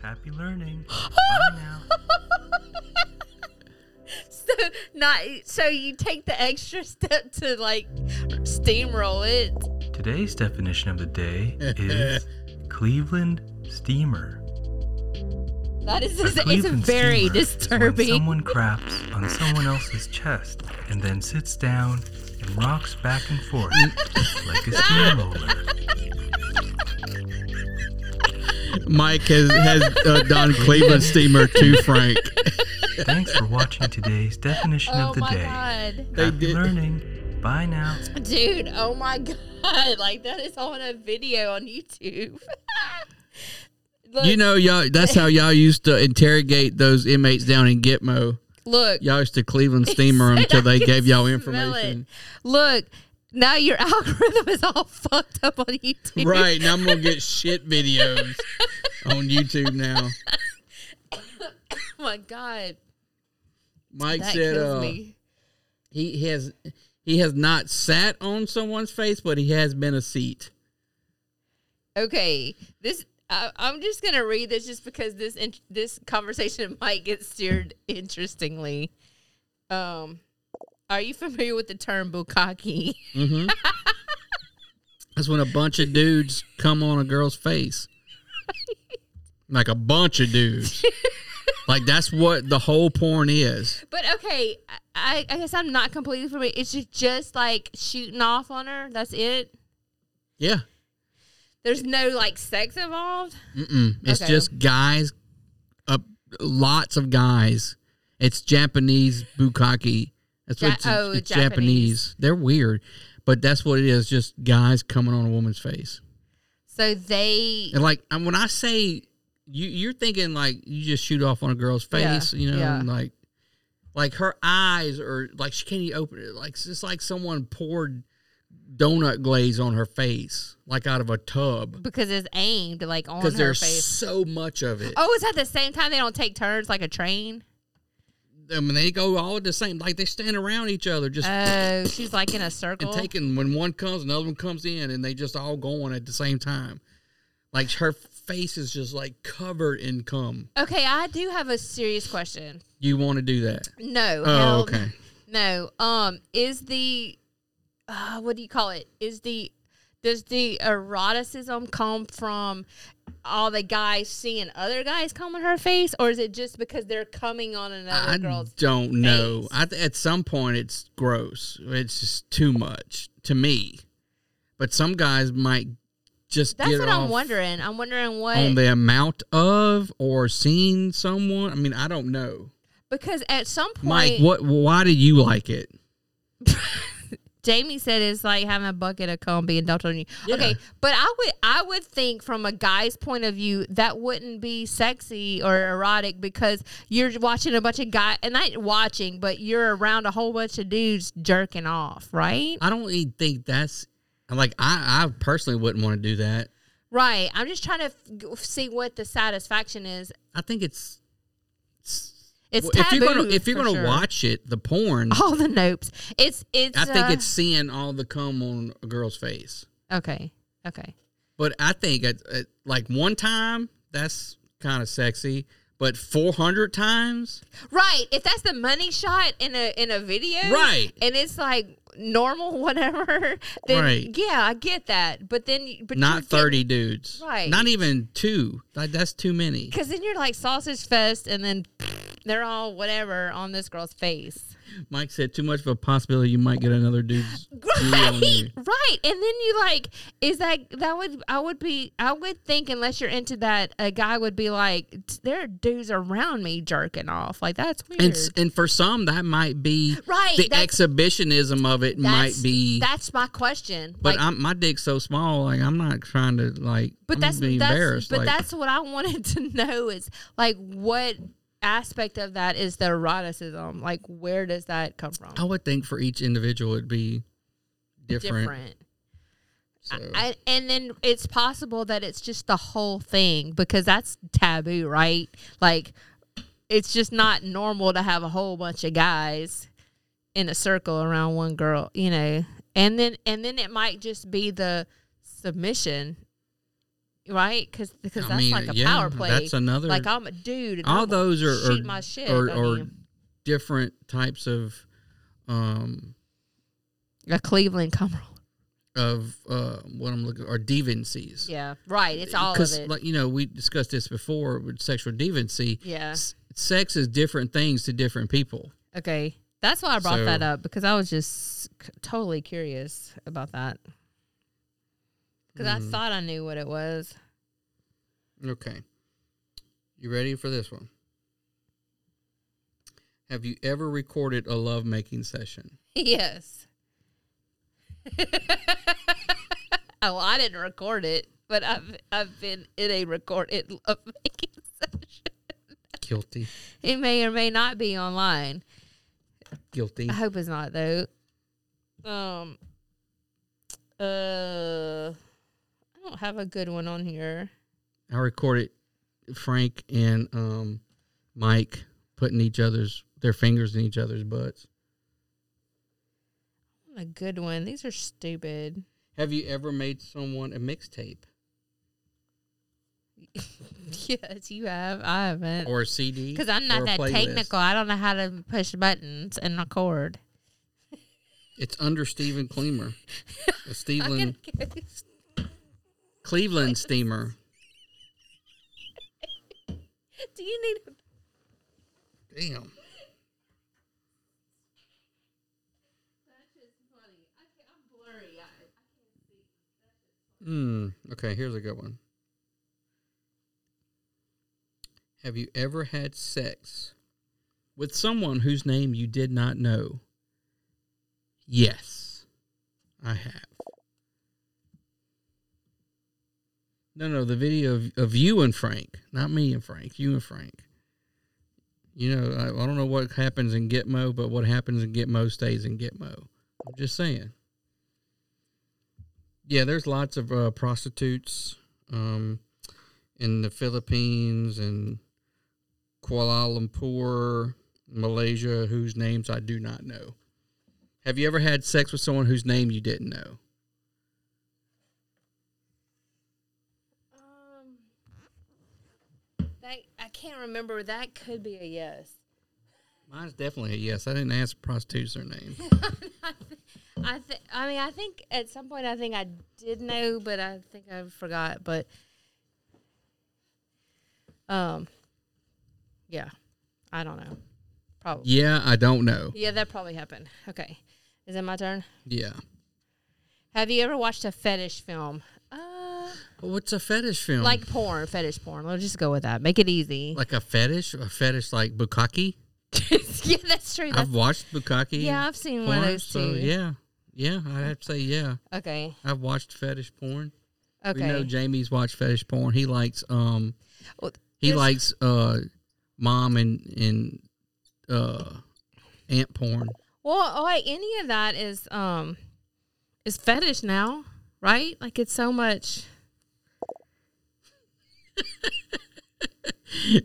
Speaker 11: Happy learning. Bye now.
Speaker 6: So not. So you take the extra step to like steamroll it.
Speaker 11: Today's definition of the day is Cleveland steamer.
Speaker 6: That is.
Speaker 11: A
Speaker 6: It's, it's
Speaker 11: Cleveland
Speaker 6: very
Speaker 11: steamer is When
Speaker 6: disturbing.
Speaker 11: someone craps on someone else's chest and then sits down and rocks back and forth like a steamroller.
Speaker 5: Mike has, has uh, done Cleveland steamer to Frank.
Speaker 11: Thanks for watching today's definition
Speaker 6: Oh
Speaker 11: of the
Speaker 6: my
Speaker 11: day.
Speaker 6: god.
Speaker 5: They
Speaker 11: Happy
Speaker 5: did-
Speaker 11: learning. Bye now.
Speaker 6: Dude, oh my god, like that is on a video on YouTube. look,
Speaker 5: You know, y'all. That's how y'all used to interrogate those inmates down in Gitmo.
Speaker 6: look,
Speaker 5: Y'all used to Cleveland steamer them till they gave y'all information.
Speaker 6: look, now your algorithm is all fucked up on YouTube.
Speaker 5: Right now, I'm gonna get shit videos on YouTube now.
Speaker 6: Oh my god.
Speaker 5: Mike
Speaker 6: That
Speaker 5: said
Speaker 6: kills
Speaker 5: uh,
Speaker 6: me.
Speaker 5: he has he has not sat on someone's face, but he has been a seat.
Speaker 6: Okay, this I, I'm just gonna read this just because this in, this conversation might get steered interestingly. Um, are you familiar with the term bukkake?
Speaker 5: That's when a bunch of dudes come on a girl's face, like a bunch of dudes. like that's what the whole porn is.
Speaker 6: But okay, I, I guess I'm not completely familiar. It's just, just like shooting off on her. That's it.
Speaker 5: Yeah.
Speaker 6: There's no like sex involved.
Speaker 5: Mm-mm. It's
Speaker 6: Okay.
Speaker 5: just guys, uh, lots of guys. It's Japanese bukkake. That's what
Speaker 6: Ja-
Speaker 5: it's, it's-
Speaker 6: oh,
Speaker 5: it's
Speaker 6: Japanese.
Speaker 5: Japanese. They're weird, but that's what it is. Just guys coming on a woman's face.
Speaker 6: So they.
Speaker 5: And like and when I say you, you're thinking like you just shoot off on a girl's face,
Speaker 6: Yeah,
Speaker 5: you know,
Speaker 6: yeah.
Speaker 5: and like like her eyes are like she can't even open it. Like it's just like someone poured donut glaze on her face, like out of a tub,
Speaker 6: Because it's aimed like on
Speaker 5: because
Speaker 6: her
Speaker 5: there's
Speaker 6: face.
Speaker 5: so much of it.
Speaker 6: Oh, is at the same time they don't take turns like a train?
Speaker 5: I mean, they go all at the same. Like they stand around each other, just
Speaker 6: Oh, she's like in a circle.
Speaker 5: and taking when one comes, another one comes in, and they just all going at the same time. Like her face is just like covered in cum.
Speaker 6: okay, I do have a serious question.
Speaker 5: You want to do that?
Speaker 6: No.
Speaker 5: Oh,
Speaker 6: hell
Speaker 5: okay.
Speaker 6: No. Um, is the uh, what do you call it? Is the does the eroticism come from all the guys seeing other guys come on her face, or is it just because they're coming on another
Speaker 5: I
Speaker 6: girl's?
Speaker 5: don't know.
Speaker 6: face.
Speaker 5: I th- at some point, it's gross. It's just too much to me. But some guys might just
Speaker 6: That's
Speaker 5: get
Speaker 6: what
Speaker 5: off
Speaker 6: I'm wondering. I'm wondering what
Speaker 5: on the amount of or seeing someone. I mean, I don't know.
Speaker 6: because at some point,
Speaker 5: Mike, what? Why do you like it?
Speaker 6: Jamie said it's like having a bucket of cum being dumped on you. Okay, but I would I would think from a guy's point of view that wouldn't be sexy or erotic because you're watching a bunch of guys and not watching, but you're around a whole bunch of dudes jerking off, right?
Speaker 5: I don't even think that's like I, I personally wouldn't want to do that.
Speaker 6: Right. I'm just trying to f- see what the satisfaction is.
Speaker 5: I think it's, it's-
Speaker 6: It's
Speaker 5: if
Speaker 6: taboo.
Speaker 5: you're gonna if you're
Speaker 6: for
Speaker 5: gonna
Speaker 6: sure.
Speaker 5: watch it, the porn.
Speaker 6: all the nopes, it's it's.
Speaker 5: I
Speaker 6: uh,
Speaker 5: think it's seeing all the cum on a girl's face.
Speaker 6: okay. Okay.
Speaker 5: But I think at, at like one time that's kind of sexy, But 400 times?
Speaker 6: Right. If that's the money shot in a in a video,
Speaker 5: Right.
Speaker 6: and it's like normal whatever, then
Speaker 5: Right.
Speaker 6: yeah, I get that. But then, but
Speaker 5: Not 30 dudes.
Speaker 6: Right.
Speaker 5: Not even two. Like, that's too many.
Speaker 6: because then you're like sausage fest, and then they're all whatever on this girl's face.
Speaker 5: Mike said too much of a possibility you might get another dude's. knee on you.
Speaker 6: Right, and then you like is that that would I would be I would think unless you're into that a guy would be like there are dudes around me jerking off like that's weird.
Speaker 5: And, s- and for some, that might be
Speaker 6: Right,
Speaker 5: The
Speaker 6: that's-
Speaker 5: exhibitionism of it might
Speaker 6: That's-
Speaker 5: be.
Speaker 6: that's my question.
Speaker 5: But
Speaker 6: like,
Speaker 5: I'm, my dick's so small, like I'm not trying to like.
Speaker 6: but
Speaker 5: I'm
Speaker 6: that's
Speaker 5: gonna be
Speaker 6: that's
Speaker 5: embarrassed.
Speaker 6: but
Speaker 5: like,
Speaker 6: that's what I wanted to know is like what aspect of that is the eroticism like where does that come from?
Speaker 5: I would think for each individual it'd be different. So-
Speaker 6: I, and then it's possible that it's just the whole thing because that's taboo, right? Like, it's just not normal to have a whole bunch of guys in a circle around one girl, you know. And then and then it might just be the submission, right? Cause, because
Speaker 5: I
Speaker 6: that's
Speaker 5: mean,
Speaker 6: like a
Speaker 5: yeah,
Speaker 6: power play.
Speaker 5: that's another-
Speaker 6: Like I'm a dude. And
Speaker 5: all
Speaker 6: I'm
Speaker 5: those are,
Speaker 6: shoot
Speaker 5: are,
Speaker 6: my shit.
Speaker 5: are,
Speaker 6: I
Speaker 5: are
Speaker 6: mean,
Speaker 5: different types of um
Speaker 6: a Cleveland come
Speaker 5: of uh what I'm looking or deviancies.
Speaker 6: Yeah, right. It's all of
Speaker 5: Because,
Speaker 6: it.
Speaker 5: like you know, we discussed this before with sexual deviancy.
Speaker 6: Yeah.
Speaker 5: S- sex is different things to different people.
Speaker 6: Okay. That's why I brought that
Speaker 5: So-
Speaker 6: up because I was just c- totally curious about that. Because I
Speaker 5: Mhm.
Speaker 6: thought I knew what it was.
Speaker 5: Okay. You ready for this one? Have you ever recorded a love making session?
Speaker 6: yes. oh, I didn't record it, but I've I've been in a recorded love making session.
Speaker 5: Guilty.
Speaker 6: It may or may not be online.
Speaker 5: Guilty.
Speaker 6: I hope it's not though. Um. Uh, I don't have a good one on here.
Speaker 5: I recorded Frank and um, Mike putting each other's their fingers in each other's butts.
Speaker 6: A good one. These are stupid.
Speaker 5: Have you ever made someone a mixtape
Speaker 6: Yes, you have. I haven't.
Speaker 5: or a CD?
Speaker 6: Because I'm not
Speaker 5: or a
Speaker 6: that
Speaker 5: playlist?
Speaker 6: technical. I don't know how to push buttons and record.
Speaker 5: It's under Stephen Cleamer, a Stephen
Speaker 6: gonna
Speaker 5: Cleveland steamer.
Speaker 6: Do you need a
Speaker 5: Damn. Hmm. Okay, here's a good one. Have you ever had sex with someone whose name you did not know? Yes, I have. No, no, the video of, of you and Frank, not me and Frank, you and Frank. You know, I, I don't know what happens in Gitmo, but what happens in Gitmo stays in Gitmo. I'm just saying. Yeah, there's lots of uh, prostitutes um, in the Philippines and Kuala Lumpur, Malaysia, whose names I do not know. Have you ever had sex with someone whose name you didn't know?
Speaker 6: Um, That, I can't remember. That could be a yes.
Speaker 5: Mine's definitely a yes. I didn't ask prostitutes their name.
Speaker 6: I th- I mean, I think at some point I think I did know, but I think I forgot. But um, yeah, I don't know. Probably.
Speaker 5: yeah, I don't know.
Speaker 6: Yeah, that probably happened. Okay, is it my turn?
Speaker 5: Yeah.
Speaker 6: Have you ever watched a fetish film? Uh,
Speaker 5: But what's a fetish film?
Speaker 6: like porn, fetish porn. Let's just go with that. Make it easy.
Speaker 5: like a fetish, a fetish like bukkake.
Speaker 6: yeah, that's true. That's,
Speaker 5: I've watched bukkake.
Speaker 6: Yeah, I've seen one of
Speaker 5: porn,
Speaker 6: those
Speaker 5: So
Speaker 6: too.
Speaker 5: yeah, yeah, I'd have to say yeah.
Speaker 6: okay.
Speaker 5: I've watched fetish porn.
Speaker 6: Okay.
Speaker 5: We know Jamie's watched fetish porn. He likes um
Speaker 6: Well,
Speaker 5: he
Speaker 6: there's-
Speaker 5: likes uh mom and and uh aunt porn.
Speaker 6: Well, oh, like, any of that is um is fetish now, right? Like it's so much.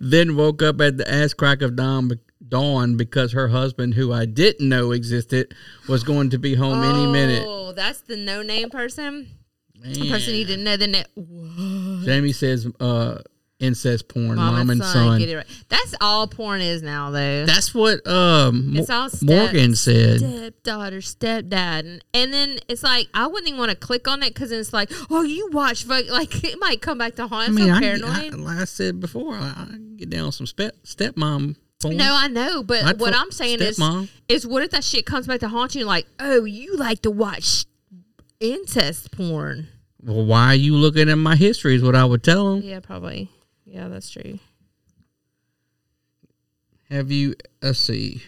Speaker 5: then woke up at the ass crack of dawn, dawn because her husband, who I didn't know existed, was going to be home any minute.
Speaker 6: Oh, that's the no name person. The
Speaker 5: Man.
Speaker 6: person you didn't know. The ne- Whoa.
Speaker 5: Jamie says uh, incest porn, mom, and son.
Speaker 6: Get it right. That's all porn is now, though.
Speaker 5: That's what um
Speaker 6: it's
Speaker 5: Mo-
Speaker 6: all step,
Speaker 5: Morgan said.
Speaker 6: Stepdaughter, stepdad, and, and then it's like I wouldn't even want to click on it because it's like, oh, you watch, but like it might come back to haunt.
Speaker 5: I mean,
Speaker 6: so
Speaker 5: I,
Speaker 6: paranoid.
Speaker 5: I like I said before, I, I get down on some step stepmom porn.
Speaker 6: No, I know, but
Speaker 5: I'd
Speaker 6: what
Speaker 5: fuck
Speaker 6: I'm saying
Speaker 5: stepmom.
Speaker 6: is, is what if that shit comes back to haunt you? Like, oh, you like to watch incest porn?
Speaker 5: well, why are you looking at my history? Is what I would tell them.
Speaker 6: Yeah, probably. Yeah, that's true.
Speaker 5: Have you? Let's see.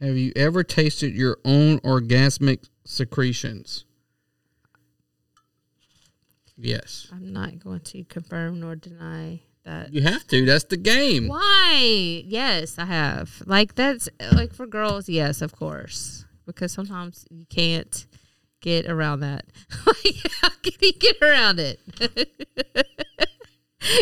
Speaker 5: Have you ever tasted your own orgasmic secretions? Yes.
Speaker 6: I'm not going to confirm nor deny that.
Speaker 5: You have to. That's the game.
Speaker 6: Why? Yes, I have. Like that's like for girls, yes, of course, because sometimes you can't get around that. Like, How can you get around it?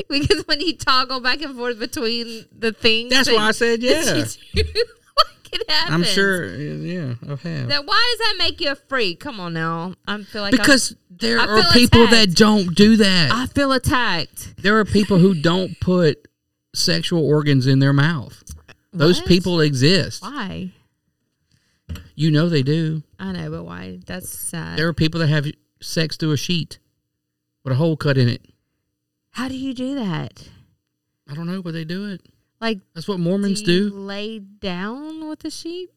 Speaker 6: because when you toggle back and forth between the things,
Speaker 5: That's why
Speaker 6: that-
Speaker 5: I said
Speaker 6: that
Speaker 5: yeah.
Speaker 6: you do, like it happens.
Speaker 5: I'm sure. Yeah, I have.
Speaker 6: That why does that make you a freak? Come on now, I feel like I'm-
Speaker 5: because there
Speaker 6: I
Speaker 5: are
Speaker 6: feel
Speaker 5: people
Speaker 6: attacked.
Speaker 5: that don't do that.
Speaker 6: I feel attacked.
Speaker 5: there are people who don't put sexual organs in their mouth. Those
Speaker 6: What?
Speaker 5: people exist.
Speaker 6: Why?
Speaker 5: You know they do.
Speaker 6: I know, but why? That's sad.
Speaker 5: There are people that have sex through a sheet with a hole cut in it.
Speaker 6: How do you do that?
Speaker 5: I don't know, but they do it.
Speaker 6: Like
Speaker 5: That's what Mormons
Speaker 6: do you
Speaker 5: do.
Speaker 6: lay down with the sheep,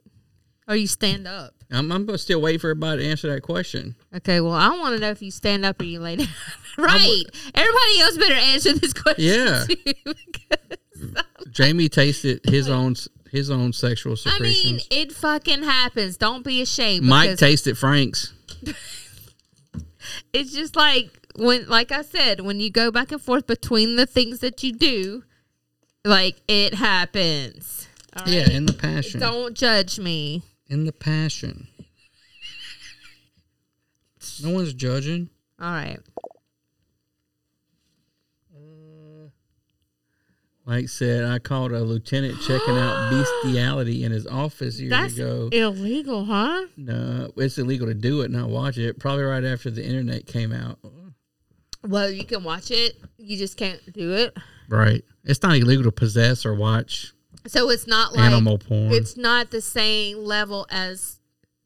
Speaker 6: or you stand up?
Speaker 5: I'm, I'm going to still wait for everybody to answer that question.
Speaker 6: Okay, well, I want to know if you stand up or you lay down. right. Everybody else better answer this question.
Speaker 5: Yeah.
Speaker 6: too.
Speaker 5: Jamie tasted his own his own sexual
Speaker 6: I
Speaker 5: secretions.
Speaker 6: mean, it fucking happens. Don't be ashamed.
Speaker 5: Mike
Speaker 6: because
Speaker 5: tasted Frank's.
Speaker 6: It's just like when, like I said, when you go back and forth between the things that you do, like it happens. All right?
Speaker 5: Yeah, in the passion.
Speaker 6: Don't judge me.
Speaker 5: In the passion. No one's judging.
Speaker 6: All right.
Speaker 5: Mike said, I caught a lieutenant checking out bestiality in his office years
Speaker 6: That's
Speaker 5: ago.
Speaker 6: illegal, huh?
Speaker 5: No, it's illegal to do it, not watch it. Probably right after the internet came out.
Speaker 6: Well, you can watch it. You just can't do it.
Speaker 5: Right. It's not illegal to possess or watch
Speaker 6: So it's not like
Speaker 5: Animal porn.
Speaker 6: It's not the same level as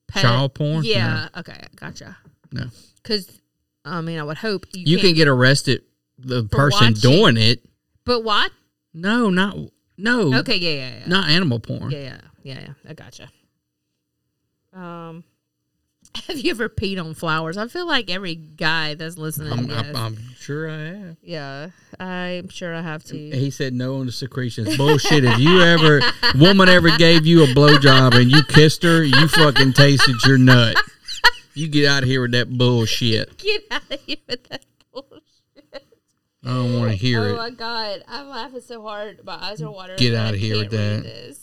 Speaker 6: ped-
Speaker 5: Child porn?
Speaker 6: Yeah. Okay. Gotcha.
Speaker 5: No.
Speaker 6: Because I mean, I would hope you,
Speaker 5: You, can
Speaker 6: can't-
Speaker 5: get arrested the
Speaker 6: For
Speaker 5: person
Speaker 6: watching.
Speaker 5: doing it.
Speaker 6: But what?
Speaker 5: No, not no.
Speaker 6: Okay. Yeah. Yeah. Yeah.
Speaker 5: Not animal porn.
Speaker 6: Yeah. Yeah. Yeah. yeah. I gotcha. Um. Have you ever peed on flowers? I feel like every guy that's listening.
Speaker 5: I'm,
Speaker 6: yes.
Speaker 5: I, I'm sure I have.
Speaker 6: yeah, I'm sure I have to.
Speaker 5: He said no on the secretions. Bullshit. If you ever woman ever gave you a blowjob and you kissed her, you fucking tasted your nut. You get out of here with that bullshit.
Speaker 6: Get out of here with that bullshit.
Speaker 5: I don't want to hear
Speaker 6: oh
Speaker 5: it.
Speaker 6: my god, I'm laughing so hard. My eyes are watering.
Speaker 5: Get
Speaker 6: but
Speaker 5: outta
Speaker 6: I
Speaker 5: here
Speaker 6: can't
Speaker 5: with
Speaker 6: read
Speaker 5: that.
Speaker 6: this.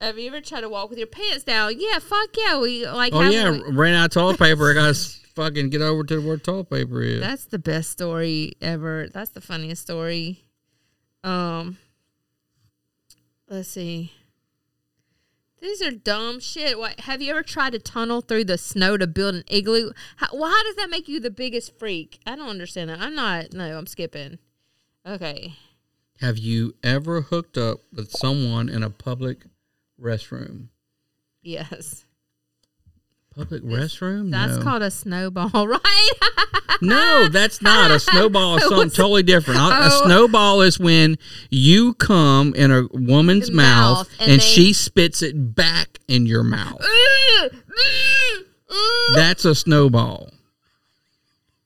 Speaker 6: Have you ever tried to walk with your pants down? Yeah, fuck yeah. We like.
Speaker 5: Oh
Speaker 6: have-
Speaker 5: yeah, ran out of toilet paper. I gotta fucking get over to where toilet paper is.
Speaker 6: That's the best story ever. That's the funniest story. Um, let's see. These are dumb shit. What, have you ever tried to tunnel through the snow to build an igloo? How, why does that make you the biggest freak? I don't understand that. I'm not. No, I'm skipping. Okay.
Speaker 5: Have you ever hooked up with someone in a public restroom?
Speaker 6: Yes.
Speaker 5: Public restroom?
Speaker 6: That's
Speaker 5: no.
Speaker 6: called a snowball, right?
Speaker 5: No, that's not a snowball. Is something totally different. A-
Speaker 6: Oh.
Speaker 5: A snowball is when you come in a woman's mouth,
Speaker 6: Mouth, and
Speaker 5: and,
Speaker 6: they-
Speaker 5: she spits it back in your mouth. That's a snowball.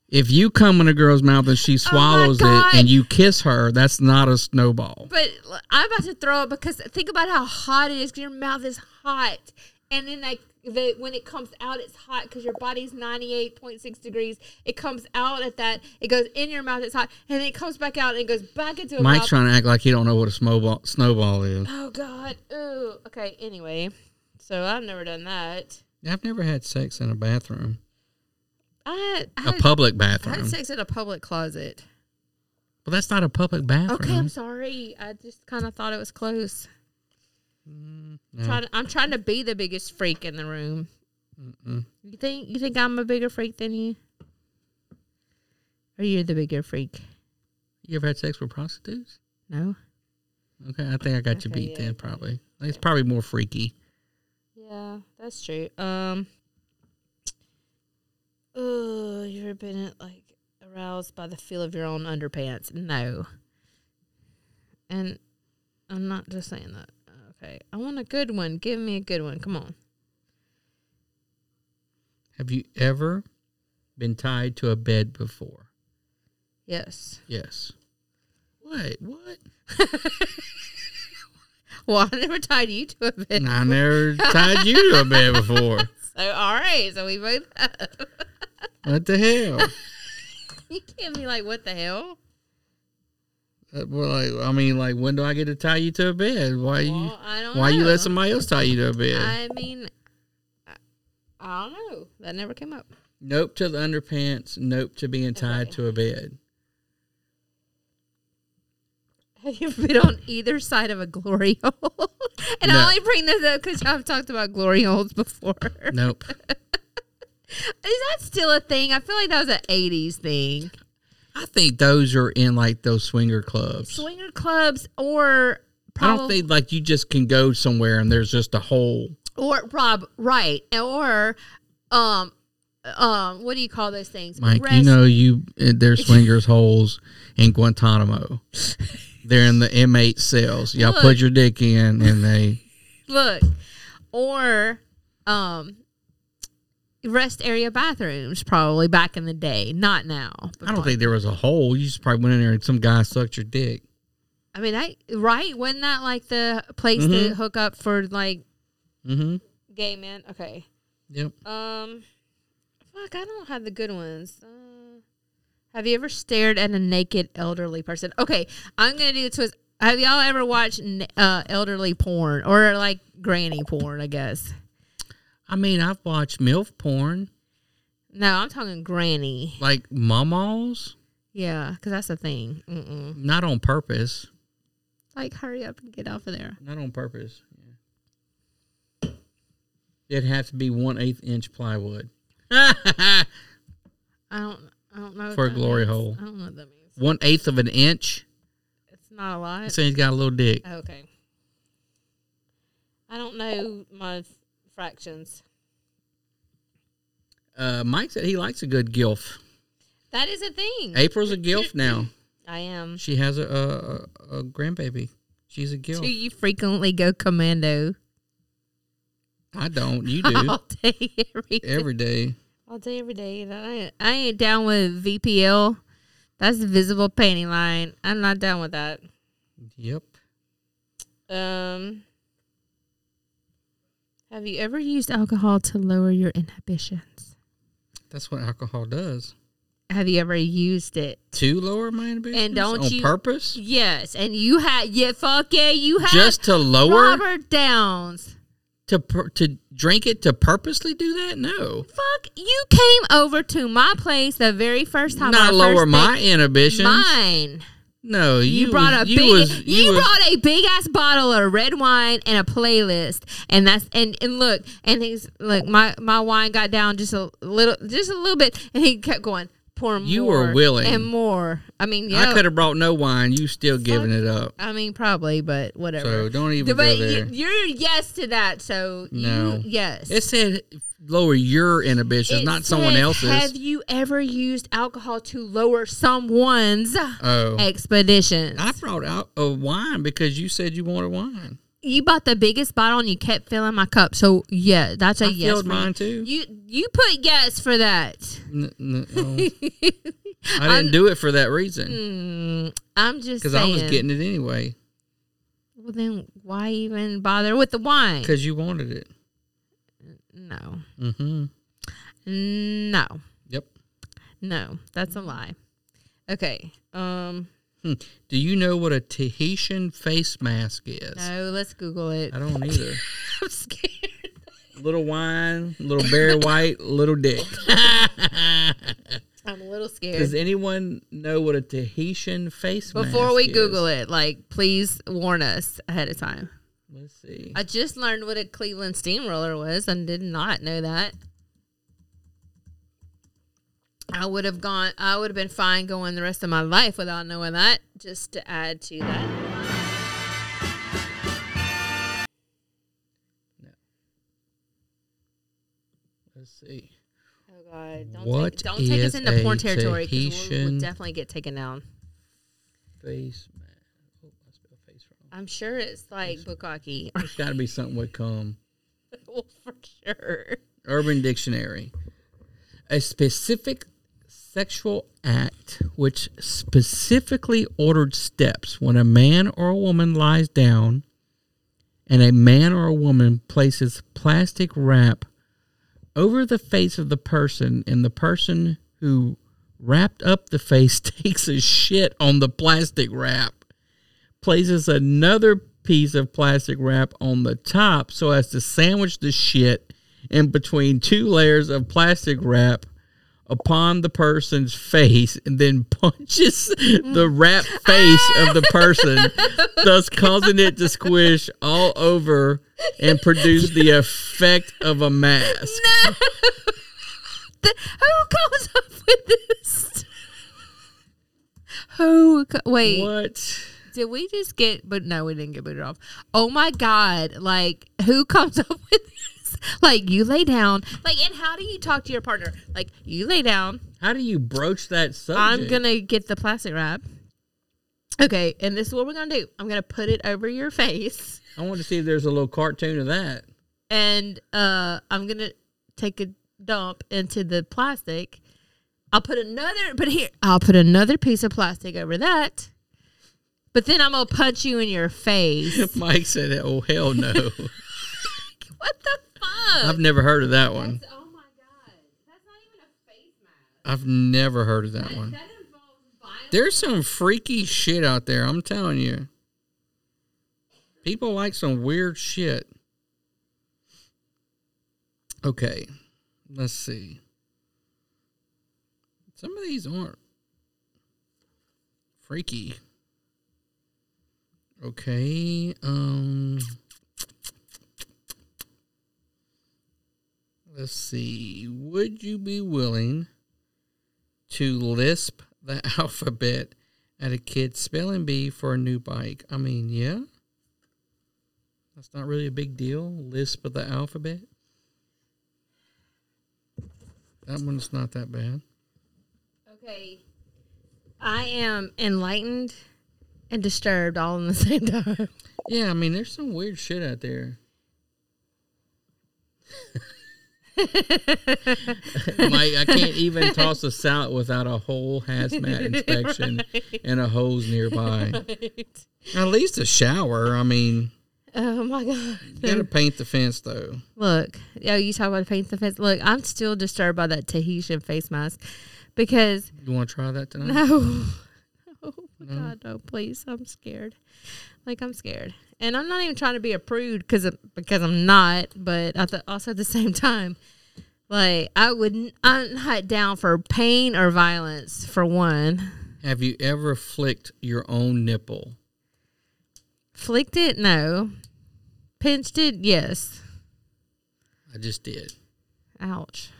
Speaker 5: If you come in a girl's mouth and she swallows
Speaker 6: Oh God.
Speaker 5: it and you kiss her, that's not a snowball.
Speaker 6: But l- I'm about to throw up because think about how hot it is. 'cause Your mouth is hot, and then like the when it comes out, it's hot because your body's 98.6 degrees. It comes out at that. It goes in your mouth. It's hot, and then it comes back out and it goes back into a
Speaker 5: Mike's
Speaker 6: mouth.
Speaker 5: trying to act like he don't know what a snowball snowball is.
Speaker 6: Oh God. Ooh. Okay. Anyway, so I've never done that.
Speaker 5: I've never had sex in a bathroom,
Speaker 6: I, I
Speaker 5: a
Speaker 6: had,
Speaker 5: public
Speaker 6: I had
Speaker 5: bathroom.
Speaker 6: sex in a public closet.
Speaker 5: Well, that's not a public bathroom.
Speaker 6: Okay, I'm sorry. I just kind of thought it was close.
Speaker 5: no.
Speaker 6: Trying to- I'm trying to be the biggest freak in the room. You think you think I'm a bigger freak than you? Or you're the bigger freak?
Speaker 5: You ever had sex with prostitutes?
Speaker 6: No.
Speaker 5: Okay, I think I got you
Speaker 6: Okay,
Speaker 5: beat
Speaker 6: yeah.
Speaker 5: then. Probably it's probably more freaky.
Speaker 6: Yeah, that's true. Um. Oh, you ever been like aroused by the feel of your own underpants? No. And I'm not just saying that. Okay, I want a good one. Give me a good one. Come on.
Speaker 5: Have you ever been tied to a bed before?
Speaker 6: Yes.
Speaker 5: Yes. What? What?
Speaker 6: Well, I never tied you to a bed.
Speaker 5: I never tied you to a bed before.
Speaker 6: So all right, so we both.
Speaker 5: What the hell?
Speaker 6: you can't be like, what the hell?
Speaker 5: Uh, Well, like, I mean, like, when do I get to tie you to a bed? Why you?
Speaker 6: Well, I don't
Speaker 5: Why you let
Speaker 6: know.
Speaker 5: somebody else tie you to a bed?
Speaker 6: I mean, I, I don't know. That never came up.
Speaker 5: Nope to the underpants. Nope to being tied to a bed.
Speaker 6: Have you been on either side of a glory hole? and
Speaker 5: No.
Speaker 6: I only bring this up because I've talked about glory holes before.
Speaker 5: Nope.
Speaker 6: Is that still a thing? I feel like that was an '80s thing.
Speaker 5: I think those are in like those swinger clubs.
Speaker 6: Swinger clubs, or
Speaker 5: I don't
Speaker 6: probably,
Speaker 5: think like you just can go somewhere and there's just a hole.
Speaker 6: or Rob, right? Or, um, um, what do you call those things?
Speaker 5: Mike, you
Speaker 6: Rest-
Speaker 5: know you uh, there's swingers holes in Guantanamo. They're in the inmate cells. Y'all
Speaker 6: Look.
Speaker 5: put your dick in and they
Speaker 6: look or um rest area bathrooms probably back in the day not now
Speaker 5: I don't think there was a hole. You just probably went in there and some guy sucked your dick.
Speaker 6: i mean i right wasn't that like the place to
Speaker 5: Mhm.
Speaker 6: hook up for like
Speaker 5: Mm-hmm.
Speaker 6: gay men okay
Speaker 5: Yep.
Speaker 6: um fuck i don't have the good ones uh, have you ever stared at a naked elderly person okay i'm gonna do a twist have y'all ever watched n- uh, elderly porn or like granny porn i guess
Speaker 5: I mean, I've watched MILF porn,
Speaker 6: no i'm talking granny
Speaker 5: like mamas,
Speaker 6: Yeah, because that's the thing. Mm-mm.
Speaker 5: not on purpose.
Speaker 6: Like, hurry up and get off of there.
Speaker 5: Not on purpose. It'd have to be one eighth inch plywood. I
Speaker 6: don't. I don't know. what
Speaker 5: For a
Speaker 6: that
Speaker 5: glory
Speaker 6: means.
Speaker 5: hole.
Speaker 6: I don't know what that means.
Speaker 5: One eighth of an inch.
Speaker 6: It's not a lot.
Speaker 5: Saying he's got a little dick.
Speaker 6: Okay. I don't know my fractions.
Speaker 5: Uh, Mike said he likes a good gilf.
Speaker 6: That is a thing.
Speaker 5: April's a gilf now.
Speaker 6: I am.
Speaker 5: She has a a, a, a grandbaby. She's a gilf.
Speaker 6: Do you frequently go commando?
Speaker 5: I don't. You do
Speaker 6: All day, every day.
Speaker 5: every day.
Speaker 6: All day, every day. And I, I ain't down with VPL. That's visible panty line. I'm not down with that.
Speaker 5: Yep.
Speaker 6: Um, have you ever used alcohol to lower your inhibitions?
Speaker 5: That's what alcohol does.
Speaker 6: Have you ever used it?
Speaker 5: To lower my inhibitions
Speaker 6: And don't
Speaker 5: on
Speaker 6: you
Speaker 5: purpose,
Speaker 6: Yes, and you had yeah, fuck yeah, you had
Speaker 5: just to lower
Speaker 6: Robert Downs.
Speaker 5: to pur- to drink it to purposely do that. No,
Speaker 6: Fuck, you came over to my place the very first time. I
Speaker 5: not lower
Speaker 6: first
Speaker 5: my
Speaker 6: met-
Speaker 5: inhibitions.
Speaker 6: Mine.
Speaker 5: No,
Speaker 6: You,
Speaker 5: you,
Speaker 6: brought
Speaker 5: was-
Speaker 6: a
Speaker 5: you
Speaker 6: big.
Speaker 5: was-
Speaker 6: you
Speaker 5: was-
Speaker 6: brought a big ass bottle of red wine and a playlist, and that's and and look and he's look my my wine got down just a little just a little bit, and he kept going pour more.
Speaker 5: You were willing.
Speaker 6: and more. I mean, yeah.
Speaker 5: I could have brought no wine. You still giving it up.
Speaker 6: I mean, probably, but whatever.
Speaker 5: So don't even
Speaker 6: but
Speaker 5: go there.
Speaker 6: You, are yes to that, so
Speaker 5: No.
Speaker 6: you yes.
Speaker 5: It said lower your inhibitions,
Speaker 6: It
Speaker 5: not someone
Speaker 6: said,
Speaker 5: else's.
Speaker 6: Have you ever used alcohol to lower someone's
Speaker 5: Oh.
Speaker 6: expeditions?
Speaker 5: I brought out a wine because you said you wanted wine.
Speaker 6: you bought the biggest bottle and you kept filling my cup. So yeah, that's a
Speaker 5: I
Speaker 6: yes.
Speaker 5: filled
Speaker 6: for
Speaker 5: mine
Speaker 6: me.
Speaker 5: too.
Speaker 6: You you put yes for that.
Speaker 5: N- n- oh. I didn't do it for that reason
Speaker 6: Mm, I'm just
Speaker 5: because
Speaker 6: saying.
Speaker 5: I was getting it anyway
Speaker 6: Well, then why even bother with the wine?
Speaker 5: because you wanted it.
Speaker 6: No,
Speaker 5: hmm Mm-hmm.
Speaker 6: no,
Speaker 5: Yep.
Speaker 6: no. That's a lie. Okay. Um.
Speaker 5: Hmm. Do you know what a Tahitian face mask is?
Speaker 6: No, let's Google it.
Speaker 5: I don't either.
Speaker 6: I'm scared.
Speaker 5: little wine, little Barry White, little dick.
Speaker 6: I'm a little
Speaker 5: Does
Speaker 6: scared.
Speaker 5: anyone know what a Tahitian face mask
Speaker 6: Before we
Speaker 5: is?
Speaker 6: Google it, like, please warn us ahead of time.
Speaker 5: Let's see.
Speaker 6: I just learned what a Cleveland steamroller was and did not know that. I would have gone. I would have been fine going the rest of my life without knowing that. Just to add to that,
Speaker 5: Let's see.
Speaker 6: oh god, don't
Speaker 5: What
Speaker 6: take, don't take
Speaker 5: is
Speaker 6: us into porn
Speaker 5: a
Speaker 6: territory because we'll,
Speaker 5: Tahitian-
Speaker 6: we'll definitely get taken down.
Speaker 5: Face mask. Oh, I spelled face wrong.
Speaker 6: I'm sure it's like bukkake
Speaker 5: There's got to be something with cum.
Speaker 6: well, for sure.
Speaker 5: Urban Dictionary. A specific sexual act which specifically ordered steps when a man or a woman lies down and a man or a woman places plastic wrap over the face of the person and the person who wrapped up the face takes a shit on the plastic wrap places another piece of plastic wrap on the top so as to sandwich the shit in between two layers of plastic wrap upon the person's face and then punches the wrap face of the person thus causing it to squish all over and produce the effect of a mask
Speaker 6: Who comes up with this? Who? co- Wait,
Speaker 5: what
Speaker 6: did we just get? But no, we didn't get booted off. Oh my god! Like, who comes up with this? Like, you lay down. Like, and how do you talk to your partner? Like, you lay down.
Speaker 5: how do you broach that subject
Speaker 6: I'm gonna get the plastic wrap. Okay, and this is what we're gonna do. I'm gonna put it over your face,
Speaker 5: i want to see if there's a little cartoon of that
Speaker 6: and uh, I'm gonna take a dump into the plastic. I'll put another, but here I'll put another piece of plastic over that. But then I'm gonna punch you in your face.
Speaker 5: mike said oh hell no
Speaker 6: what the fuck?
Speaker 5: I've never heard of that one.
Speaker 6: oh my god, that's not even a face mask.
Speaker 5: I've never heard of that one.
Speaker 6: That involves violence.
Speaker 5: There's some freaky shit out there, I'm telling you. People like some weird shit. Okay, let's see. Some of these aren't freaky. Okay, um Let's see. Would you be willing to lisp the alphabet at a kid's spelling bee for a new bike? I mean, yeah. That's not really a big deal. Lisp of the alphabet. That one's not that bad.
Speaker 6: Okay. I am enlightened and disturbed all in the same time.
Speaker 5: Yeah, I mean, there's some weird shit out there. Mike, I can't even toss a salad without a whole hazmat inspection and a hose nearby. At least a shower. I mean,
Speaker 6: Oh my god.
Speaker 5: you gotta paint the fence though.
Speaker 6: Look, yo, you talk about paint the fence. Look, I'm still disturbed by that Tahitian face mask because
Speaker 5: You want to try that tonight?
Speaker 6: no. Oh my god, no, please. I'm scared. Like I'm scared. And I'm not even trying to be a prude cuz because I'm not, but at the, also at the same time like I would I'm not down for pain or violence for one.
Speaker 5: Have you ever flicked your own nipple?
Speaker 6: Flicked it? No. Pinched it? Yes.
Speaker 5: I just did.
Speaker 6: Ouch.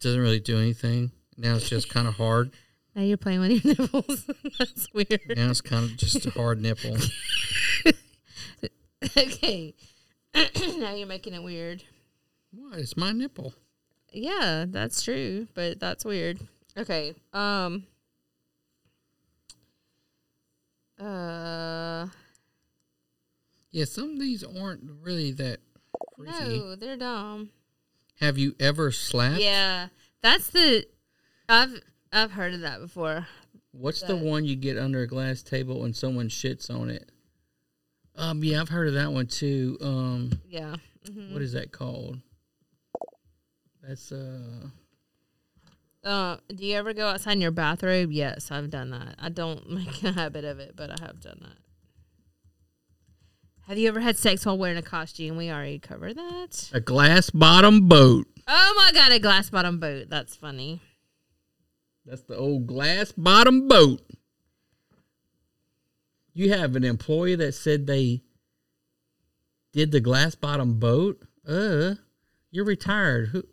Speaker 5: Doesn't really do anything. Now it's just kind of hard.
Speaker 6: Now you're playing with your nipples. That's weird.
Speaker 5: Now it's kind of just a hard nipple.
Speaker 6: Okay. now you're making it weird.
Speaker 5: What? It's my nipple.
Speaker 6: Yeah, that's true, but that's weird. Okay. Um uh
Speaker 5: Yeah, some of these aren't really that freaky.
Speaker 6: no, they're dumb.
Speaker 5: Have you ever slapped?
Speaker 6: Yeah. That's the I've I've heard of that before.
Speaker 5: What's the one you get under a glass table and someone shits on it? Um, yeah, I've heard of that one too. Um,
Speaker 6: Yeah. Mm-hmm.
Speaker 5: what is that called? That's uh,
Speaker 6: Uh, do you ever go outside in your bathrobe? Yes, I've done that. I don't make a habit of it, but I have done that. Have you ever had sex while wearing a costume? We already covered that.
Speaker 5: a glass bottom boat.
Speaker 6: Oh my god, a glass bottom boot. That's funny.
Speaker 5: That's the old glass bottom boat. You have an employee that said they did the glass bottom boat. Uh, you're retired. Who?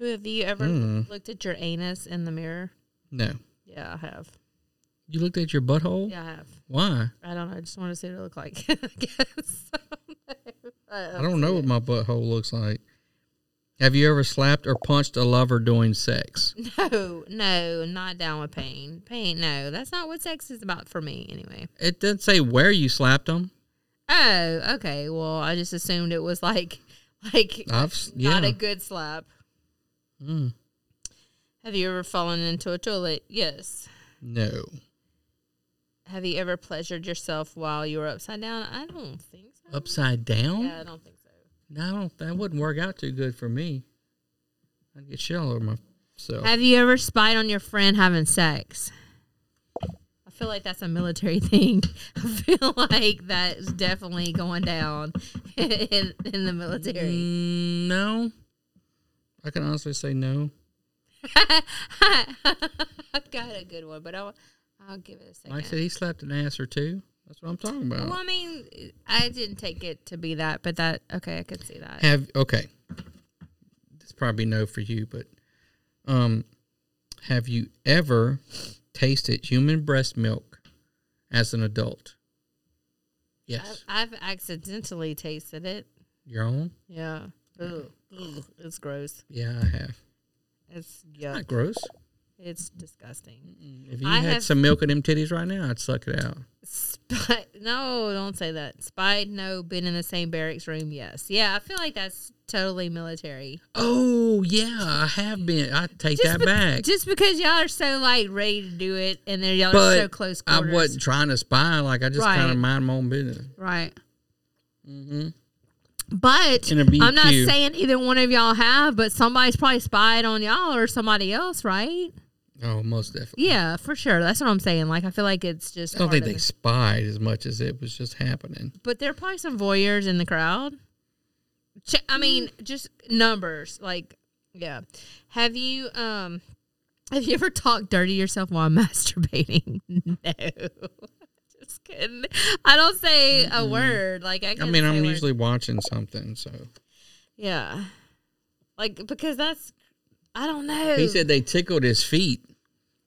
Speaker 6: Have you ever
Speaker 5: Mm.
Speaker 6: looked at your anus in the mirror?
Speaker 5: No.
Speaker 6: Yeah, I have.
Speaker 5: You looked at your butthole?
Speaker 6: Yeah, I have.
Speaker 5: Why?
Speaker 6: I don't know. I just want to see what it looked like. I guess.
Speaker 5: I don't know what my butthole looks like. Have you ever slapped or punched a lover during sex?
Speaker 6: No, no, not down with pain. Pain, no. That's not what sex is about for me, anyway.
Speaker 5: It doesn't say where you slapped them.
Speaker 6: Oh, okay. Well, I just assumed it was like, like
Speaker 5: I've s-
Speaker 6: not
Speaker 5: Uh,
Speaker 6: a
Speaker 5: yeah.
Speaker 6: good slap.
Speaker 5: Mm,
Speaker 6: Have you ever fallen into a toilet? Yes.
Speaker 5: no.
Speaker 6: Have you ever pleasured yourself while you were upside down? I don't think so.
Speaker 5: Upside down?
Speaker 6: Yeah, I don't think so.
Speaker 5: No, I don't, that wouldn't work out too good for me. I'd get shit all over myself.
Speaker 6: Have you ever spied on your friend having sex? I feel like that's a military thing. I feel like that's definitely going down in, in the military.
Speaker 5: Mm, no. I can honestly say no.
Speaker 6: I've got a good one, but I'll, I'll give it a second.
Speaker 5: Like I said, he slapped an ass or two. That's what I'm talking about.
Speaker 6: Well, I mean, I didn't take it to be that, but that okay, I could see that.
Speaker 5: Have okay. This probably no for you, but um, have you ever tasted human breast milk as an adult? Yes,
Speaker 6: I've, I've accidentally tasted it.
Speaker 5: your own.
Speaker 6: Yeah. Ugh. Ugh. It's gross.
Speaker 5: Yeah, I have.
Speaker 6: It's yuck.
Speaker 5: Not gross.
Speaker 6: It's disgusting.
Speaker 5: If you
Speaker 6: I
Speaker 5: had
Speaker 6: have-
Speaker 5: some milk in them titties right now, I'd suck it out.
Speaker 6: Spy, no, don't say that. Spied, no. Been in the same barracks room, yes. Yeah, I feel like that's totally military.
Speaker 5: Oh yeah, I have been. I take that
Speaker 6: be-
Speaker 5: back.
Speaker 6: Just because y'all are so like ready to do it, and then y'all
Speaker 5: but
Speaker 6: are so close
Speaker 5: I
Speaker 6: quarters.
Speaker 5: wasn't trying to spy. Like I just
Speaker 6: Right.
Speaker 5: kind of mind my own business.
Speaker 6: right.
Speaker 5: Mm-hmm.
Speaker 6: But
Speaker 5: In a BQ.
Speaker 6: I'm not saying either one of y'all have, but somebody's probably spied on y'all or somebody else, right?
Speaker 5: Oh, most definitely.
Speaker 6: Yeah, for sure. That's what I'm saying. Like, I feel like it's just.
Speaker 5: I don't
Speaker 6: part
Speaker 5: think
Speaker 6: of
Speaker 5: they
Speaker 6: it.
Speaker 5: spied as much as it was just happening.
Speaker 6: But there are probably some voyeurs in the crowd. Ch-
Speaker 5: Mm-hmm.
Speaker 6: I mean, just numbers. Like, yeah. Have you um, have you ever talked dirty to yourself while masturbating? no, just kidding. I don't say a word. Like, I,
Speaker 5: I
Speaker 6: can't
Speaker 5: mean,
Speaker 6: say
Speaker 5: I'm
Speaker 6: words.
Speaker 5: usually watching something, so
Speaker 6: yeah, like because that's I don't know.
Speaker 5: he said they tickled his feet.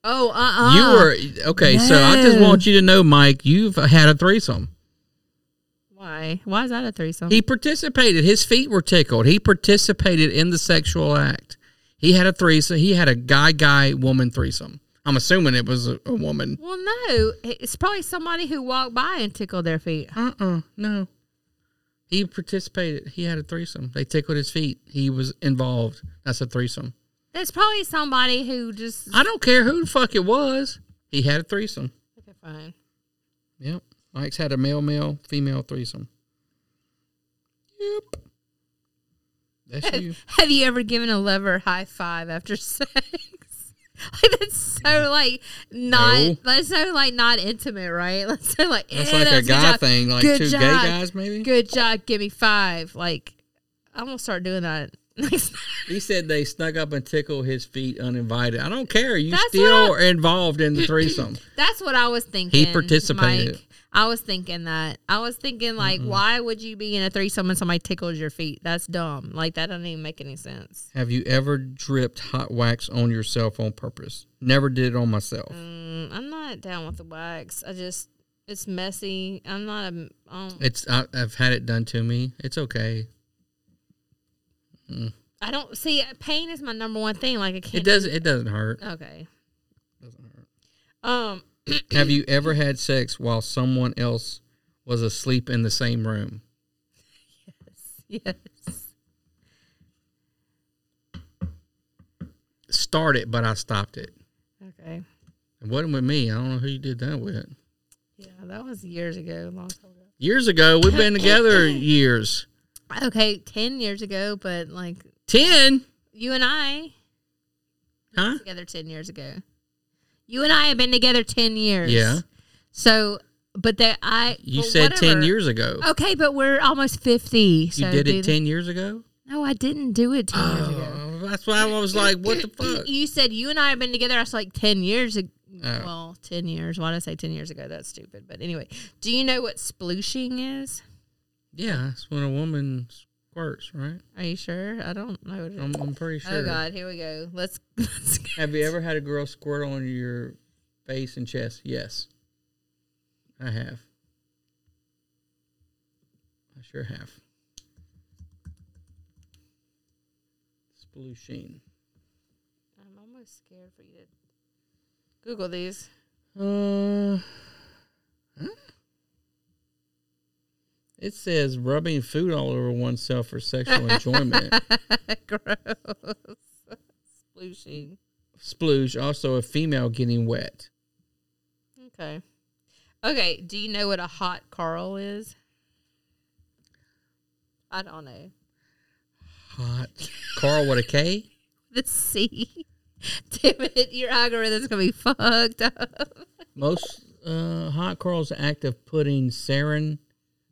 Speaker 6: "Oh, uh, uh
Speaker 5: you were okay. So I just
Speaker 6: No.
Speaker 5: want you to know, Mike, you've had a threesome.
Speaker 6: why? Why is that a threesome?
Speaker 5: He participated. His feet were tickled. He participated in the sexual act. He had a threesome. He had a guy, guy, woman threesome. I'm assuming it was a, a woman.
Speaker 6: Well, no, it's probably somebody who walked by and tickled their feet.
Speaker 5: Uh uh no. He participated. He had a threesome. They tickled his feet. He was involved. That's a threesome.
Speaker 6: That's probably somebody who just.
Speaker 5: I don't care who the fuck it was. He had a threesome.
Speaker 6: Okay, fine.
Speaker 5: Yep. Mike's had a male, male, female threesome. Yep. That's you.
Speaker 6: Have you ever given a lover a high five after sex? like that's so like not
Speaker 5: Mm. No.
Speaker 6: that's so like not intimate, right? That's so like
Speaker 5: That's
Speaker 6: "Eh,
Speaker 5: like a
Speaker 6: good
Speaker 5: guy
Speaker 6: job.
Speaker 5: thing, like
Speaker 6: Good
Speaker 5: two gay
Speaker 6: job.
Speaker 5: guys, maybe?
Speaker 6: Good job, give me five. Like I'm gonna start doing that. Next
Speaker 5: He said they snuck up and tickled his feet uninvited. I don't care. You
Speaker 6: That's
Speaker 5: still are involved in the threesome.
Speaker 6: That's what I was thinking.
Speaker 5: participated.
Speaker 6: Mike. I was thinking that. I was thinking like, why would you be in a threesome and somebody tickles your feet? That's dumb. Like that doesn't even make any sense.
Speaker 5: Have you ever dripped hot wax on yourself on purpose? Never did it on myself.
Speaker 6: Mm, I'm not down with the wax. I just it's messy. I'm not a. I don't,
Speaker 5: It's I, I've had it done to me. It's okay. Mm.
Speaker 6: I don't see pain is my number one thing. Like I can't.
Speaker 5: It doesn't. It doesn't hurt.
Speaker 6: Okay. Um.
Speaker 5: Have you ever had sex while someone else was asleep in the same room?
Speaker 6: Yes.
Speaker 5: Start it, but I stopped it.
Speaker 6: Okay.
Speaker 5: It wasn't with me. I don't know who you did that with.
Speaker 6: Yeah, that was years ago. Long time ago.
Speaker 5: Years ago, we've been together years.
Speaker 6: Okay, ten years ago, but like
Speaker 5: Ten,
Speaker 6: you and I
Speaker 5: huh?
Speaker 6: together 10 years ago. You and I have been together 10 years.
Speaker 5: Yeah.
Speaker 6: So, but that I.
Speaker 5: You
Speaker 6: but
Speaker 5: said ten
Speaker 6: whatever.
Speaker 5: years ago.
Speaker 6: Okay, but we're almost 50. So
Speaker 5: You did
Speaker 6: do
Speaker 5: it
Speaker 6: the-
Speaker 5: 10 years ago?
Speaker 6: No, I didn't do it 10 years ago.
Speaker 5: Oh, that's why I was like, what the fuck?
Speaker 6: You said you and I have been together. I was like 10 years ago.
Speaker 5: Oh.
Speaker 6: Well, 10 years. Why did I say 10 years ago? That's stupid. But anyway, do you know what splooshing is?
Speaker 5: Yeah, it's when a woman's squirts, right?
Speaker 6: Are you sure? I don't know.
Speaker 5: I'm, I'm pretty sure.
Speaker 6: Oh God, here we go. Let's. let's get-
Speaker 5: Have you ever had a girl squirt on your face and chest? Yes. I have. I sure have. It's blue sheen.
Speaker 6: I'm almost scared for you to Google these.
Speaker 5: Uh, huh? It says rubbing food all over oneself for sexual enjoyment.
Speaker 6: Gross. Splooshing.
Speaker 5: Splooge, also a female getting wet.
Speaker 6: Okay. Okay. Do you know what a hot Carl is? I don't know.
Speaker 5: Hot. Carl with a K?
Speaker 6: The C. Damn it, your algorithm's gonna be fucked up.
Speaker 5: Most uh, hot Carl's the act of putting sarin,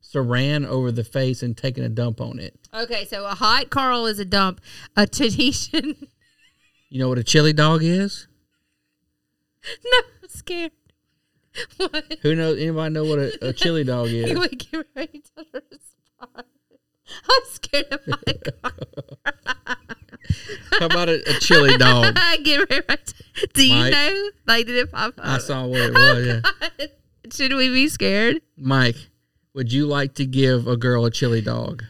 Speaker 5: saran over the face and taking a dump on it.
Speaker 6: Okay, so a hot Carl is a dump. A Tahitian.
Speaker 5: You know what a chili dog is?
Speaker 6: no, I'm scared. What?
Speaker 5: Who knows? Anybody know what a, a chili dog is?
Speaker 6: You would get ready to respond. I'm scared of my car.
Speaker 5: How about a, a chili dog?
Speaker 6: get ready. To, do you
Speaker 5: Mike.
Speaker 6: know? Like, did it pop up?
Speaker 5: I saw what it was. Yeah.
Speaker 6: Should we be scared?
Speaker 5: Mike, would you like to give a girl a chili dog?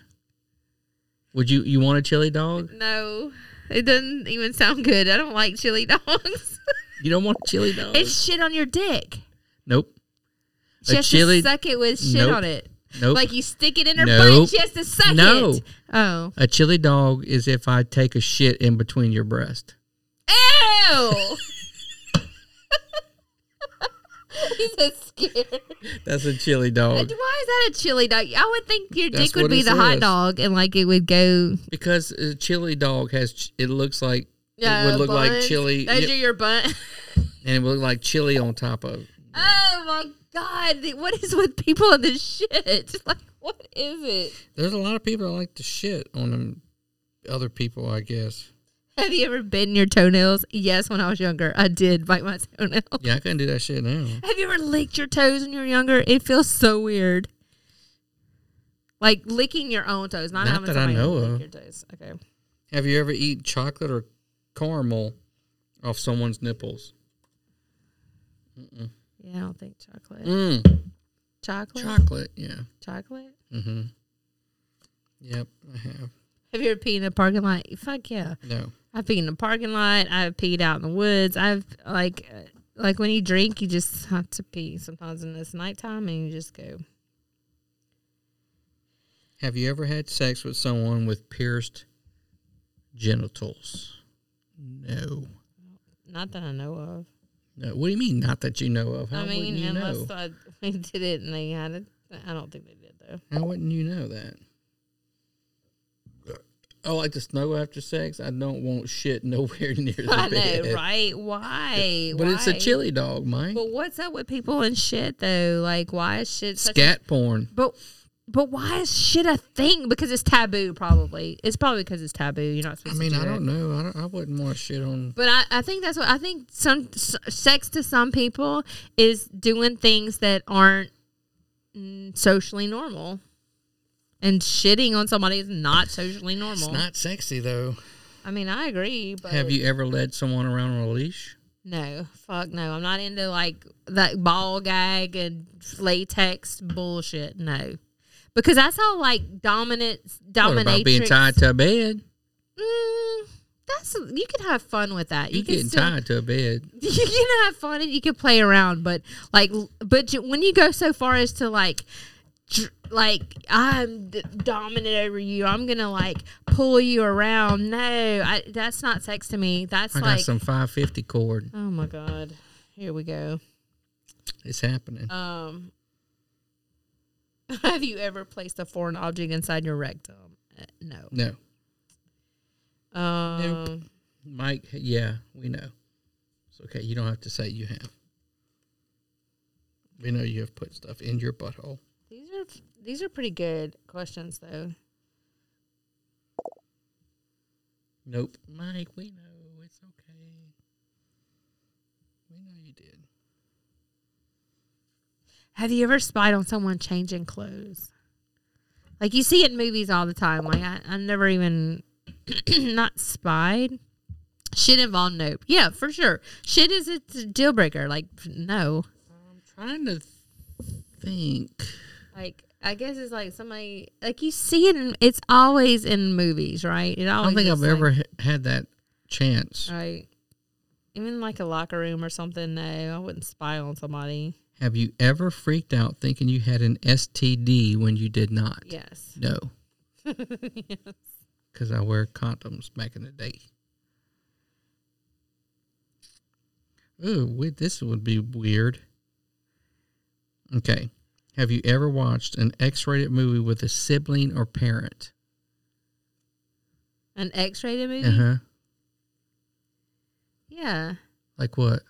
Speaker 5: Would you you want a chili dog?
Speaker 6: No, it doesn't even sound good. I don't like chili dogs.
Speaker 5: You don't want a chili dog?
Speaker 6: it's shit on your dick.
Speaker 5: nope.
Speaker 6: She
Speaker 5: Oh. a
Speaker 6: has
Speaker 5: chili
Speaker 6: to suck it with shit
Speaker 5: Nope.
Speaker 6: on it.
Speaker 5: Nope.
Speaker 6: Like you stick it in her butt.
Speaker 5: Nope.
Speaker 6: And she has to suck
Speaker 5: No.
Speaker 6: it. Oh.
Speaker 5: A chili dog is if I take a shit in between your breast.
Speaker 6: Ew. He's so scared.
Speaker 5: That's a chili dog.
Speaker 6: Why is that a chili dog? I would think your
Speaker 5: That's
Speaker 6: dick would
Speaker 5: what
Speaker 6: be
Speaker 5: it
Speaker 6: the hot
Speaker 5: says.
Speaker 6: dog and like it would go.
Speaker 5: Because a chili dog has ch- it looks like
Speaker 6: Yeah,
Speaker 5: it would look like
Speaker 6: buns.
Speaker 5: chili
Speaker 6: Those
Speaker 5: yeah,
Speaker 6: are your butt.
Speaker 5: and it would look like chili on top of. it.
Speaker 6: oh my god! What is with people and this shit? Like, what is it?
Speaker 5: There's a lot of people that like to shit on them other people, I guess.
Speaker 6: Have you ever bitten your toenails? Yes, when I was younger, I did bite my toenail.
Speaker 5: Yeah, I couldn't do that shit now.
Speaker 6: Have you ever licked your toes when you were younger? It feels so weird. Like licking your own toes, not,
Speaker 5: Not
Speaker 6: having
Speaker 5: that I
Speaker 6: somebody
Speaker 5: know
Speaker 6: lick
Speaker 5: of.
Speaker 6: your toes. Okay.
Speaker 5: Have you ever eaten chocolate or caramel off someone's nipples? Mm-mm.
Speaker 6: Yeah, I don't think chocolate.
Speaker 5: Mm.
Speaker 6: Chocolate.
Speaker 5: Chocolate, yeah.
Speaker 6: Chocolate.
Speaker 5: Mm-hmm. Yep, I have.
Speaker 6: Have you ever peed in a parking lot? Fuck yeah.
Speaker 5: No.
Speaker 6: I've peed in a parking lot. I've peed out in the woods. I've like, uh, like when you drink, you just have to pee sometimes, and it's nighttime, and you just go.
Speaker 5: Have you ever had sex with someone with pierced genitals? No.
Speaker 6: Not that I know of.
Speaker 5: No. What do you mean? Not that you know of. How
Speaker 6: I mean,
Speaker 5: wouldn't you know?
Speaker 6: unless I, they did it and they had it. I don't think they did though.
Speaker 5: How wouldn't you know that? I like to snuggle after sex. I don't want shit nowhere near the
Speaker 6: I
Speaker 5: bed.
Speaker 6: know, right? Why?
Speaker 5: But it's a
Speaker 6: Why?
Speaker 5: chili dog, Mike.
Speaker 6: But what's up with people and shit though? Like, why is shit such a
Speaker 5: Scat porn.
Speaker 6: But but why is shit a thing? Because it's taboo, probably. It's probably because it's taboo. You're not
Speaker 5: I
Speaker 6: supposed
Speaker 5: mean,
Speaker 6: to. do
Speaker 5: I
Speaker 6: it.
Speaker 5: don't know. I, don't, I wouldn't want shit on.
Speaker 6: But I, I think that's what I think. Some s- sex to some people is doing things that aren't mm, socially normal, and shitting on somebody is not socially normal.
Speaker 5: It's not sexy though.
Speaker 6: I mean, I agree, but
Speaker 5: Have you ever led someone around on a leash?
Speaker 6: No, fuck no. I'm not into like that ball gag and latex bullshit. No, because that's how like dominant
Speaker 5: What
Speaker 6: dominatrix.
Speaker 5: about being tied to a bed?
Speaker 6: Mm, that's you can have fun with that.
Speaker 5: You,
Speaker 6: can
Speaker 5: getting
Speaker 6: still-
Speaker 5: tied to a bed?
Speaker 6: You can have fun and you can play around, but like, but you, when you go so far as to like. dr- Like I'm d- dominant over you. I'm gonna like pull you around. No, I, that's not sex to me. That's
Speaker 5: I got
Speaker 6: like
Speaker 5: some 550 cord.
Speaker 6: oh my god, here we go.
Speaker 5: It's happening.
Speaker 6: Um, have you ever placed a foreign object inside your rectum? Uh, No.
Speaker 5: no,
Speaker 6: Um,
Speaker 5: Mike. Yeah, we know. It's okay. You don't have to say you have. We know you have put stuff in your butthole.
Speaker 6: These are these are pretty good questions, though.
Speaker 5: Nope, Mike. We know it's okay. We know you did.
Speaker 6: Have you ever spied on someone changing clothes? Like you see it in movies all the time. Like I, I never even not spied. Shit involved nope. Yeah, for sure. Shit is a deal breaker. Like no.
Speaker 5: I'm trying to think.
Speaker 6: Like I guess it's like somebody like you see it in it's always in movies, right? It
Speaker 5: I
Speaker 6: always
Speaker 5: don't think
Speaker 6: is,
Speaker 5: I've
Speaker 6: like-
Speaker 5: ever h- had that chance.
Speaker 6: right. Even like a locker room or something, no, I wouldn't spy on somebody.
Speaker 5: Have you ever freaked out thinking you had an STD when you did not?
Speaker 6: Yes.
Speaker 5: No,
Speaker 6: yes.
Speaker 5: because I wear condoms back in the day. Ooh, wait, this would be weird. Okay. Have you ever watched an X rated movie with a sibling or parent?
Speaker 6: An X rated movie?
Speaker 5: Uh huh.
Speaker 6: Yeah.
Speaker 5: Like what?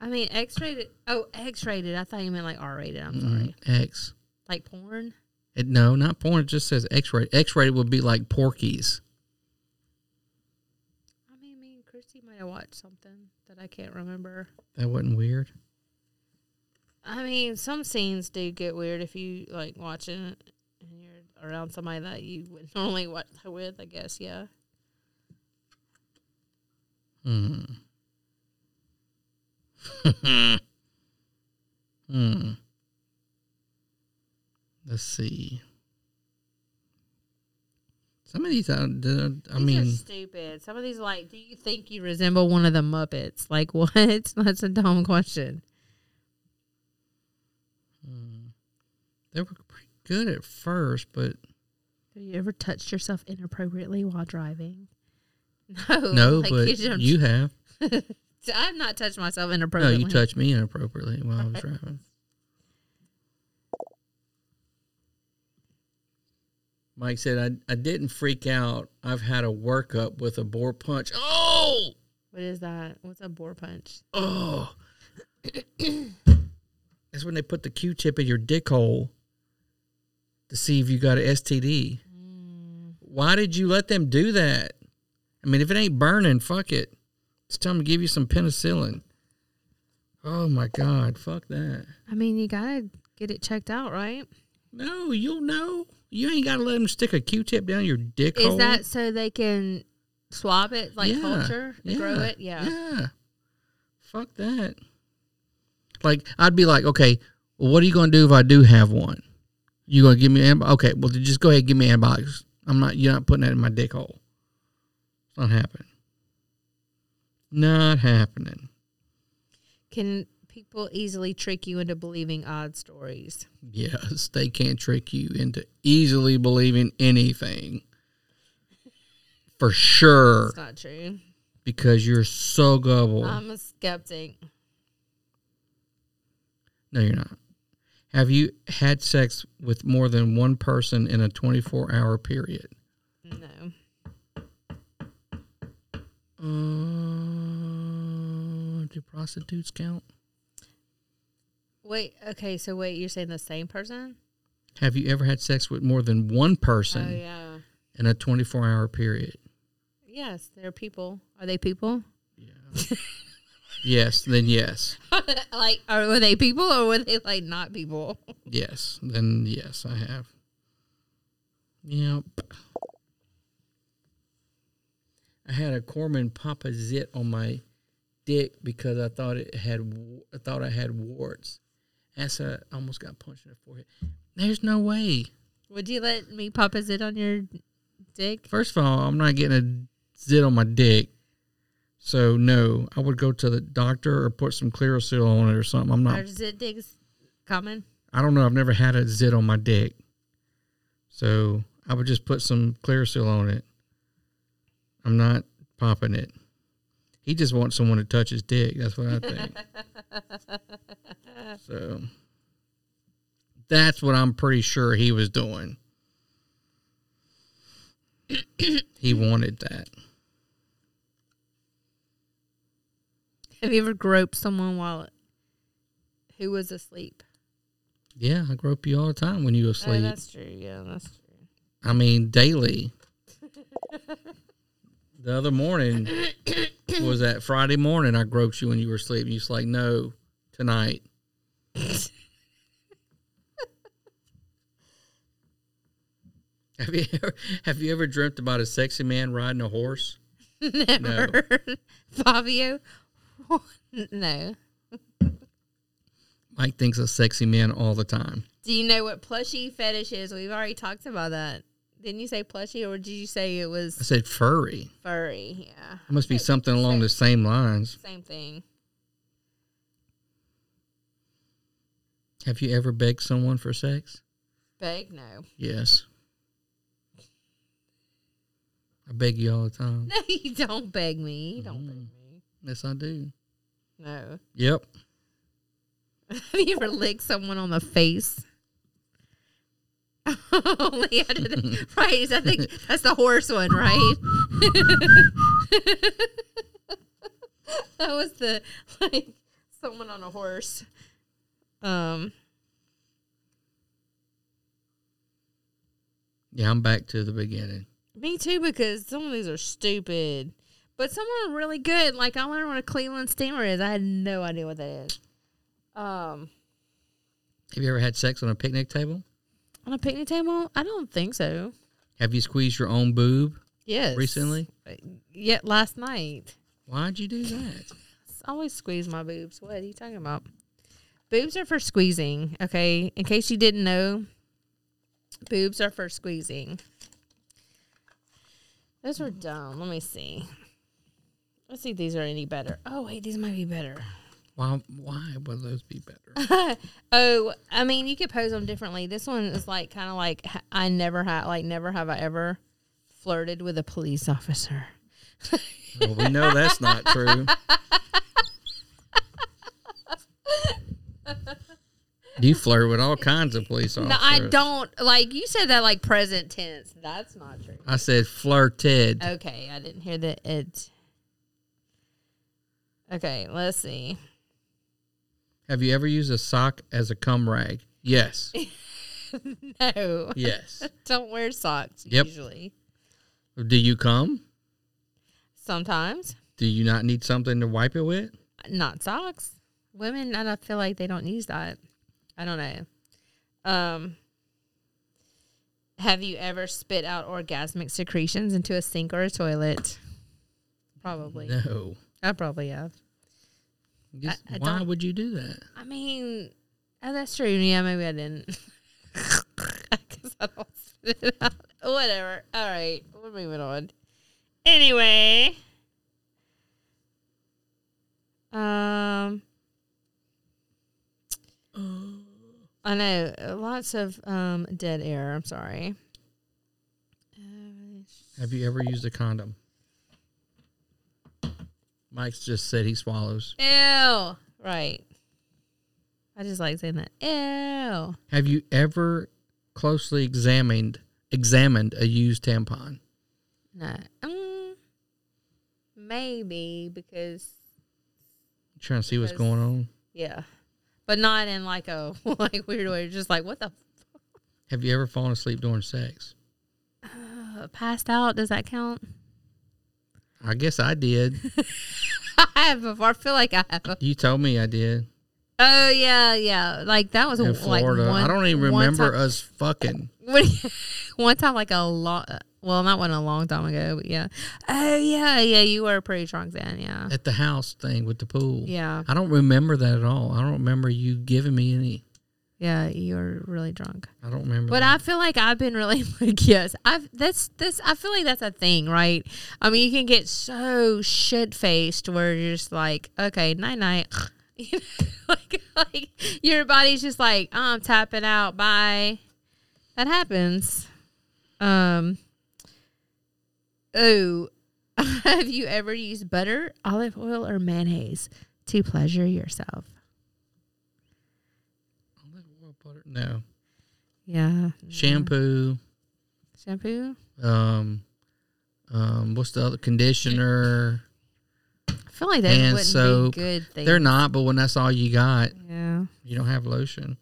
Speaker 6: I mean X rated oh, X rated. I thought you meant like R rated. I'm
Speaker 5: Mm,
Speaker 6: sorry.
Speaker 5: X.
Speaker 6: Like porn?
Speaker 5: It, no, not porn. It just says X rated. X rated would be like Porky's.
Speaker 6: I mean me and Christy might have watched something that I can't remember.
Speaker 5: That wasn't weird.
Speaker 6: I mean, some scenes do get weird if you like watching it and you're around somebody that you would normally watch it with, I guess, yeah.
Speaker 5: Hmm. hmm. Let's see. Some of these, I, I
Speaker 6: These are
Speaker 5: mean,
Speaker 6: stupid. Some of these, like, do you think you resemble one of the Muppets? Like, what? That's a dumb question.
Speaker 5: hmm. they were pretty good at first, but
Speaker 6: Have you ever touched yourself inappropriately while driving? No.
Speaker 5: no,
Speaker 6: like,
Speaker 5: but
Speaker 6: don't-
Speaker 5: you have.
Speaker 6: I've not touched myself
Speaker 5: No,
Speaker 6: inappropriately.
Speaker 5: you touched me inappropriately while I was driving. Mike said, I, I didn't freak out. I've had a workup with a bore punch. Oh!
Speaker 6: What is that? What's a boar punch?
Speaker 5: Oh. That's when they put the Q tip in your dick hole to see if you got an STD.
Speaker 6: Mm.
Speaker 5: Why did you let them do that? I mean, if it ain't burning, fuck it. It's time to give you some penicillin. Oh my God, fuck that.
Speaker 6: I mean, you gotta get it checked out, right?
Speaker 5: No, you'll know. You ain't got to let them stick a Q tip down your dick
Speaker 6: Is
Speaker 5: hole.
Speaker 6: that so they can swab it, like culture, grow it? Yeah.
Speaker 5: Yeah. Fuck that. Like I'd be like, okay, well, what are you going to do if I do have one? You going to give me an antibiotic? Okay, well, then just go ahead and give me antibiotics. I'm not. You're not putting that in my dick hole. It's not happening. Not happening.
Speaker 6: Can people easily trick you into believing odd stories?
Speaker 5: Yes, they can't trick you into easily believing anything. For sure,
Speaker 6: It's not true.
Speaker 5: because you're so gullible.
Speaker 6: I'm a skeptic.
Speaker 5: No, you're not. Have you had sex with more than one person in a 24 hour period?
Speaker 6: No.
Speaker 5: Uh, do prostitutes count?
Speaker 6: Wait. Okay. So wait, you're saying the same person?
Speaker 5: Have you ever had sex with more than one person
Speaker 6: Oh yeah.
Speaker 5: in a 24 hour period?
Speaker 6: Yes, they're people. Are they people?
Speaker 5: Yes, then yes.
Speaker 6: like, are were they people or were they like not people?
Speaker 5: Yes, then yes, I have. Yep. I had a Corman Papa Zit on my dick because I thought it had wa- I thought I had warts. That's a, I almost got punched in the forehead. There's no way.
Speaker 6: Would you let me pop a zit on your dick?
Speaker 5: First of all, I'm not getting a zit on my dick. So no, I would go to the doctor or put some Clearasil on it or something. I'm not
Speaker 6: Are zit digs common?
Speaker 5: I don't know. I've never had a zit on my dick. So I would just put some Clearasil on it. I'm not popping it. He just wants someone to touch his dick. That's what I think. so that's what I'm pretty sure he was doing. he wanted that.
Speaker 6: Have you ever groped someone while who was asleep?
Speaker 5: Yeah, I grope you all the time when you
Speaker 6: Oh,
Speaker 5: asleep.
Speaker 6: that's true. Yeah, that's true.
Speaker 5: I mean, daily. the other morning was that Friday morning. I groped you when you were sleeping. You was like, no, tonight. Have you ever, have you ever dreamt about a sexy man riding a horse?
Speaker 6: Never. Fabio? no.
Speaker 5: Mike thinks of sexy men all the time.
Speaker 6: Do you know what plushie fetish is? We've already talked about that. Didn't you say plushie or did you say it was
Speaker 5: I said furry.
Speaker 6: furry? Yeah.
Speaker 5: It must be something along the same lines.
Speaker 6: Same thing.
Speaker 5: Have you ever begged someone for sex?
Speaker 6: Beg? No.
Speaker 5: Yes. I beg you all the time.
Speaker 6: No, you don't beg me. You don't beg me.
Speaker 5: Yes, I do.
Speaker 6: No.
Speaker 5: Yep.
Speaker 6: Have you ever licked someone on the face? Only I did right. I think that's the horse one, right? that was the like someone on a horse. Um,
Speaker 5: Yeah, I'm back to the beginning.
Speaker 6: me too, because some of these are stupid, but some are really good. Like I learned what a Cleveland steamer is. I had no idea what that is. Um,
Speaker 5: Have you ever had sex on a picnic table?
Speaker 6: on a picnic table? I don't think so.
Speaker 5: Have you squeezed your own boob
Speaker 6: Yes.
Speaker 5: recently?
Speaker 6: Yet last night.
Speaker 5: Why'd you do that?
Speaker 6: I always squeeze my boobs. What are you talking about? Boobs are for squeezing, okay? In case you didn't know, boobs are for squeezing. Those were dumb. Let me see. Let's see if these are any better. Oh, wait, these might be better.
Speaker 5: Why? Why would those be better?
Speaker 6: Oh, I mean, you could pose them differently. This one is like kind of like ha- I never have, like, never have I ever flirted with a police officer.
Speaker 5: well, we know that's not true. You flirt with all kinds of police officers.
Speaker 6: No, I don't. Like, you said that like present tense. That's not true.
Speaker 5: I said flirted.
Speaker 6: Okay, I didn't hear the it. Okay, let's see.
Speaker 5: Have you ever used a sock as a cum rag? Yes.
Speaker 6: No.
Speaker 5: Yes.
Speaker 6: Don't wear socks
Speaker 5: Yep.
Speaker 6: usually.
Speaker 5: Do you cum?
Speaker 6: Sometimes.
Speaker 5: Do you not need something to wipe it with?
Speaker 6: Not socks. Women, I don't feel like they don't use that. I don't know. Um have you ever spit out orgasmic secretions into a sink or a toilet? Probably.
Speaker 5: No.
Speaker 6: I probably have.
Speaker 5: Just-
Speaker 6: I
Speaker 5: why
Speaker 6: don't-
Speaker 5: would you do that?
Speaker 6: I mean, oh, that's true. Yeah, maybe I didn't. Because I don't spit it out. Whatever. All right, we're moving on. Anyway, um, I know uh, lots of um dead air. I'm sorry.
Speaker 5: Have you ever used a condom? Mike's just said he swallows.
Speaker 6: Ew. Right. I just like saying that. Ew.
Speaker 5: Have you ever closely examined examined a used tampon?
Speaker 6: No. Mm, maybe because
Speaker 5: Trying to see what's
Speaker 6: Because-
Speaker 5: going on.
Speaker 6: yeah, but not in like a like weird way. Just like what the
Speaker 5: Have you ever fallen asleep during sex?
Speaker 6: f- passed out? Does that count?
Speaker 5: I guess I did.
Speaker 6: I have before. I feel like I have.
Speaker 5: you told me I did
Speaker 6: Oh yeah, yeah. Like that was
Speaker 5: in
Speaker 6: like
Speaker 5: Florida.
Speaker 6: one.
Speaker 5: I don't even
Speaker 6: one
Speaker 5: remember
Speaker 6: time-
Speaker 5: us fucking.
Speaker 6: When, one time, like a lot. Well, not one a long time ago, but yeah. Oh yeah, yeah. You were pretty drunk then. Yeah.
Speaker 5: at the house thing with the pool.
Speaker 6: Yeah.
Speaker 5: I don't remember that at all. I don't remember you giving me any.
Speaker 6: Yeah, you were really drunk.
Speaker 5: I don't remember.
Speaker 6: But
Speaker 5: that.
Speaker 6: I feel like I've been really like yes, I've that's this. I feel like that's a thing, right? I mean, you can get so shit faced where you're just like, okay, night night, you know, like like your body's just like, "Oh, I'm tapping out. Bye. That happens. Um. Oh, have you ever used butter, olive oil, or mayonnaise to pleasure yourself?
Speaker 5: no
Speaker 6: Mm-hmm. Yeah,
Speaker 5: shampoo.
Speaker 6: shampoo.
Speaker 5: Um, um, what's the other conditioner?
Speaker 6: I feel like that
Speaker 5: Hand
Speaker 6: wouldn't
Speaker 5: soap.
Speaker 6: be good. Things.
Speaker 5: They're not. But when that's all you got,
Speaker 6: Yeah.
Speaker 5: you don't have lotion.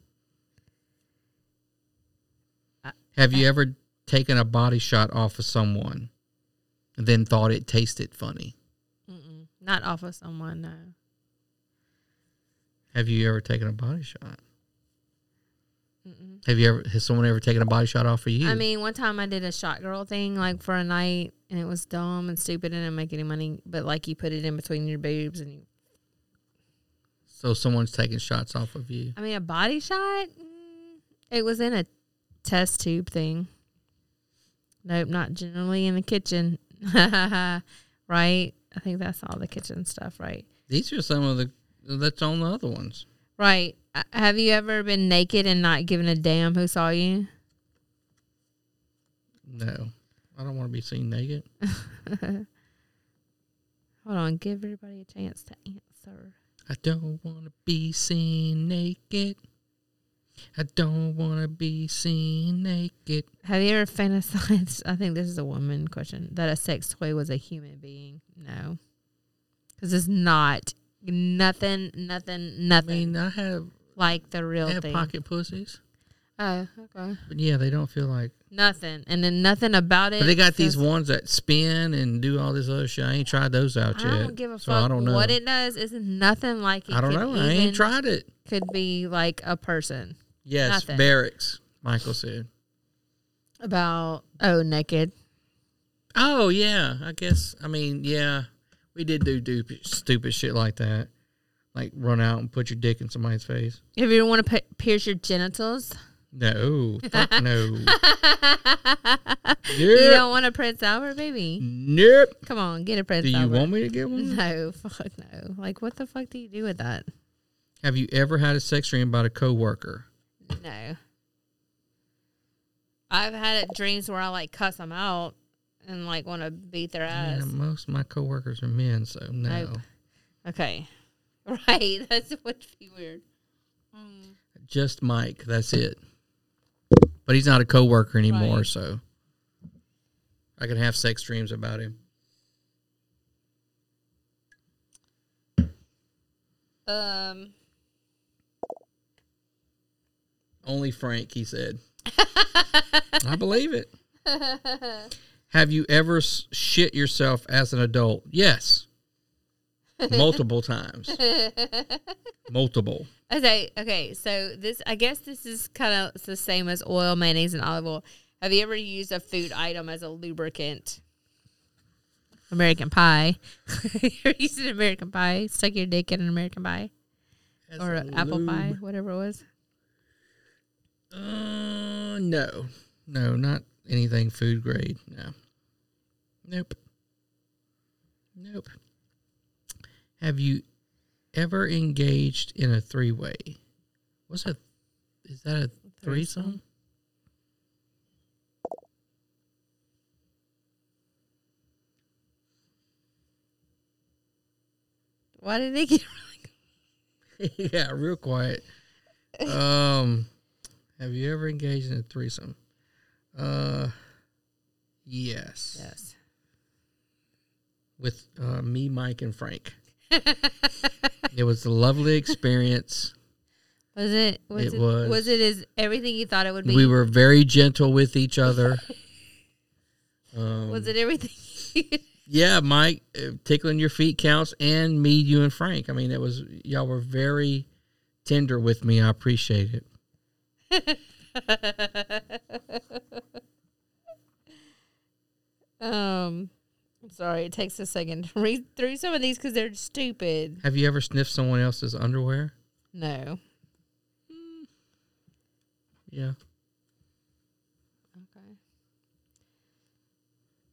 Speaker 5: Have you ever taken a body shot off of someone, and then thought it tasted funny?
Speaker 6: Mm-mm. Not off of someone, no.
Speaker 5: Have you ever taken a body shot?
Speaker 6: Mm-mm.
Speaker 5: Have you ever? Has someone ever taken a body shot off of you?
Speaker 6: I mean, one time I did a shot girl thing like for a night, and it was dumb and stupid and didn't make any money. But like you put it in between your boobs, and you,
Speaker 5: so someone's taking shots off of you.
Speaker 6: I mean, a body shot. Mm, It was in a test tube thing. Nope, not generally in the kitchen. right? I think that's all the kitchen stuff, right?
Speaker 5: These are some of the that's on the other ones.
Speaker 6: Right. Uh, Have you ever been naked and not given a damn who saw you?
Speaker 5: No, I don't want to be seen naked.
Speaker 6: Hold on, give everybody a chance to answer.
Speaker 5: I don't want to be seen naked. I don't want to be seen naked.
Speaker 6: Have you ever fantasized? I think this is a woman question that a sex toy was a human being. No, because it's not nothing, nothing, nothing. I mean,
Speaker 5: I have
Speaker 6: like the real
Speaker 5: I have
Speaker 6: thing.
Speaker 5: pocket pussies,
Speaker 6: Oh, okay.
Speaker 5: but yeah, they don't feel like.
Speaker 6: Nothing, and then nothing about it.
Speaker 5: But they got these
Speaker 6: feels-
Speaker 5: ones that spin and do all this other shit. I ain't tried those out
Speaker 6: I
Speaker 5: yet.
Speaker 6: don't give a
Speaker 5: so
Speaker 6: fuck
Speaker 5: I don't know.
Speaker 6: what it does. It's nothing like it.
Speaker 5: I don't
Speaker 6: could
Speaker 5: know. I ain't
Speaker 6: even-
Speaker 5: tried it.
Speaker 6: Could be like a person
Speaker 5: yes,
Speaker 6: nothing.
Speaker 5: barracks. Michael said.
Speaker 6: about oh naked.
Speaker 5: Oh yeah, I guess. I mean, yeah, we did do stupid, stupid shit like that, like run out and put your dick in somebody's face.
Speaker 6: If you want to pierce your genitals,
Speaker 5: No, fuck no.
Speaker 6: you
Speaker 5: Yeah.
Speaker 6: don't want a Prince Albert baby.
Speaker 5: Nope.
Speaker 6: Come on, get a Prince
Speaker 5: Do you
Speaker 6: Albert.
Speaker 5: want me to get one?
Speaker 6: No, fuck no. Like, what the fuck do you do with that? Mm-hmm.
Speaker 5: Have you ever had a sex dream about a coworker?
Speaker 6: No. I've had it dreams where I like cuss them out and like want to beat their ass.
Speaker 5: Yeah, most of my coworkers are men, so no.
Speaker 6: Nope. Okay. Right. That's would be weird. Mm.
Speaker 5: Just Mike. That's it. But he's not a coworker anymore,
Speaker 6: Right.
Speaker 5: so I can have sex dreams about him.
Speaker 6: Um.
Speaker 5: Only Frank, he said. I believe it. Have you ever s- shit yourself as an adult? Yes. Multiple times. Multiple.
Speaker 6: Okay, okay. So this, I guess, this is kind of the same as oil, mayonnaise, and olive oil. Have you ever used a food item as a lubricant? American pie. You're using American pie. Stuck your dick in an American pie
Speaker 5: As
Speaker 6: or
Speaker 5: a
Speaker 6: a apple
Speaker 5: lube.
Speaker 6: pie, whatever it was.
Speaker 5: Uh, no, no, not anything food grade. No, nope, nope. Have you ever engaged in a three way? What's a? Is that a threesome?
Speaker 6: Why did they get?
Speaker 5: yeah, real quiet. Um, have you ever engaged in a threesome? Uh, yes.
Speaker 6: Yes.
Speaker 5: with uh, me, Mike, and Frank. it was a lovely experience.
Speaker 6: Was it? Was
Speaker 5: It
Speaker 6: it,
Speaker 5: was.
Speaker 6: was. it as everything you thought it would be?
Speaker 5: We were very gentle with each other. Um,
Speaker 6: Was it everything? you-
Speaker 5: Yeah, Mike, uh, tickling your feet counts, and me, you, and Frank. I mean, it was y'all were very tender with me. I appreciate it.
Speaker 6: um, I'm sorry. It takes a second to read through some of these because they're stupid.
Speaker 5: Have you ever sniffed someone else's underwear?
Speaker 6: No.
Speaker 5: Yeah.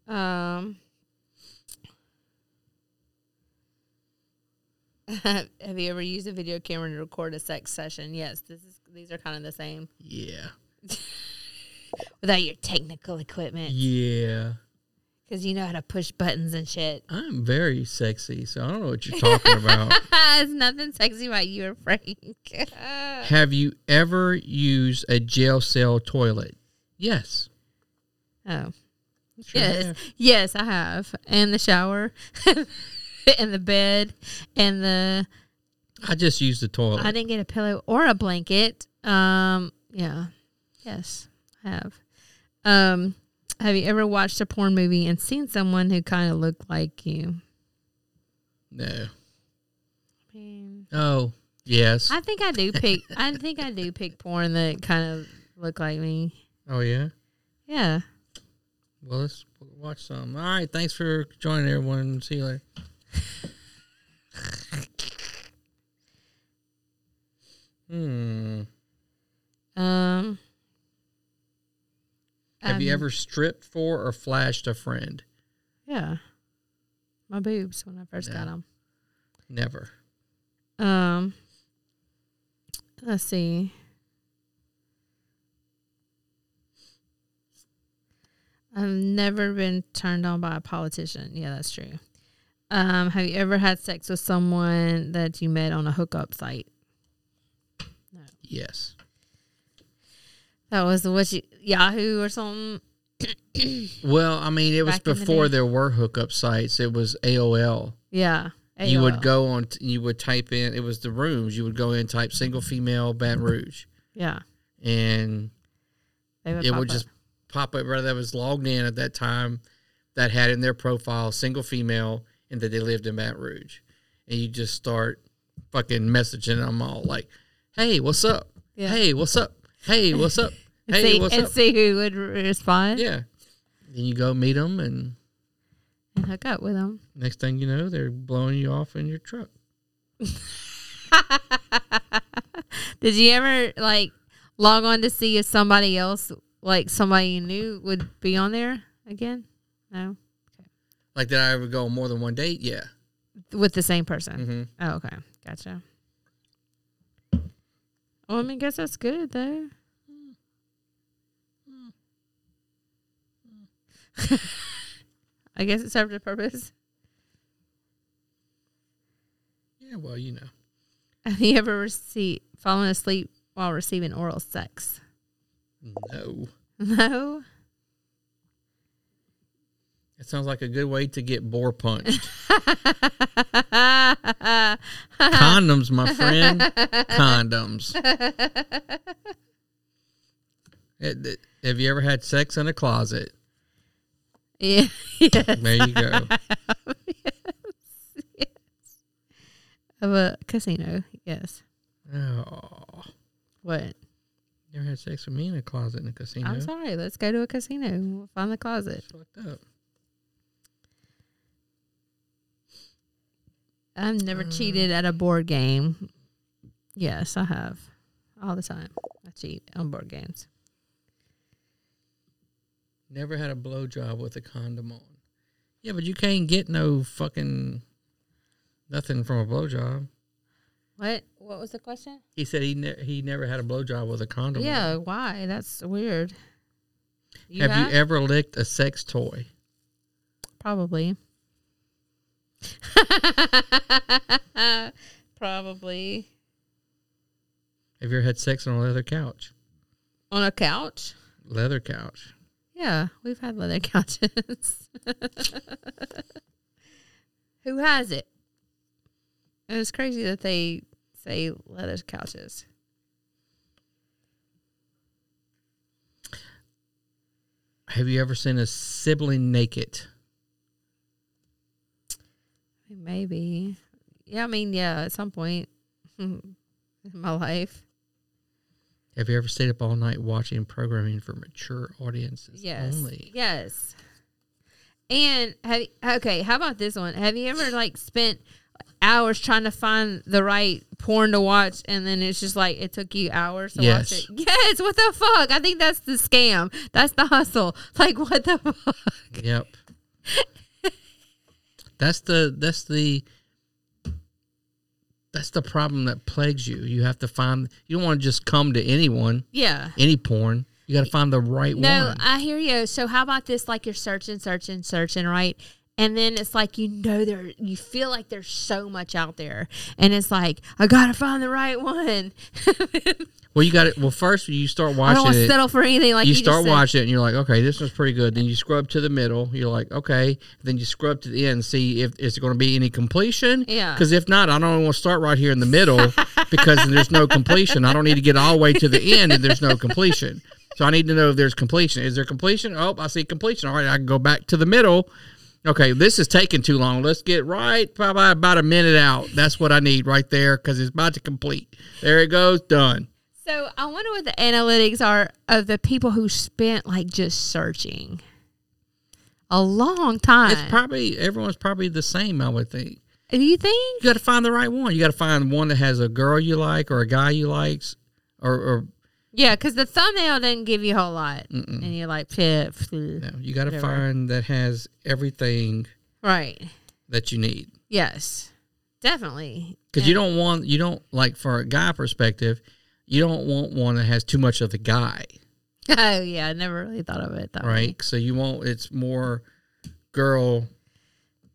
Speaker 6: Okay. Um. Have you ever used a video camera to record a sex session? Yes, this is these are kind of the same
Speaker 5: Yeah.
Speaker 6: without your technical equipment
Speaker 5: Yeah.
Speaker 6: because you know how to push buttons and shit.
Speaker 5: I'm very sexy, so I don't know what you're talking about.
Speaker 6: There's nothing sexy about you or Frank.
Speaker 5: Have you ever used a jail cell toilet? Yes.
Speaker 6: oh,
Speaker 5: Sure
Speaker 6: yes,
Speaker 5: have.
Speaker 6: yes, I have, and the shower, and the bed, and the
Speaker 5: I just used the toilet.
Speaker 6: I didn't get a pillow or a blanket. Um, yeah. Yes, I have. Um, have you ever watched a porn movie and seen someone who kind of looked like you?
Speaker 5: no.
Speaker 6: I mean,
Speaker 5: Oh, Yes.
Speaker 6: I think I do pick. I think I do pick porn that kind of look like me.
Speaker 5: Oh yeah.
Speaker 6: Yeah.
Speaker 5: Well, let's watch some. All right. Thanks for joining everyone. See you later. hmm.
Speaker 6: Um.
Speaker 5: Have you
Speaker 6: I'm-
Speaker 5: ever stripped for or flashed a friend?
Speaker 6: Yeah. My boobs when I first got 'em. got them.
Speaker 5: Never.
Speaker 6: Um, let's see. I've never been turned on by a politician. Yeah, that's true. Um, have you ever had sex with someone that you met on a hookup site?
Speaker 5: Yes.
Speaker 6: That was the what you Yahoo or something.
Speaker 5: Well, I mean, it was
Speaker 6: Back in the
Speaker 5: before
Speaker 6: day.
Speaker 5: there were hookup sites. It was AOL.
Speaker 6: Yeah,
Speaker 5: You
Speaker 6: AOL.
Speaker 5: would go on. t- You would type in. It was the rooms. You would go in, type single female Baton Rouge,
Speaker 6: Yeah,
Speaker 5: and
Speaker 6: they would.
Speaker 5: it
Speaker 6: pop
Speaker 5: would
Speaker 6: up.
Speaker 5: just pop up. Rather, that was logged in at that time, that had in their profile single female, and that they lived in Baton Rouge, and you just start fucking messaging them all like, "Hey, what's up?
Speaker 6: Yeah.
Speaker 5: Hey, what's up? Hey, what's up?
Speaker 6: And
Speaker 5: Hey,
Speaker 6: see,
Speaker 5: what's
Speaker 6: and
Speaker 5: up?"
Speaker 6: see who would re- respond.
Speaker 5: Yeah. Then you go meet them, and
Speaker 6: and hook up with them.
Speaker 5: next thing you know, they're blowing you off in your truck.
Speaker 6: Did you ever like log on to see if somebody else, like somebody you knew, would be on there again? No,
Speaker 5: Like, did I ever go on more than one date? Yeah.
Speaker 6: with the same person.
Speaker 5: Mhm.
Speaker 6: Oh, okay, gotcha. Well, I mean, guess that's good though. I guess it served a purpose.
Speaker 5: Yeah, well, you know.
Speaker 6: Have you ever received fallen asleep while receiving oral sex?
Speaker 5: No.
Speaker 6: No.
Speaker 5: It sounds like a good way to get boar punched. Condoms, my friend. Condoms. It- it- have you ever had sex in a closet?
Speaker 6: Yeah. Yes.
Speaker 5: There you go.
Speaker 6: I have. yes. Yes. Of a casino. Yes.
Speaker 5: Oh.
Speaker 6: What?
Speaker 5: Never had sex with me in a closet in a casino.
Speaker 6: I'm sorry. Let's go to a casino. We'll find the closet.
Speaker 5: Fucked up.
Speaker 6: I've never
Speaker 5: Mm.
Speaker 6: cheated at a board game. Yes, I have. All the time. I cheat on board games.
Speaker 5: Never had a blowjob with a condom on. Yeah, but you can't get no fucking nothing from a blowjob.
Speaker 6: What? What was the question?
Speaker 5: He said he ne- he never had a blowjob with a condom.
Speaker 6: Yeah. Why? That's weird.
Speaker 5: on. have you ever licked a sex toy?
Speaker 6: Probably. Probably.
Speaker 5: Have you ever had sex on a leather couch?
Speaker 6: On a couch?
Speaker 5: Leather couch.
Speaker 6: Yeah, we've had leather couches. Who has it? And it's crazy that they say leather couches.
Speaker 5: Have you ever seen a sibling naked?
Speaker 6: Maybe. Yeah, I mean, yeah, at some point in my life.
Speaker 5: Have you ever stayed up all night watching programming for mature audiences
Speaker 6: Yes.
Speaker 5: only?
Speaker 6: Yes. And have okay, how about this one? Have you ever like spent hours trying to find the right porn to watch and then it's just like it took you hours to
Speaker 5: Yes.
Speaker 6: watch it? Yes, what the fuck? I think that's the scam. That's the hustle. Like what the fuck?
Speaker 5: Yep. that's the that's the that's the problem that plagues you. You have to find you don't want to just come to anyone,
Speaker 6: Yeah.
Speaker 5: any porn. You got to find the right
Speaker 6: No,
Speaker 5: one.
Speaker 6: I hear you. So how about this? Like you're searching, searching, searching, right? And then it's like you know there, you feel like there's so much out there, and it's like I gotta find the right one.
Speaker 5: well, you got it. Well, first you start
Speaker 6: I don't
Speaker 5: watching
Speaker 6: want to
Speaker 5: it.
Speaker 6: settle for anything. Like
Speaker 5: you,
Speaker 6: you, just
Speaker 5: start
Speaker 6: said.
Speaker 5: watching it and you're like, okay, this one's pretty good. Then you scrub to the middle. You're like, okay. Then you scrub to the end, see if is there going to be any completion.
Speaker 6: Yeah.
Speaker 5: Because if not, I don't want to start right here in the middle because then there's no completion. I don't need to get all the way to the end if there's no completion. So I need to know if there's completion. Is there completion? Oh, I see completion. All right, I can go back to the middle Okay, this is taking too long. Let's get right probably about a minute out. That's what I need right there because it's about to complete. There it goes, done.
Speaker 6: So I wonder what the analytics are of the people who spent like just searching a long time.
Speaker 5: It's probably everyone's probably the same. I would think.
Speaker 6: Do you think?
Speaker 5: You got to find the right one. You got to find one that has a girl you like or a guy you likes, or, or
Speaker 6: Yeah, because the thumbnail didn't give you a whole lot, and you're like, "Pff, pff,
Speaker 5: you got to
Speaker 6: whatever."
Speaker 5: find that has everything
Speaker 6: right.
Speaker 5: that you need.
Speaker 6: Yes, definitely.
Speaker 5: Because you don't want you don't like for a guy perspective, you don't want one that has too much of the guy,
Speaker 6: Oh yeah, I never really thought of it that way.
Speaker 5: right? So you want it's more girl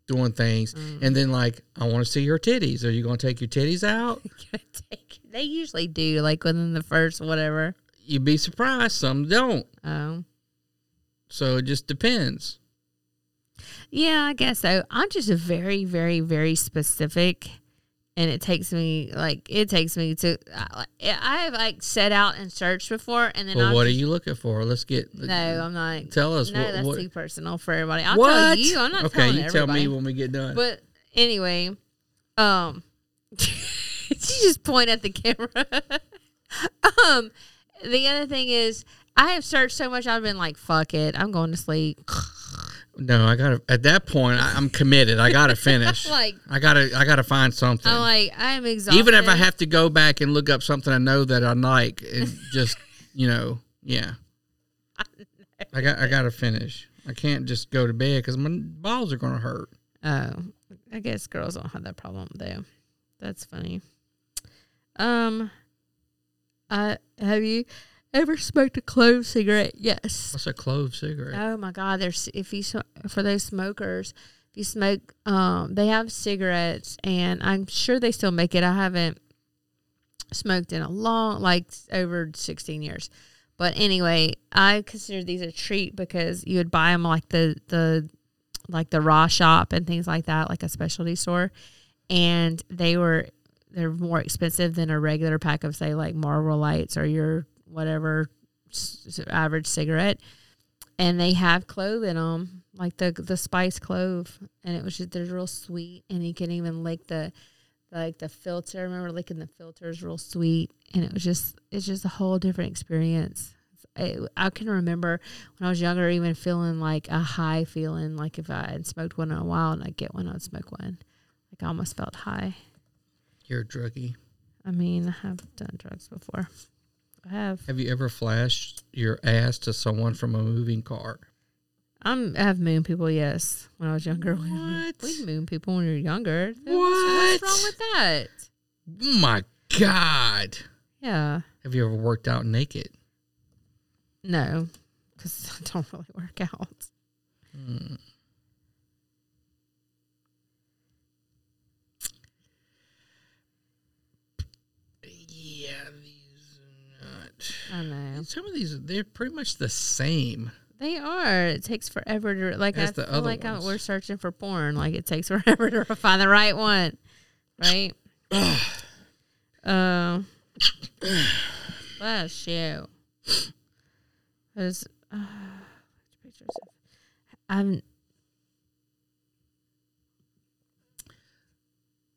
Speaker 5: doing things,
Speaker 6: Mm.
Speaker 5: and then like I want to see your titties. Are you going to take your titties out?
Speaker 6: They usually do like within the first whatever.
Speaker 5: You'd be surprised. Some don't.
Speaker 6: Oh.
Speaker 5: So it just depends.
Speaker 6: Yeah, I guess so. I'm just very, very, very specific, and it takes me like it takes me to. I, I have like set out and searched before, and then
Speaker 5: Well,
Speaker 6: I'm
Speaker 5: what
Speaker 6: just,
Speaker 5: are you looking for? Let's get.
Speaker 6: No, I'm not.
Speaker 5: Tell us
Speaker 6: No,
Speaker 5: what-
Speaker 6: that's
Speaker 5: what-
Speaker 6: too personal for everybody. I'll tell
Speaker 5: What?
Speaker 6: you. I'm not
Speaker 5: okay,
Speaker 6: telling
Speaker 5: you tell
Speaker 6: everybody.
Speaker 5: me when we get done.
Speaker 6: But anyway, um, you just point at the camera. um, the other thing is, I have searched so much. I've been like, "Fuck it, I'm going to sleep."
Speaker 5: no, I gotta. At that point, I, I'm committed. I gotta finish.
Speaker 6: Like-
Speaker 5: I gotta. I gotta find something.
Speaker 6: I'm like, I'm exhausted.
Speaker 5: Even if I have to go back and look up something I know that I like, and just you know, yeah. I got. I gotta finish. I can't just go to bed because my balls are gonna hurt.
Speaker 6: Oh, I guess girls don't have that problem though. That's funny. Um, I have you ever smoked a clove cigarette? Yes.
Speaker 5: What's a clove cigarette?
Speaker 6: Oh my God! There's if you sm- for those smokers, if you smoke, um, they have cigarettes, and I'm sure they still make it. I haven't smoked in a long, like over 16 years. But anyway, I consider these a treat because you would buy them like the the like the raw shop and things like that, like a specialty store, and they were they're more expensive than a regular pack of say like Marlboro Lights or your whatever s- s- average cigarette and they have clove in them, like the the spice clove, and it was just they're real sweet, and you can even lick the like the filter. I remember licking the filter is real sweet, and it was just it's just a whole different experience. I, I can remember when I was younger, even feeling like a high feeling, like if I had smoked one in a while and I would get one, I'd smoke one. Like I almost felt high.
Speaker 5: You're a druggie.
Speaker 6: I mean, I have done drugs before. I have.
Speaker 5: Have you ever flashed your ass to someone from a moving car?
Speaker 6: I'm I have moon people, yes. When I was younger, we- we moon people when we were younger. What's, what's wrong with that?
Speaker 5: Oh my God.
Speaker 6: Yeah,
Speaker 5: Have you ever worked out naked?
Speaker 6: no, because I don't really work out.
Speaker 5: Yeah, these
Speaker 6: I know
Speaker 5: Some of these, they're pretty much the same.
Speaker 6: they are. It takes forever to like.
Speaker 5: That's
Speaker 6: I
Speaker 5: the
Speaker 6: feel
Speaker 5: other
Speaker 6: like I,
Speaker 5: ones.
Speaker 6: we're searching for porn. Like it takes forever to find the right one, right? uh, bless you. There's uh, pictures. of- I'm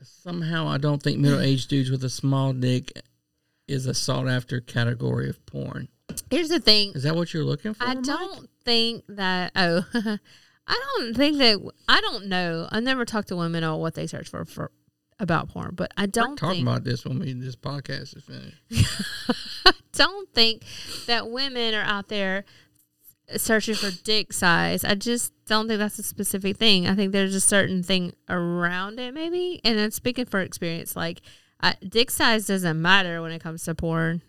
Speaker 5: Somehow, I don't think middle aged dudes with a small dick is a sought after category of porn.
Speaker 6: Here's the thing.
Speaker 5: Is that what you're looking for?
Speaker 6: I don't think that. Oh, I don't think that. I don't know. I never talk to women on what they search for for about porn, but I
Speaker 5: We're
Speaker 6: don't
Speaker 5: talking
Speaker 6: think,
Speaker 5: about this when we this podcast is finished.
Speaker 6: don't think that women are out there searching for dick size. I just don't think that's a specific thing. I think there's a certain thing around it, maybe. And I'm speaking for experience. Like, I, dick size doesn't matter when it comes to porn.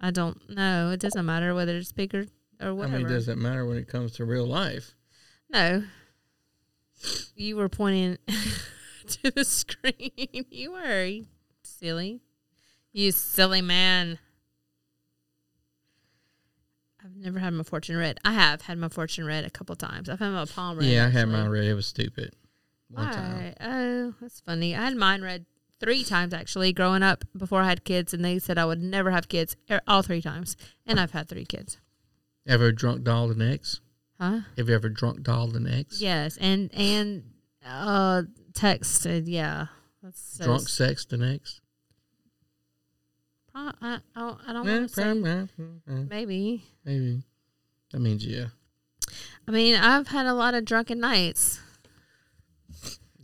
Speaker 6: I don't know. It doesn't matter whether it's bigger or
Speaker 5: I
Speaker 6: whatever.
Speaker 5: mean, it doesn't matter when it comes to real life.
Speaker 6: No. You were pointing to the screen. You were you silly. You silly man. I've never had my fortune read. I have had my fortune read a couple times. I've had my palm read.
Speaker 5: yeah, I had
Speaker 6: actually.
Speaker 5: mine read. It was stupid. One time.
Speaker 6: Why? Oh, that's funny. I had mine read three times actually growing up before I had kids, and they said I would never have kids er, all three times, and I've had three kids.
Speaker 5: Ever drunk doll the next?
Speaker 6: Huh?
Speaker 5: Have you ever drunk dialed an ex?
Speaker 6: Yes, and and uh texted. Yeah, that's so
Speaker 5: drunk sexed an ex?
Speaker 6: I, I, I don't, I don't
Speaker 5: Yeah,
Speaker 6: want to say
Speaker 5: probably, yeah, mm, yeah.
Speaker 6: maybe.
Speaker 5: Maybe. That means yeah.
Speaker 6: I mean, I've had a lot of drunken nights.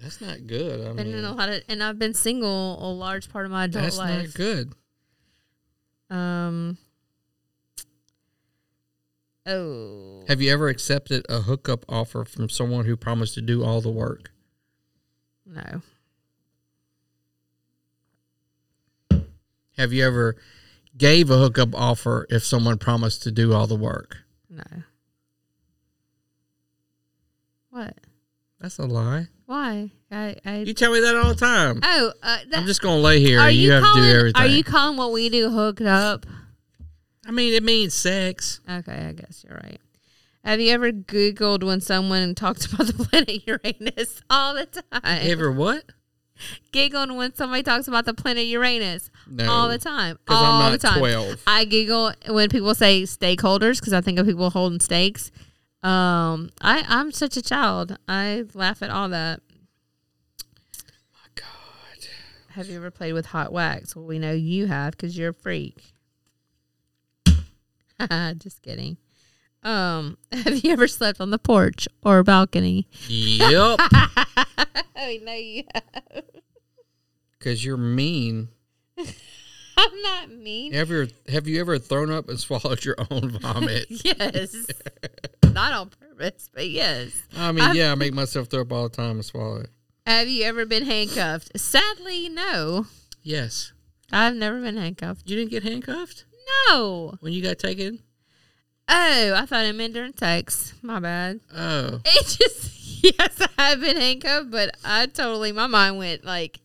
Speaker 5: That's not good. I
Speaker 6: been
Speaker 5: mean,
Speaker 6: in a lot of, and I've been single a large part of my adult
Speaker 5: that's
Speaker 6: life.
Speaker 5: not good.
Speaker 6: Um. Oh.
Speaker 5: Have you ever accepted a hookup offer from someone who promised to do all the work?
Speaker 6: No.
Speaker 5: Have you ever gave a hookup offer if someone promised to do all the work?
Speaker 6: No. What?
Speaker 5: That's a lie.
Speaker 6: Why? I. I
Speaker 5: You tell me that all the time.
Speaker 6: oh. Uh, that,
Speaker 5: I'm just gonna lay here.
Speaker 6: Are
Speaker 5: and you,
Speaker 6: you,
Speaker 5: have
Speaker 6: calling,
Speaker 5: to do everything.
Speaker 6: Are you calling what we do hooked up?
Speaker 5: I mean, it means sex.
Speaker 6: Okay, I guess you're right. Have you ever Googled when someone talked about the planet Uranus all the time?
Speaker 5: Ever what?
Speaker 6: Giggling when somebody talks about the planet Uranus
Speaker 5: No,
Speaker 6: all the time.
Speaker 5: 'cause I'm
Speaker 6: All
Speaker 5: not
Speaker 6: the time.
Speaker 5: 12.
Speaker 6: I giggle when people say stakeholders because I think of people holding stakes. Um, I I'm such a child. I laugh at all that. My God. Have you ever played with hot wax? Well, we know you have because you're a freak. Just kidding. Um, have you ever slept on the porch or balcony?
Speaker 5: Yep.
Speaker 6: Oh, we know you have.
Speaker 5: Because you're mean.
Speaker 6: I'm not mean.
Speaker 5: Ever have you ever thrown up and swallowed your own vomit?
Speaker 6: yes. Not on purpose, but yes.
Speaker 5: I mean, yeah, I make myself throw up all the time and swallow it.
Speaker 6: Have you ever been handcuffed? Sadly, no.
Speaker 5: Yes.
Speaker 6: I've never been handcuffed.
Speaker 5: You didn't get handcuffed
Speaker 6: No.
Speaker 5: when you got taken?
Speaker 6: Oh, I thought I meant during sex. My bad.
Speaker 5: Oh.
Speaker 6: It just yes, I have been handcuffed, but I totally my mind went like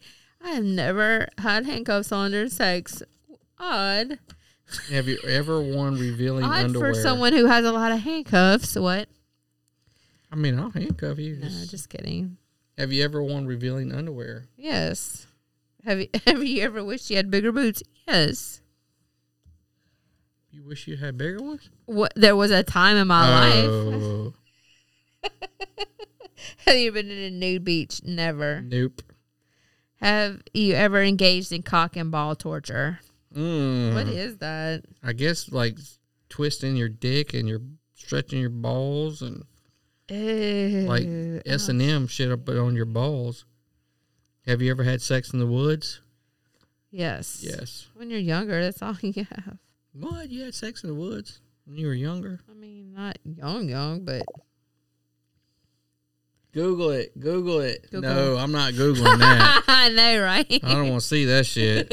Speaker 6: I have never had handcuffs on during sex. Odd.
Speaker 5: Have you ever worn revealing
Speaker 6: Odd
Speaker 5: underwear?
Speaker 6: for someone who has a lot of handcuffs. What?
Speaker 5: I mean, I'll handcuff you.
Speaker 6: No,
Speaker 5: Just-
Speaker 6: just kidding.
Speaker 5: Have you ever worn revealing underwear?
Speaker 6: Yes. Have you have you ever wished you had bigger boots? Yes.
Speaker 5: You wish you had bigger ones?
Speaker 6: What there was a time in my life.
Speaker 5: Oh,
Speaker 6: Have you been in a nude beach? Never.
Speaker 5: nope.
Speaker 6: Have you ever engaged in cock and ball torture?
Speaker 5: Mm.
Speaker 6: What is that?
Speaker 5: I guess like twisting your dick and you're stretching your balls and like
Speaker 6: Ew.
Speaker 5: S and M shit up on your balls. Have you ever had sex in the woods?
Speaker 6: Yes.
Speaker 5: Yes.
Speaker 6: When you're younger, that's all you have.
Speaker 5: What? You had sex in the woods when you were younger?
Speaker 6: I mean, not young, young, but
Speaker 5: Google it. Google it.
Speaker 6: Google
Speaker 5: No, I'm not googling that.
Speaker 6: I know, right?
Speaker 5: I don't want to see that shit.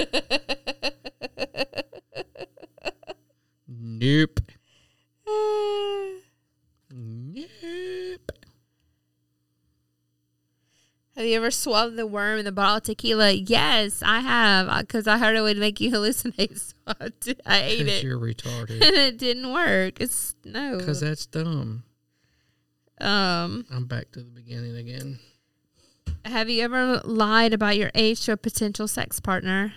Speaker 5: nope. Nope.
Speaker 6: Have you ever swallowed the worm in the bottle of tequila? Yes, I have, because I heard it would make you hallucinate, so I, did- I ate
Speaker 5: Because
Speaker 6: it,
Speaker 5: you're
Speaker 6: and
Speaker 5: retarded.
Speaker 6: it didn't work. It's no.
Speaker 5: Because that's dumb.
Speaker 6: um,
Speaker 5: I'm back to the beginning again.
Speaker 6: have you ever lied about your age to a potential sex partner?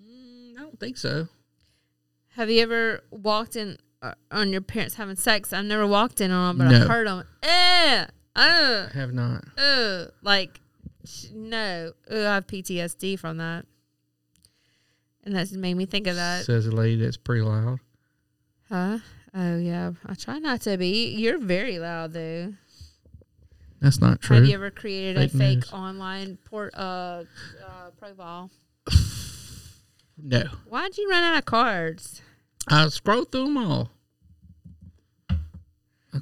Speaker 6: Mm,
Speaker 5: I don't think so.
Speaker 6: Have you ever walked in uh, on your parents having sex? I've never walked in on them, but
Speaker 5: No.
Speaker 6: I've heard them. Eh, uh,
Speaker 5: I have not.
Speaker 6: Ugh, like sh- no, Ugh, I have PTSD from that, and that's made me think of that.
Speaker 5: Says a lady that's pretty loud.
Speaker 6: huh? Oh yeah, I try not to be. You're very loud though.
Speaker 5: That's not true.
Speaker 6: Have you ever created
Speaker 5: Fake
Speaker 6: a fake
Speaker 5: news.
Speaker 6: online port uh, uh profile?
Speaker 5: no.
Speaker 6: Why'd you run out of cards?
Speaker 5: I scroll through them all.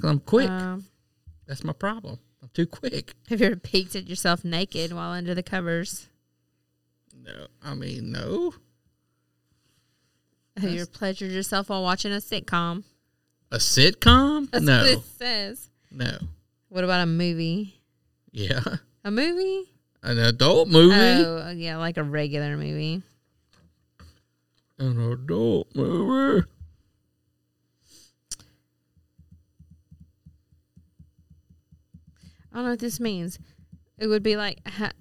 Speaker 5: I'm quick.
Speaker 6: Um,
Speaker 5: that's my problem. I'm too quick.
Speaker 6: have you ever peeked at yourself naked while under the covers?
Speaker 5: No, I mean no.
Speaker 6: Have you ever pleasured yourself while watching a sitcom?
Speaker 5: A sitcom?
Speaker 6: That's what
Speaker 5: no,
Speaker 6: it says.
Speaker 5: no.
Speaker 6: What about a movie?
Speaker 5: Yeah,
Speaker 6: A movie?
Speaker 5: an adult movie.
Speaker 6: Oh, yeah, like a regular movie.
Speaker 5: An adult movie.
Speaker 6: I don't know what this means. It would be like ha-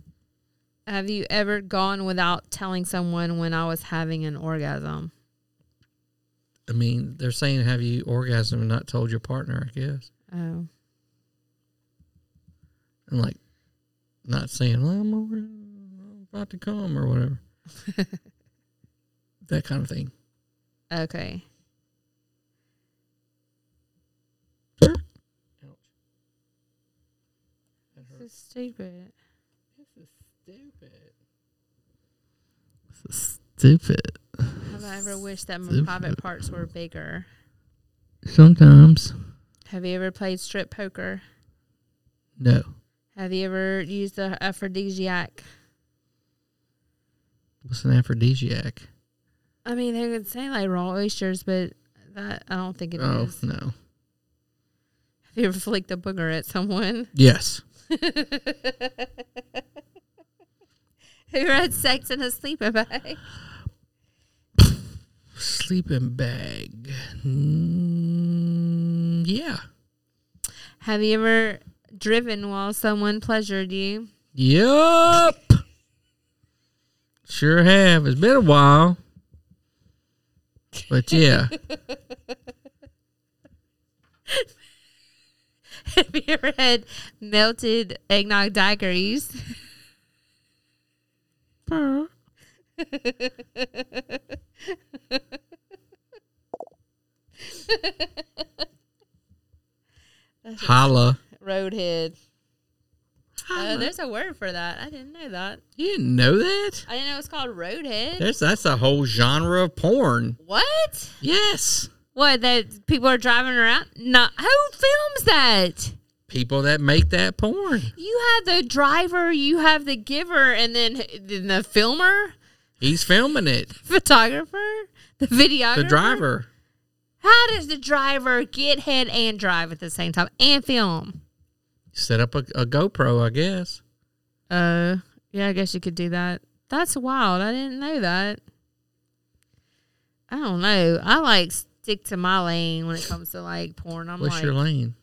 Speaker 6: Have you ever gone without telling someone when I was having an orgasm?
Speaker 5: I mean, they're saying have you orgasm and not told your partner, I guess.
Speaker 6: Oh.
Speaker 5: And like not saying, well, I'm over I'm about to come or whatever. that kind of thing.
Speaker 6: Okay. This is stupid.
Speaker 5: This is stupid.
Speaker 9: Stupid.
Speaker 6: Have I ever wished that my
Speaker 9: Stupid.
Speaker 6: private parts were bigger?
Speaker 9: Sometimes.
Speaker 6: Have you ever played strip poker?
Speaker 9: No.
Speaker 6: Have you ever used a aphrodisiac?
Speaker 5: What's an aphrodisiac?
Speaker 6: I mean, they would say like raw oysters, but that I don't think it is.
Speaker 5: oh, no.
Speaker 6: Have you ever flicked a booger at someone?
Speaker 5: Yes.
Speaker 6: Who had sex in a sleeping bag?
Speaker 5: Sleeping bag. Mm, yeah.
Speaker 6: Have you ever driven while someone pleasured you?
Speaker 5: Yup. Sure have. It's been a while. But yeah.
Speaker 6: Have you ever had melted eggnog daiquiris? That's a
Speaker 5: Holla.
Speaker 6: Roadhead. Oh, there's a word for that. I didn't know that.
Speaker 5: You didn't know that?
Speaker 6: I didn't know it's called roadhead.
Speaker 5: That's that's a whole genre of porn.
Speaker 6: what?
Speaker 5: Yes.
Speaker 6: What that people are driving around? No, who films that?
Speaker 5: People that make that porn.
Speaker 6: You have the driver, you have the giver, and then, then the filmer,
Speaker 5: He's filming it.
Speaker 6: photographer, the videographer.
Speaker 5: The driver.
Speaker 6: How does the driver get head and drive at the same time and film?
Speaker 5: Set up a, a GoPro, I guess.
Speaker 6: Uh, yeah, I guess you could do that. That's wild. I didn't know that. I don't know. I like stick to my lane when it comes to like porn. I'm
Speaker 5: What's
Speaker 6: like
Speaker 5: your lane?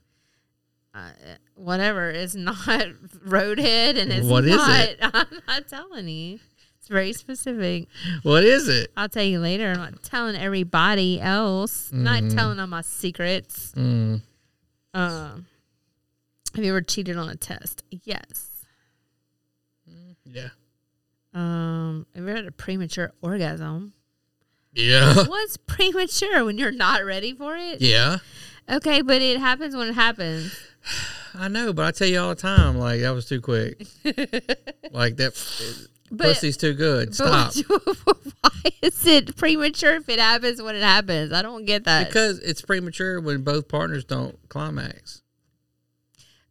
Speaker 6: Uh, whatever. It's not roadhead, and it's
Speaker 5: What is
Speaker 6: not,
Speaker 5: it?
Speaker 6: I'm not telling you. It's very specific.
Speaker 5: What is it?
Speaker 6: I'll tell you later. I'm not telling everybody else. Not
Speaker 5: Mm.
Speaker 6: telling them my secrets.
Speaker 5: Mm,
Speaker 6: Um, have you ever cheated on a test? Yes.
Speaker 5: yeah.
Speaker 6: Um, have you ever had a premature orgasm?
Speaker 5: Yeah.
Speaker 6: What's premature when you're not ready for it?
Speaker 5: Yeah.
Speaker 6: Okay, but it happens when it happens.
Speaker 5: I know, but I tell you all the time, like that was too quick. like that
Speaker 6: But-
Speaker 5: pussy's too good. Stop.
Speaker 6: But why is it premature if it happens when it happens? I don't get that.
Speaker 5: Because it's premature when both partners don't climax.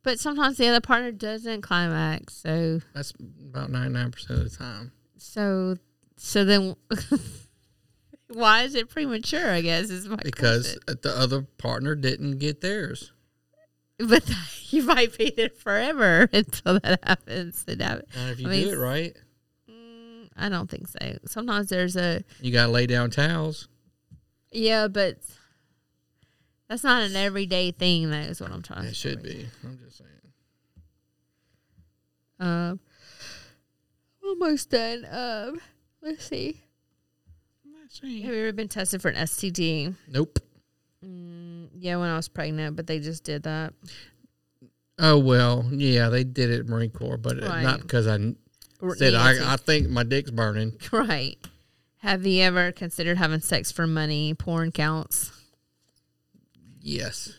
Speaker 6: but sometimes the other partner doesn't climax, so
Speaker 5: That's about ninety nine percent of the time.
Speaker 6: so so then why is it premature? I guess is my
Speaker 5: Because the other partner didn't get theirs.
Speaker 6: question. but you might be there forever until that happens. It happens.
Speaker 5: Now, if
Speaker 6: I
Speaker 5: you
Speaker 6: mean,
Speaker 5: do it right,
Speaker 6: I don't think so. Sometimes there's a
Speaker 5: you gotta lay down towels.
Speaker 6: yeah, but that's not an everyday thing. Though is what I'm trying. to
Speaker 5: It should be. I'm just saying.
Speaker 6: Um, almost done. Um, let's see. Have you ever been tested for an STD?
Speaker 5: Nope.
Speaker 6: Mm, yeah, when I was pregnant, but they just did that.
Speaker 5: Oh well, yeah, they did it at Marine Corps, but it-
Speaker 6: Right.
Speaker 5: not because I n-
Speaker 6: Or E
Speaker 5: said
Speaker 6: needed to.
Speaker 5: I, I think my dick's burning.
Speaker 6: Right. Have you ever considered having sex for money? Porn counts.
Speaker 5: Yes.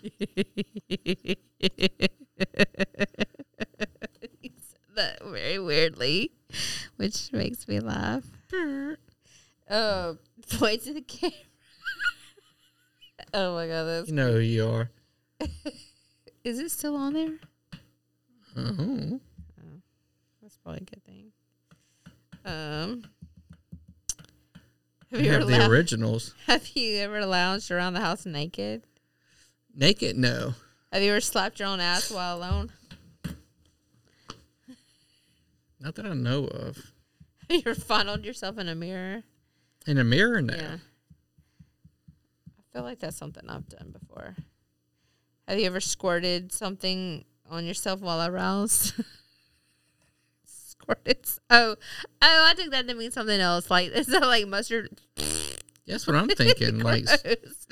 Speaker 6: that very weirdly, which makes me laugh. Oh, point to the camera. oh my god, that's
Speaker 5: You know who you are.
Speaker 6: Is it still on there? Mm-hmm.
Speaker 5: Uh-huh.
Speaker 6: That's probably a good thing. Um, have
Speaker 5: You
Speaker 6: you,
Speaker 5: have
Speaker 6: ever
Speaker 5: the
Speaker 6: lou-
Speaker 5: originals.
Speaker 6: have you ever lounged around the house naked?
Speaker 5: Naked? No.
Speaker 6: Have you ever slapped your own ass while alone?
Speaker 5: Not that I know of.
Speaker 6: Have you ever fondled yourself in a mirror?
Speaker 5: In a mirror? No.
Speaker 6: I feel like that's something I've done before. Have you ever squirted something on yourself while aroused? retarded. Oh, oh, I took that to mean something else. Like it's not like mustard.
Speaker 5: That's what I'm thinking. like s-
Speaker 6: Gross.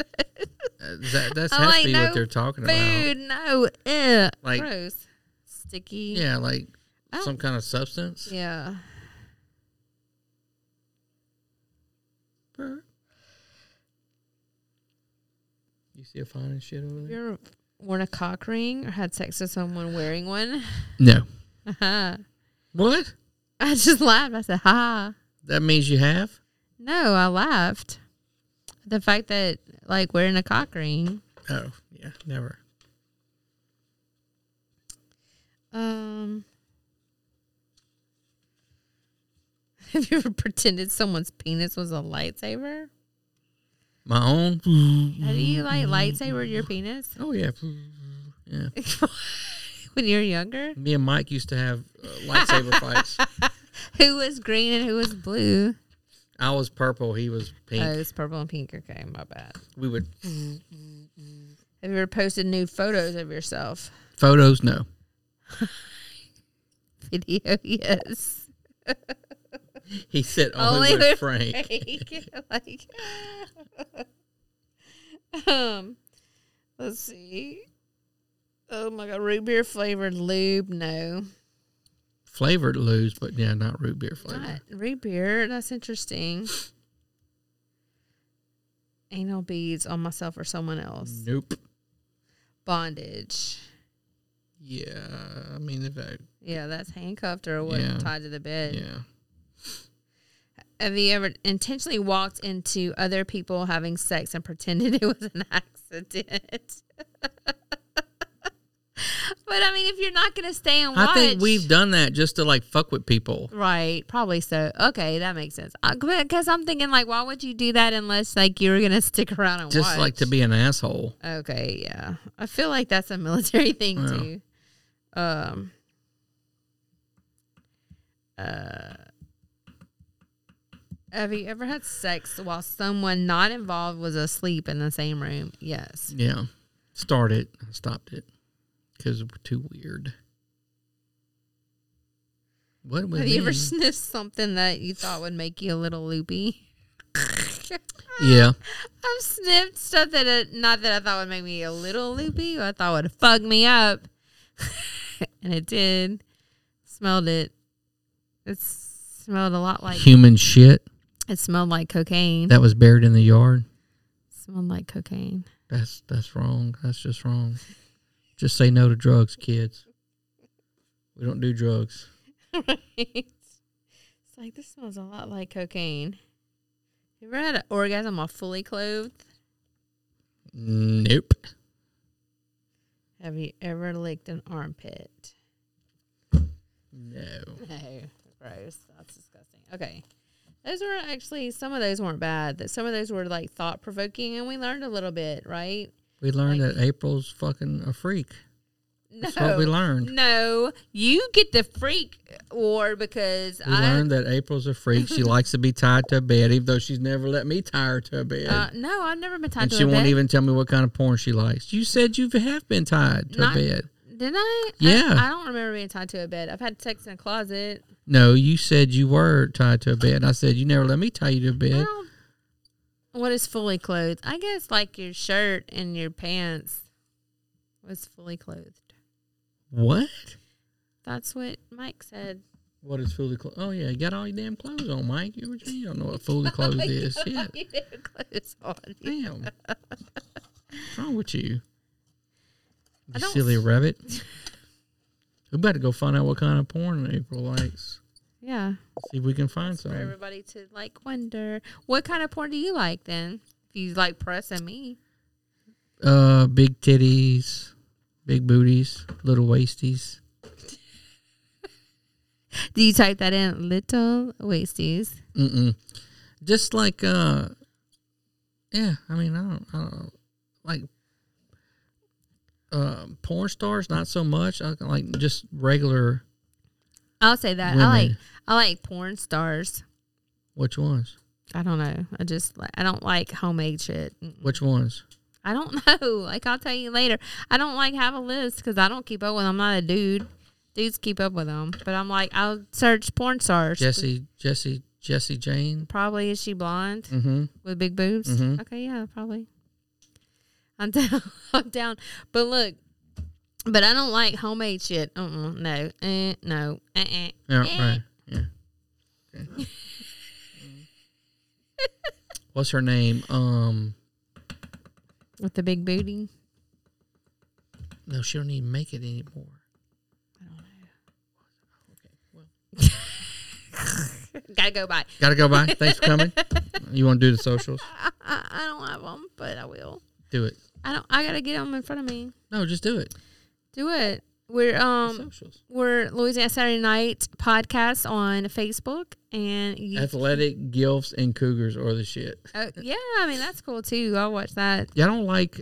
Speaker 5: that that's
Speaker 6: I'm
Speaker 5: has
Speaker 6: like,
Speaker 5: to be
Speaker 6: no
Speaker 5: what they're talking about.
Speaker 6: food, no, ew,
Speaker 5: eh, Like-
Speaker 6: gross, sticky.
Speaker 5: Yeah, like
Speaker 6: I
Speaker 5: some kind of substance.
Speaker 6: Oh. Yeah.
Speaker 5: You see a fine and shit over
Speaker 6: Have
Speaker 5: there?
Speaker 6: you ever worn a cock ring or had sex with someone wearing one?
Speaker 5: No.
Speaker 6: I
Speaker 5: What?
Speaker 6: just laughed. I said, "Ha."
Speaker 5: That means you have?
Speaker 6: No, I laughed. The fact that like wearing a cock ring.
Speaker 5: Oh, yeah, never.
Speaker 6: Um. Have you ever pretended someone's penis was a lightsaber?
Speaker 5: My own.
Speaker 6: How do you like lightsaber your penis?
Speaker 5: Oh yeah, yeah.
Speaker 6: when you're younger,
Speaker 5: Me and Mike used to have uh, lightsaber fights.
Speaker 6: who was green and who was blue?
Speaker 5: I was purple. He was pink.
Speaker 6: Oh, it's purple and pink. Okay, my bad.
Speaker 5: we would
Speaker 6: Have you ever posted nude photos of yourself?
Speaker 5: photos. No.
Speaker 6: Video, yes.
Speaker 5: He said only, with, Frank.
Speaker 6: Frank. like, um, let's see. Oh my god, root beer flavored lube? No,
Speaker 5: Flavored lose, but yeah, not root beer flavor.
Speaker 6: not root beer. That's interesting. Anal beads on myself or someone else.
Speaker 5: Nope.
Speaker 6: Bondage.
Speaker 5: Yeah, I mean if I,
Speaker 6: Yeah, that's handcuffed or what
Speaker 5: Yeah.
Speaker 6: tied to the bed.
Speaker 5: yeah.
Speaker 6: Have you ever intentionally walked into other people having sex and pretended it was an accident? but I mean, if you're not going to stay and watch,
Speaker 5: I think we've done that just to like fuck with people.
Speaker 6: right, probably so. Okay, that makes sense. Because I'm thinking, like, why would you do that unless like you were going to stick around and
Speaker 5: Just
Speaker 6: watch?
Speaker 5: like to be an asshole.
Speaker 6: Okay, yeah, I feel like that's a military thing
Speaker 5: Yeah.
Speaker 6: too. Um. Uh. Have you ever had sex while someone not involved was asleep in the same room? Yes.
Speaker 5: Yeah. Started. I stopped it because too weird. What was
Speaker 6: Have you ever
Speaker 5: me?
Speaker 6: sniffed something that you thought would make you a little loopy?
Speaker 5: Yeah.
Speaker 6: I've sniffed stuff that it, not that I thought would make me a little loopy, but I thought would fuck me up, and it did. Smelled it. It smelled a lot like
Speaker 5: Human shit
Speaker 6: it smelled like cocaine.
Speaker 5: that was buried in the yard.
Speaker 6: smelled like cocaine.
Speaker 5: That's that's wrong. That's just wrong. Just say no to drugs, kids. We don't do drugs.
Speaker 6: right? It's like this smells a lot like cocaine. You ever had an orgasm while fully clothed?
Speaker 5: Nope.
Speaker 6: Have you ever licked an armpit?
Speaker 5: No.
Speaker 6: No, gross. That's disgusting. Okay. Those were actually some of those weren't bad. That some of those were like thought provoking, and we learned a little bit, right?
Speaker 5: We learned that April's fucking a freak.
Speaker 6: No,
Speaker 5: That's what we learned.
Speaker 6: No, you get the freak award because
Speaker 5: We
Speaker 6: I
Speaker 5: learned that April's a freak. She likes to be tied to a bed, even though she's never let me tie her to a bed.
Speaker 6: uh, no, I've never been tied
Speaker 5: and
Speaker 6: to
Speaker 5: she
Speaker 6: a
Speaker 5: won't
Speaker 6: bed.
Speaker 5: even tell me what kind of porn she likes. You said you have been tied to
Speaker 6: Not-
Speaker 5: a bed.
Speaker 6: Did I? I-
Speaker 5: Yeah.
Speaker 6: I, don't remember being tied to a bed. I've had sex in a closet.
Speaker 5: No, you said you were tied to a bed. And I said you never let me tie you to a
Speaker 6: I
Speaker 5: bed.
Speaker 6: don't. What is fully clothed? I guess like your shirt and your pants was fully clothed.
Speaker 5: What?
Speaker 6: That's what Mike said.
Speaker 5: What is fully clothed? Oh yeah, you got all your damn clothes on, Mike. You, you don't know what fully clothed is. Shit.
Speaker 6: You didn't clothes on.
Speaker 5: Damn. What's wrong with you?
Speaker 6: I
Speaker 5: You
Speaker 6: don't-
Speaker 5: silly rabbit. we better go find out what kind of porn April likes.
Speaker 6: Yeah.
Speaker 5: See if we can find
Speaker 6: For
Speaker 5: some.
Speaker 6: everybody to like wonder what kind of porn do you like then? If you like pressing me.
Speaker 5: Uh, big titties, big booties, little waisties.
Speaker 6: Do you type that in little waisties?
Speaker 5: Mm-mm. Just like uh, yeah. I mean, I don't, I don't like uh, porn stars. Not so much. I like just regular.
Speaker 6: I'll say that. I like
Speaker 5: Women.
Speaker 6: I like porn stars.
Speaker 5: Which ones?
Speaker 6: I don't know. I just li- I don't like homemade shit. Mm-mm.
Speaker 5: Which ones?
Speaker 6: I don't know. Like I'll tell you later. I don't like have a list because I don't keep up with. I'm not a dude. Dudes keep up with them, but I'm like, I'll search porn stars.
Speaker 5: Jesse, Jesse, Jesse Jane.
Speaker 6: Probably is she blonde
Speaker 5: Mhm.
Speaker 6: with big boobs?
Speaker 5: Mhm.
Speaker 6: Okay, yeah, probably. I'm down. I'm down. But look, but I don't like homemade shit. Uh-uh, no, eh, no, uh, uh
Speaker 5: Yeah, right. Yeah. Okay. What's her name? Um,
Speaker 6: with the big booty.
Speaker 5: no, she don't even make it anymore.
Speaker 6: Gotta go by.
Speaker 5: Gotta go by. Thanks for coming. You want to do the socials?
Speaker 6: I, I, I don't have them, but I will.
Speaker 5: Do it.
Speaker 6: I don't. I gotta get them in front of me.
Speaker 5: No, just do it.
Speaker 6: Do it. We're um we're Louisiana Saturday Night podcast on Facebook and you,
Speaker 5: Athletic gilfs and cougars are the shit.
Speaker 6: Oh, yeah, I mean that's cool too. I'll watch that.
Speaker 5: Yeah, I don't like.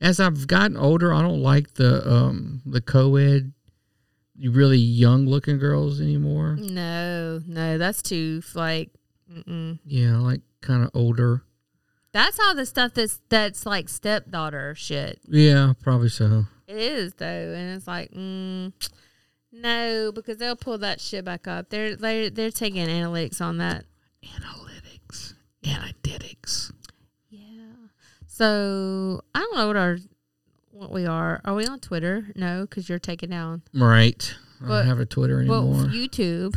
Speaker 5: As I've gotten older, I don't like the um the co-ed, really young looking girls anymore.
Speaker 6: No, no, that's too like. Mm-mm.
Speaker 5: Yeah, I like kind of older.
Speaker 6: That's all the stuff that's that's like stepdaughter shit.
Speaker 5: Yeah, probably so.
Speaker 6: It is though, and it's like, mm, no, because they'll pull that shit back up. They're they they're are taking analytics on that.
Speaker 5: Analytics, analytics.
Speaker 6: So I don't know what our what we are. Are we on Twitter? No, because you're taken down.
Speaker 5: Right. I don't have a Twitter anymore.
Speaker 6: Well, YouTube.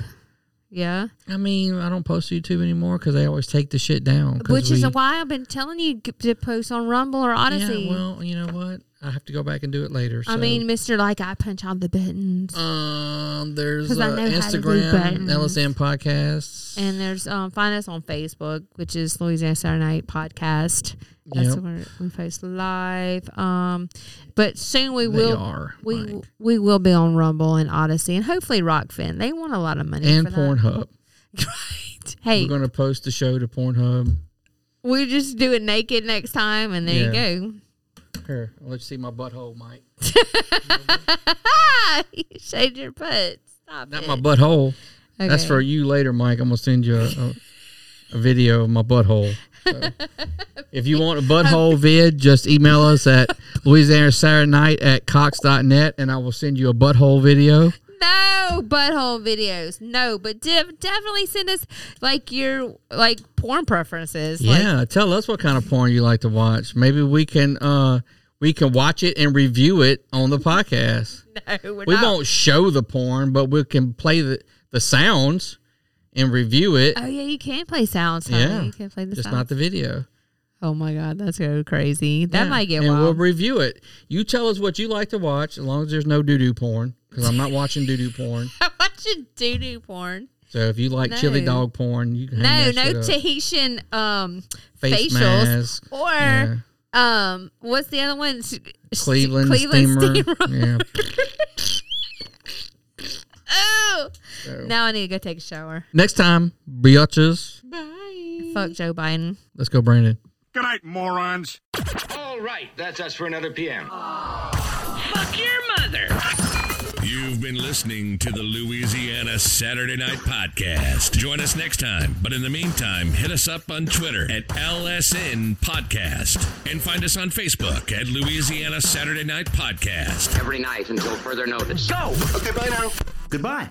Speaker 6: Yeah,
Speaker 5: I mean, I don't post to YouTube anymore because they always take the shit down. 'cause
Speaker 6: which is
Speaker 5: we-
Speaker 6: why I've been telling you g- to post on Rumble or Odyssey.
Speaker 5: Yeah, well, you know what? I have to go back and do it later. So.
Speaker 6: I mean, Mister, like I punch all the buttons.
Speaker 5: um, there's
Speaker 6: 'Cause I
Speaker 5: uh,
Speaker 6: know how to do
Speaker 5: Instagram,
Speaker 6: buttons.
Speaker 5: LSM podcasts.
Speaker 6: And there's um, find us on Facebook, which is Louisiana Saturday Night Podcast. That's
Speaker 5: Yep.
Speaker 6: where we post live. Um, but soon we
Speaker 5: They
Speaker 6: will
Speaker 5: are,
Speaker 6: we we will be on Rumble and Odyssey and hopefully Rockfin. They want a lot of money
Speaker 5: and
Speaker 6: for that.
Speaker 5: Pornhub.
Speaker 6: right? Hey,
Speaker 5: We're gonna post the show to Pornhub.
Speaker 6: we just do it naked next time, and there
Speaker 5: Yeah.
Speaker 6: you go.
Speaker 5: Here, I'll let you see my butthole, Mike.
Speaker 6: you shaved your butt. Stop
Speaker 5: Not
Speaker 6: it.
Speaker 5: my butthole. That's
Speaker 6: Okay.
Speaker 5: for you later, Mike. I'm gonna send you a, a, a video of my butthole. So, if you want a butthole vid, just email us at Louisiana Saturday Night at Cox.net, and I will send you a butthole video.
Speaker 6: No butthole videos. No, but de- definitely send us like your like porn preferences. Like,
Speaker 5: yeah, tell us what kind of porn you like to watch. Maybe we can uh we can watch it and review it on the podcast.
Speaker 6: no, we're
Speaker 5: we
Speaker 6: not.
Speaker 5: won't show the porn, but we can play the the sounds and review it.
Speaker 6: Oh yeah, you can play sounds. Honey.
Speaker 5: yeah,
Speaker 6: Yeah, you can play the
Speaker 5: just
Speaker 6: sounds.
Speaker 5: not the video.
Speaker 6: oh my god, that's so crazy. That
Speaker 5: Yeah,
Speaker 6: might get
Speaker 5: and we'll
Speaker 6: wild.
Speaker 5: review it. You tell us what you like to watch, as long as there's no doo doo porn, because I'm not watching doo doo porn.
Speaker 6: I'm watching doo doo porn.
Speaker 5: So if you like chili
Speaker 6: No.
Speaker 5: dog porn, you can
Speaker 6: No,
Speaker 5: hang that
Speaker 6: no
Speaker 5: shit up.
Speaker 6: Tahitian um
Speaker 5: Face
Speaker 6: facials
Speaker 5: mask,
Speaker 6: or
Speaker 5: yeah.
Speaker 6: um what's the other one? S- s-
Speaker 5: Cleveland, steamer. Yeah.
Speaker 6: Oh,
Speaker 5: So.
Speaker 6: now I need to go take a shower.
Speaker 5: Next time, biatches.
Speaker 6: Fuck Joe Biden.
Speaker 5: Let's go, Brandon.
Speaker 3: Good night, morons.
Speaker 12: All right, that's us for another PM. Fuck your mother.
Speaker 4: You've been listening to the Louisiana Saturday Night Podcast. Join us next time. But in the meantime, hit us up on Twitter at LSN Podcast and find us on Facebook at Louisiana Saturday Night Podcast.
Speaker 12: Every night until further notice. Go! Okay, bye now.
Speaker 4: Goodbye.